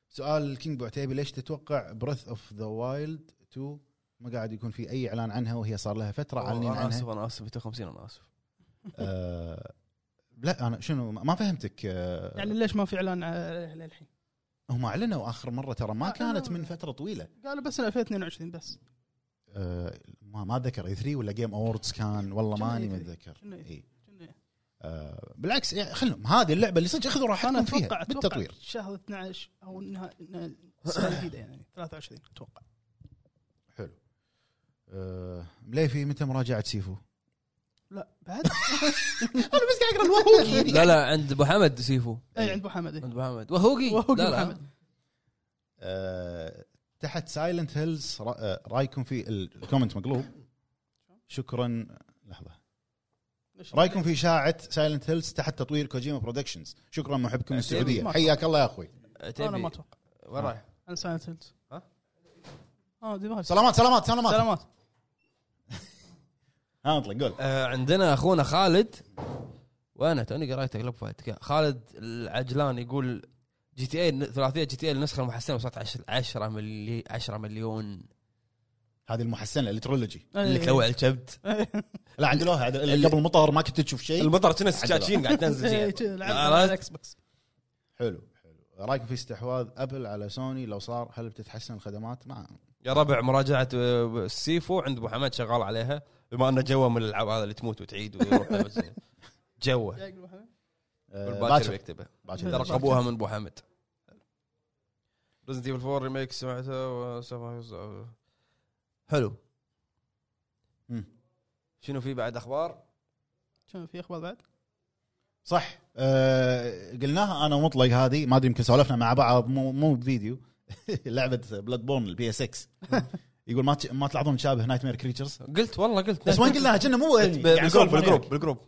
S4: سؤال الكينج ابو عتيبي ليش تتوقع بريث اوف ذا وايلد 2 ما قاعد يكون في اي اعلان عنها وهي صار لها فتره اعلنين
S1: انا اسف
S4: عنها
S1: انا اسف 250 انا
S5: *laughs*
S1: اسف
S4: آه لا انا شنو ما فهمتك آه
S5: يعني ليش ما في اعلان عليه للحين
S4: هم اعلنوا اخر مره ترى ما
S5: آه،
S4: كانت
S5: آه.
S4: من فتره طويله
S5: قالوا بس 2022 بس
S4: آه ما ما اتذكر اي 3 ولا جيم اووردز كان والله
S5: كنا
S4: ماني
S5: E3.
S4: متذكر
S5: كنا E3.
S4: اي
S5: شنو- إيه؟
S4: آه بالعكس يعني خلهم هذه اللعبه اللي صدق اخذوا
S5: انا
S4: راحتهم فيها
S5: اتوقع اتوقع
S4: بالتطوير
S5: شهر 12 او نها- نها- السنه الجديده يعني 23 اتوقع
S4: حلو آه مليفي متى مراجعه سيفو؟
S5: لا بعد *laughs*
S4: انا بس قاعد اقرا
S5: يعني
S4: الوهوقي
S1: لا لا عند ابو حمد سيفو
S5: اي إيه، عند ابو حمد
S1: عند
S5: إي.
S1: ابو حمد وهوقي
S5: وهوقي
S1: لا
S5: أبو
S1: لا
S5: حمد.
S4: آه، تحت سايلنت هيلز رايكم آه، في الكومنت مقلوب شكرا لحظه رايكم في شاعه سايلنت هيلز تحت تطوير كوجيما برودكشنز شكرا محبكم السعوديه
S5: ما-
S4: حياك الله يا اخوي
S5: انا ما
S1: تبي
S5: اتوقع
S1: وين رايح؟
S5: انا سايلنت هيلز
S1: ها؟
S5: اه دي ما-
S4: سلامات سلامات سلامات
S5: سلامات
S4: ها اطلق قول
S1: آه، عندنا اخونا خالد وانا توني قرايته قلب فايت خالد العجلان يقول جي تي اي ثلاثيه جي تي اي النسخه المحسنه وصلت 10 ملي 10 مليون
S4: هذه المحسنه الترولوجي
S1: اللي
S5: إيه.
S1: تلوع الكبد
S5: *laughs*
S4: لا عدلوها عدل- قبل المطر ما كنت تشوف شيء
S1: المطر كنا سكاكين قاعد تنزل
S4: *laughs*
S5: إي،
S1: فيها.
S5: شي، لعبت على
S1: عرفت؟
S5: الاكس بوكس
S4: حلو حلو رايكم في استحواذ ابل على سوني لو صار هل بتتحسن الخدمات ما
S1: يا ربع مراجعه آه، السيفو عند ابو حمد شغال عليها بما انه جوه من الالعاب هذا اللي تموت وتعيد ويروح بس. *laughs* جوه
S5: جاي أبو حمد؟
S4: آه،
S1: بالباتر
S4: باكر-
S1: يكتبه
S4: باكر.
S5: ترى
S1: رقبوها من ابو حمد ريزنت ايفل 4 ريميك سمعته وسمعته حلو
S4: مم.
S1: شنو في بعد اخبار؟
S5: شنو في اخبار بعد؟
S4: صح أه قلناها انا مطلق هذه ما ادري يمكن سولفنا مع بعض مو مو بفيديو *laughs* لعبه بلاد بورن البي اس *laughs* 6 يقول ما ت- ما تلاحظون تشابه نايت مير *laughs* كريتشرز
S1: قلت والله قلت
S4: بس وين قلناها كنا مو يعني
S1: ب-
S4: قاعد
S1: بالجروب
S4: نسولف أنا
S1: بالجروب
S4: وياك.
S1: بالجروب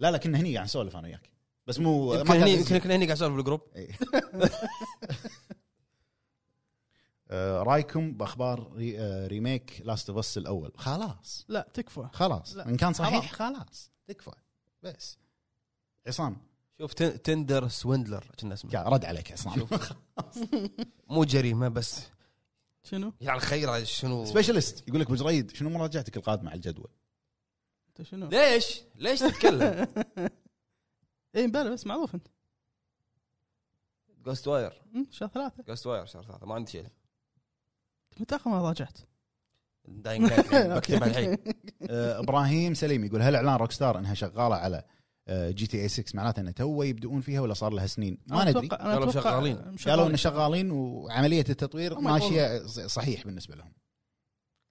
S4: لا لا كنا هني قاعد نسولف انا وياك بس مو
S1: يمكن
S4: ما كان إيه.
S1: هني
S4: ينزل.
S1: يمكن
S4: *laughs*
S1: يمكن هني قاعد اسولف بالجروب
S4: آه، رايكم باخبار ري آه، ريميك لاست اوف اس الاول خلاص
S5: لا تكفى
S4: خلاص
S5: لا.
S4: ان كان صحيح خلاص تكفى بس عصام
S1: شوف تن- تندر سويندلر كنا اسمه
S4: يا رد عليك عصام
S1: شوف مو جريمه بس
S5: شنو؟
S1: يعني خير شنو
S4: سبيشالست يقول لك ابو جريد شنو مراجعتك القادمه على الجدول
S5: انت شنو؟
S1: ليش؟ ليش
S4: *laughs*
S1: تتكلم؟
S5: *laughs* اي بلى إيه، بس معروف انت
S1: جوست واير
S5: أمم، شهر ثلاثه
S1: جوست واير شهر ثلاثه ما عندي شيء
S5: متى اخر ما راجعت؟
S1: داينج *laughs* لايت بكتب يعني،
S5: *laughs*
S1: الحين
S4: آه، ابراهيم سليم يقول هل اعلان روك ستار انها شغاله على آه، جي تي اي 6 معناته انه تو يبدؤون فيها ولا صار لها سنين ما
S5: أنا
S4: ندري
S5: أتوقع- أنا
S1: قالوا
S5: أتوقع
S1: شغالين.
S4: قالوا انه شغالين وعمليه التطوير
S5: هم
S4: ماشيه ص- صحيح بالنسبه لهم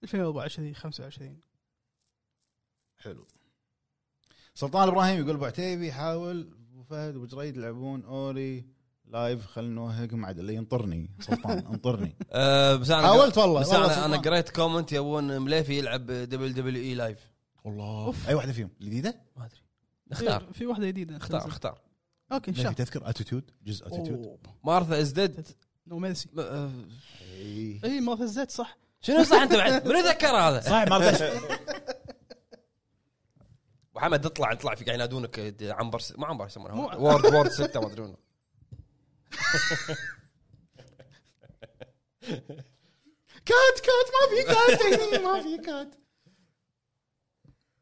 S5: 2024 25
S4: حلو سلطان ابراهيم يقول ابو عتيبي حاول ابو فهد وابو جريد يلعبون اوري لايف خلنا نوهق مع اللي ينطرني
S5: *laughs*
S4: سلطان انطرني
S1: آه، بس انا
S4: حاولت والله
S1: بس
S4: والله
S1: انا انا
S4: سلطان.
S1: قريت كومنت يبون مليفي يلعب دبليو دبليو اي لايف
S4: والله اي واحده فيهم الجديده؟
S1: ما ادري
S5: في-
S1: اختار
S5: في واحده جديده
S1: اختار
S5: تنزل.
S1: اختار
S5: اوكي ان شاء
S4: لا، في
S5: الله
S4: تذكر اتيتيود جزء اتيتيود
S1: مارثا از ديد
S5: نوميدسي
S1: م- آه،
S4: إي.
S5: اي إيه، ما فزت صح
S1: شنو صح انت بعد؟ من ذكر هذا؟
S2: صحيح ما رضيت
S1: *laughs* وحمد اطلع اطلع في قاعد ينادونك د- عنبر س... ما عنبر *laughs*
S5: مو-
S1: يسمونها وورد وورد 6 ما ادري وين.
S4: كات كات ما في كات هني ما في كات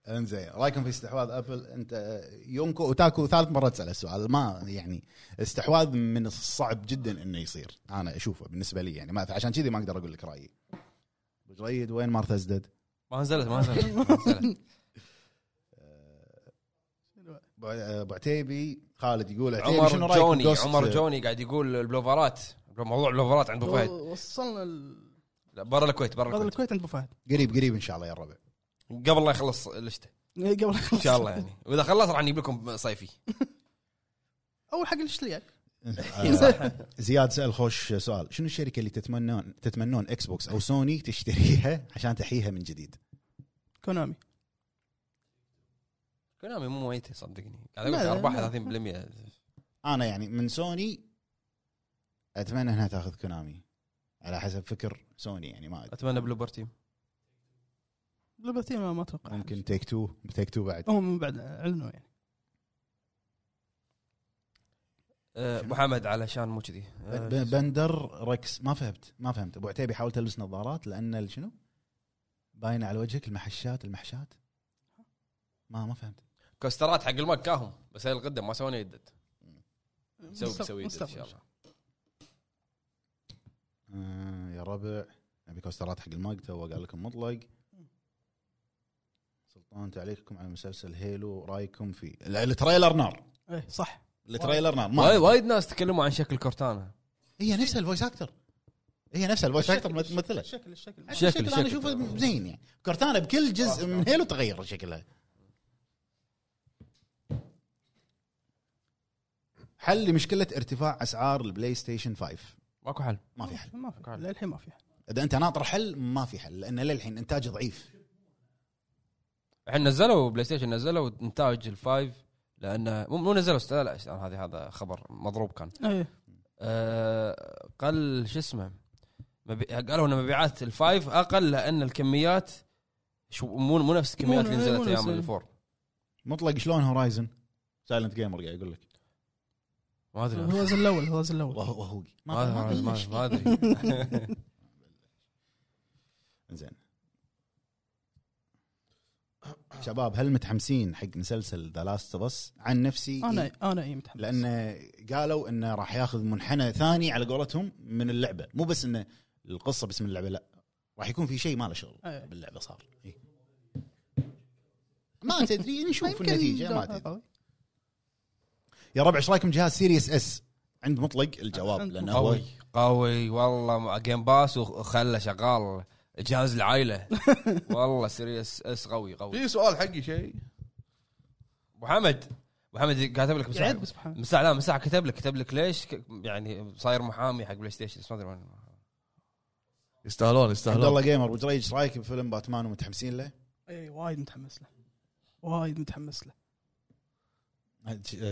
S4: انزين رايكم في استحواذ ابل انت يونكو وتاكو ثالث مره تسال السؤال ما يعني استحواذ من الصعب جدا انه يصير انا اشوفه بالنسبه لي يعني ما عشان كذي ما اقدر اقول لك رايي أبو جريد وين مارثا ازدد؟
S1: ما نزلت ما
S4: *laughs*
S1: نزلت
S4: إيه،
S1: ما نزلت.
S4: أبو- ابو عتيبي خالد يقول عتيبي شنو
S1: آه، عمر
S4: رأيك
S1: جوني
S4: بجوست-
S1: عمر جوني قاعد يقول البلوفرات موضوع البلوفرات عند ابو فهد
S5: وصلنا ال-
S1: لا، برا الكويت برا
S5: برا
S1: الكويت
S5: الكويت عند ابو فهد
S4: قريب قريب ان شاء الله يا الربع
S1: قبل لا يخلص الشتاء
S5: إيه، قبل
S1: ان شاء
S5: *laughs*
S1: الله يعني واذا خلص راح نجيب لكم صيفي
S5: اول
S1: *laughs*
S5: حق إيه. الاشتري
S4: آه، زياد سال خوش سؤال شنو الشركه اللي تتمنون تتمنون اكس بوكس او سوني تشتريها عشان تحييها من جديد
S5: كونامي
S1: كونامي مو ميتة صدقني قاعد
S5: لا،
S1: اقول
S5: لا،
S1: ارباح
S5: لا.
S1: 30%
S4: انا يعني من سوني اتمنى انها تاخذ كونامي على حسب فكر سوني يعني ما أدري.
S1: اتمنى بلوبر تيم
S5: لبثي ما ما اتوقع
S4: ممكن تيك تو تيك تو بعد
S5: هم من بعد اعلنوا يعني
S1: أه، ابو حمد علشان مو كذي أه،
S4: ب- بندر ركس ما فهمت ما فهمت ابو عتيبي حاول تلبس نظارات لان ال- شنو باينه على وجهك المحشات المحشات ما ما فهمت
S1: كوسترات حق المج كاهم بس هي القدة ما سوينا يدد سوي
S5: مستقبل-
S1: سوي يدد ان
S5: مستقبل.
S1: شاء الله
S4: آه يا ربع ابي كوسترات حق الماج تو قال لكم مطلق سلطان تعليقكم على مسلسل هيلو رايكم فيه ال- التريلر نار
S5: ايه صح
S4: التريلر نار ما
S1: وايد وايد ناس تكلموا عن شكل كورتانا
S4: هي نفسها الفويس اكتر هي نفسها الفويس اكتر ممثله
S5: الشكل الشكل
S1: شكل-
S4: شكل, شكل
S1: شكل. آه،
S4: انا اشوفه زين يعني كورتانا بكل جزء من هيلو تغير شكلها حل مشكله ارتفاع اسعار البلاي ستيشن 5
S1: ماكو حل
S4: ما في حل
S5: ما في للحين ما في حل.
S4: اذا انت ناطر حل ما في حل لان للحين انتاج ضعيف
S1: الحين نزلوا بلاي ستيشن نزلوا انتاج الفايف لانه مو مو نزلوا است- لا است- هذه هذا خبر مضروب كان
S5: ايه
S1: أه، قل شو اسمه مبي... قالوا ان مبيعات الفايف اقل لان الكميات شو مو مو نفس الكميات
S5: مو-
S1: اللي
S5: مو
S1: نزلت
S5: نفس-
S1: ايام الفور
S4: مطلق شلون هورايزن سايلنت جيمر قاعد يقول لك
S1: ما ادري
S5: الهوز الاول الهوز الاول
S4: وهو وهو
S1: ما أدري- ما أدري- ما ادري
S5: *laughs*
S4: زين شباب هل متحمسين حق مسلسل ذا لاست اوف اس عن نفسي
S5: انا انا اي إيه متحمس
S4: لان قالوا انه راح ياخذ منحنى ثاني على قولتهم من اللعبه مو بس انه القصه بس من اللعبه لا راح يكون في شيء ما له شغل
S5: أي.
S4: باللعبه صار إي. ما
S5: *laughs*
S4: تدري نشوف النتيجه ما تدري يا ربع ايش رايكم جهاز سيريس اس عند مطلق الجواب
S5: عند
S4: لانه هو
S1: قوي قوي والله مع جيم باس وخله شغال جهاز
S5: *laughs*
S1: العائله والله سيريس اس قوي قوي
S3: في سؤال حقي شيء
S1: ابو حمد ابو حمد كاتب لك مساعد
S5: قاعد بس بحال.
S1: مساع لا مساع كتب لك كتب لك ليش ك- يعني صاير محامي حق بلاي ستيشن بس ما ادري وين.
S3: يستاهلون
S4: عبد
S3: يستاهلون
S4: الله جيمر ابو جريج ايش رايك بفيلم باتمان ومتحمسين له؟
S5: اي إيه، وايد متحمس له وايد متحمس له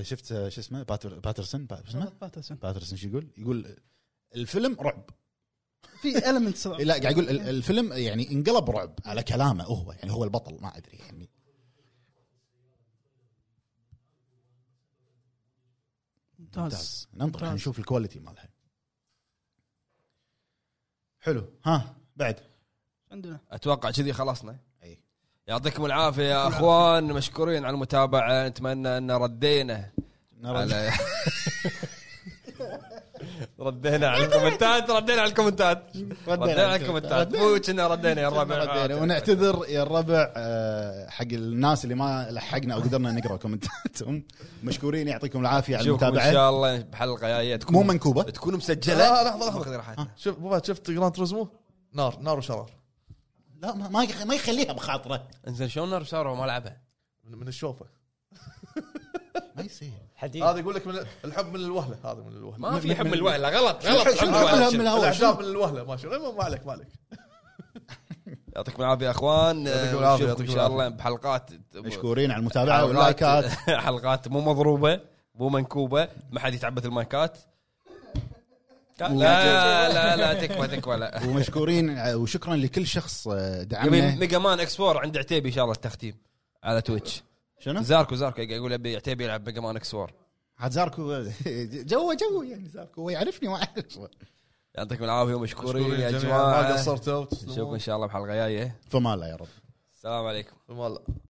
S4: شفت شو اسمه باتر باترسون با- شو اسمه
S5: باترسون
S4: باترسون شو يقول؟ يقول الفيلم رعب
S5: في المنتس
S4: لا قاعد يقول ال- الفيلم يعني انقلب رعب على كلامه هو يعني هو البطل ما ادري يعني
S5: ممتاز
S4: ننطر خلينا
S5: ممتاز.
S4: نشوف الكواليتي مالها حلو ها بعد
S5: عندنا
S1: اتوقع كذي خلصنا
S4: اي
S1: يعطيكم العافيه يا اخوان مشكورين على المتابعه نتمنى ان ردينا على *laughs* ردينا على الكومنتات ردينا على الكومنتات ردينا على الكومنتات مو كنا ردينا يا الربع
S4: ونعتذر يا الربع آه، حق الناس اللي ما لحقنا او قدرنا نقرا كومنتاتهم مشكورين يعطيكم العافيه على
S1: نشوفكم ان
S4: المتابعه
S1: شاء الله بحلقه جايه تكون
S4: مو منكوبه
S1: تكون
S3: لا،
S1: مسجله
S3: لحظة، لحظة.
S1: خذ راحتنا
S3: شوف مو بعد شفت جراند توريزمو نار نار وشرار
S4: لا ما- ما يخ- ما يخليها بخاطره
S1: انزين شلون نار صار ما لعبها
S3: من, من الشوفه
S4: ما يصير
S2: حديد
S5: إيه.
S3: هذا يقول لك من الحب من الوهله هذا من الوهله
S1: ما في
S4: من-
S1: حمل
S4: من-
S1: الوهله غلط غلط
S4: شو
S1: حمل
S4: كلها
S1: الوهله
S4: من الهواء؟
S3: الاعجاب من الوهله ما شاء الله ما عليك ما عليك
S1: يعطيكم العافيه يا اخوان
S3: يعطيكم
S1: نشوفكم
S3: العافية،
S1: ان
S3: يعطيكم
S1: شاء
S3: العافية.
S1: الله بحلقات
S4: مشكورين على المتابعه واللايكات
S1: *laughs* حلقات مو مضروبه مو منكوبه ما حد يتعبث المايكات لا لا لا تكفى تكفى لا
S4: ومشكورين آه، وشكرا لكل شخص آه،
S1: يبي
S4: دعمنا
S1: ميجا مان اكس 4 عند عتيبي ان شاء الله التختيم على تويتش
S4: شنو؟
S1: زاركو زاركو قاعد يقول ابي عتيبي يلعب ميجا مان اكس 4
S4: عاد زاركو *laughs* جوه جوه يعني زاركو هو يعرفني واعرفه
S1: يعطيكم العافيه ومشكورين يا
S3: جميعاً. ما
S1: جماعه
S3: قصرتوا
S1: نشوفكم ان شاء الله بحلقه جايه
S4: فما لا يا رب
S1: السلام عليكم
S3: والله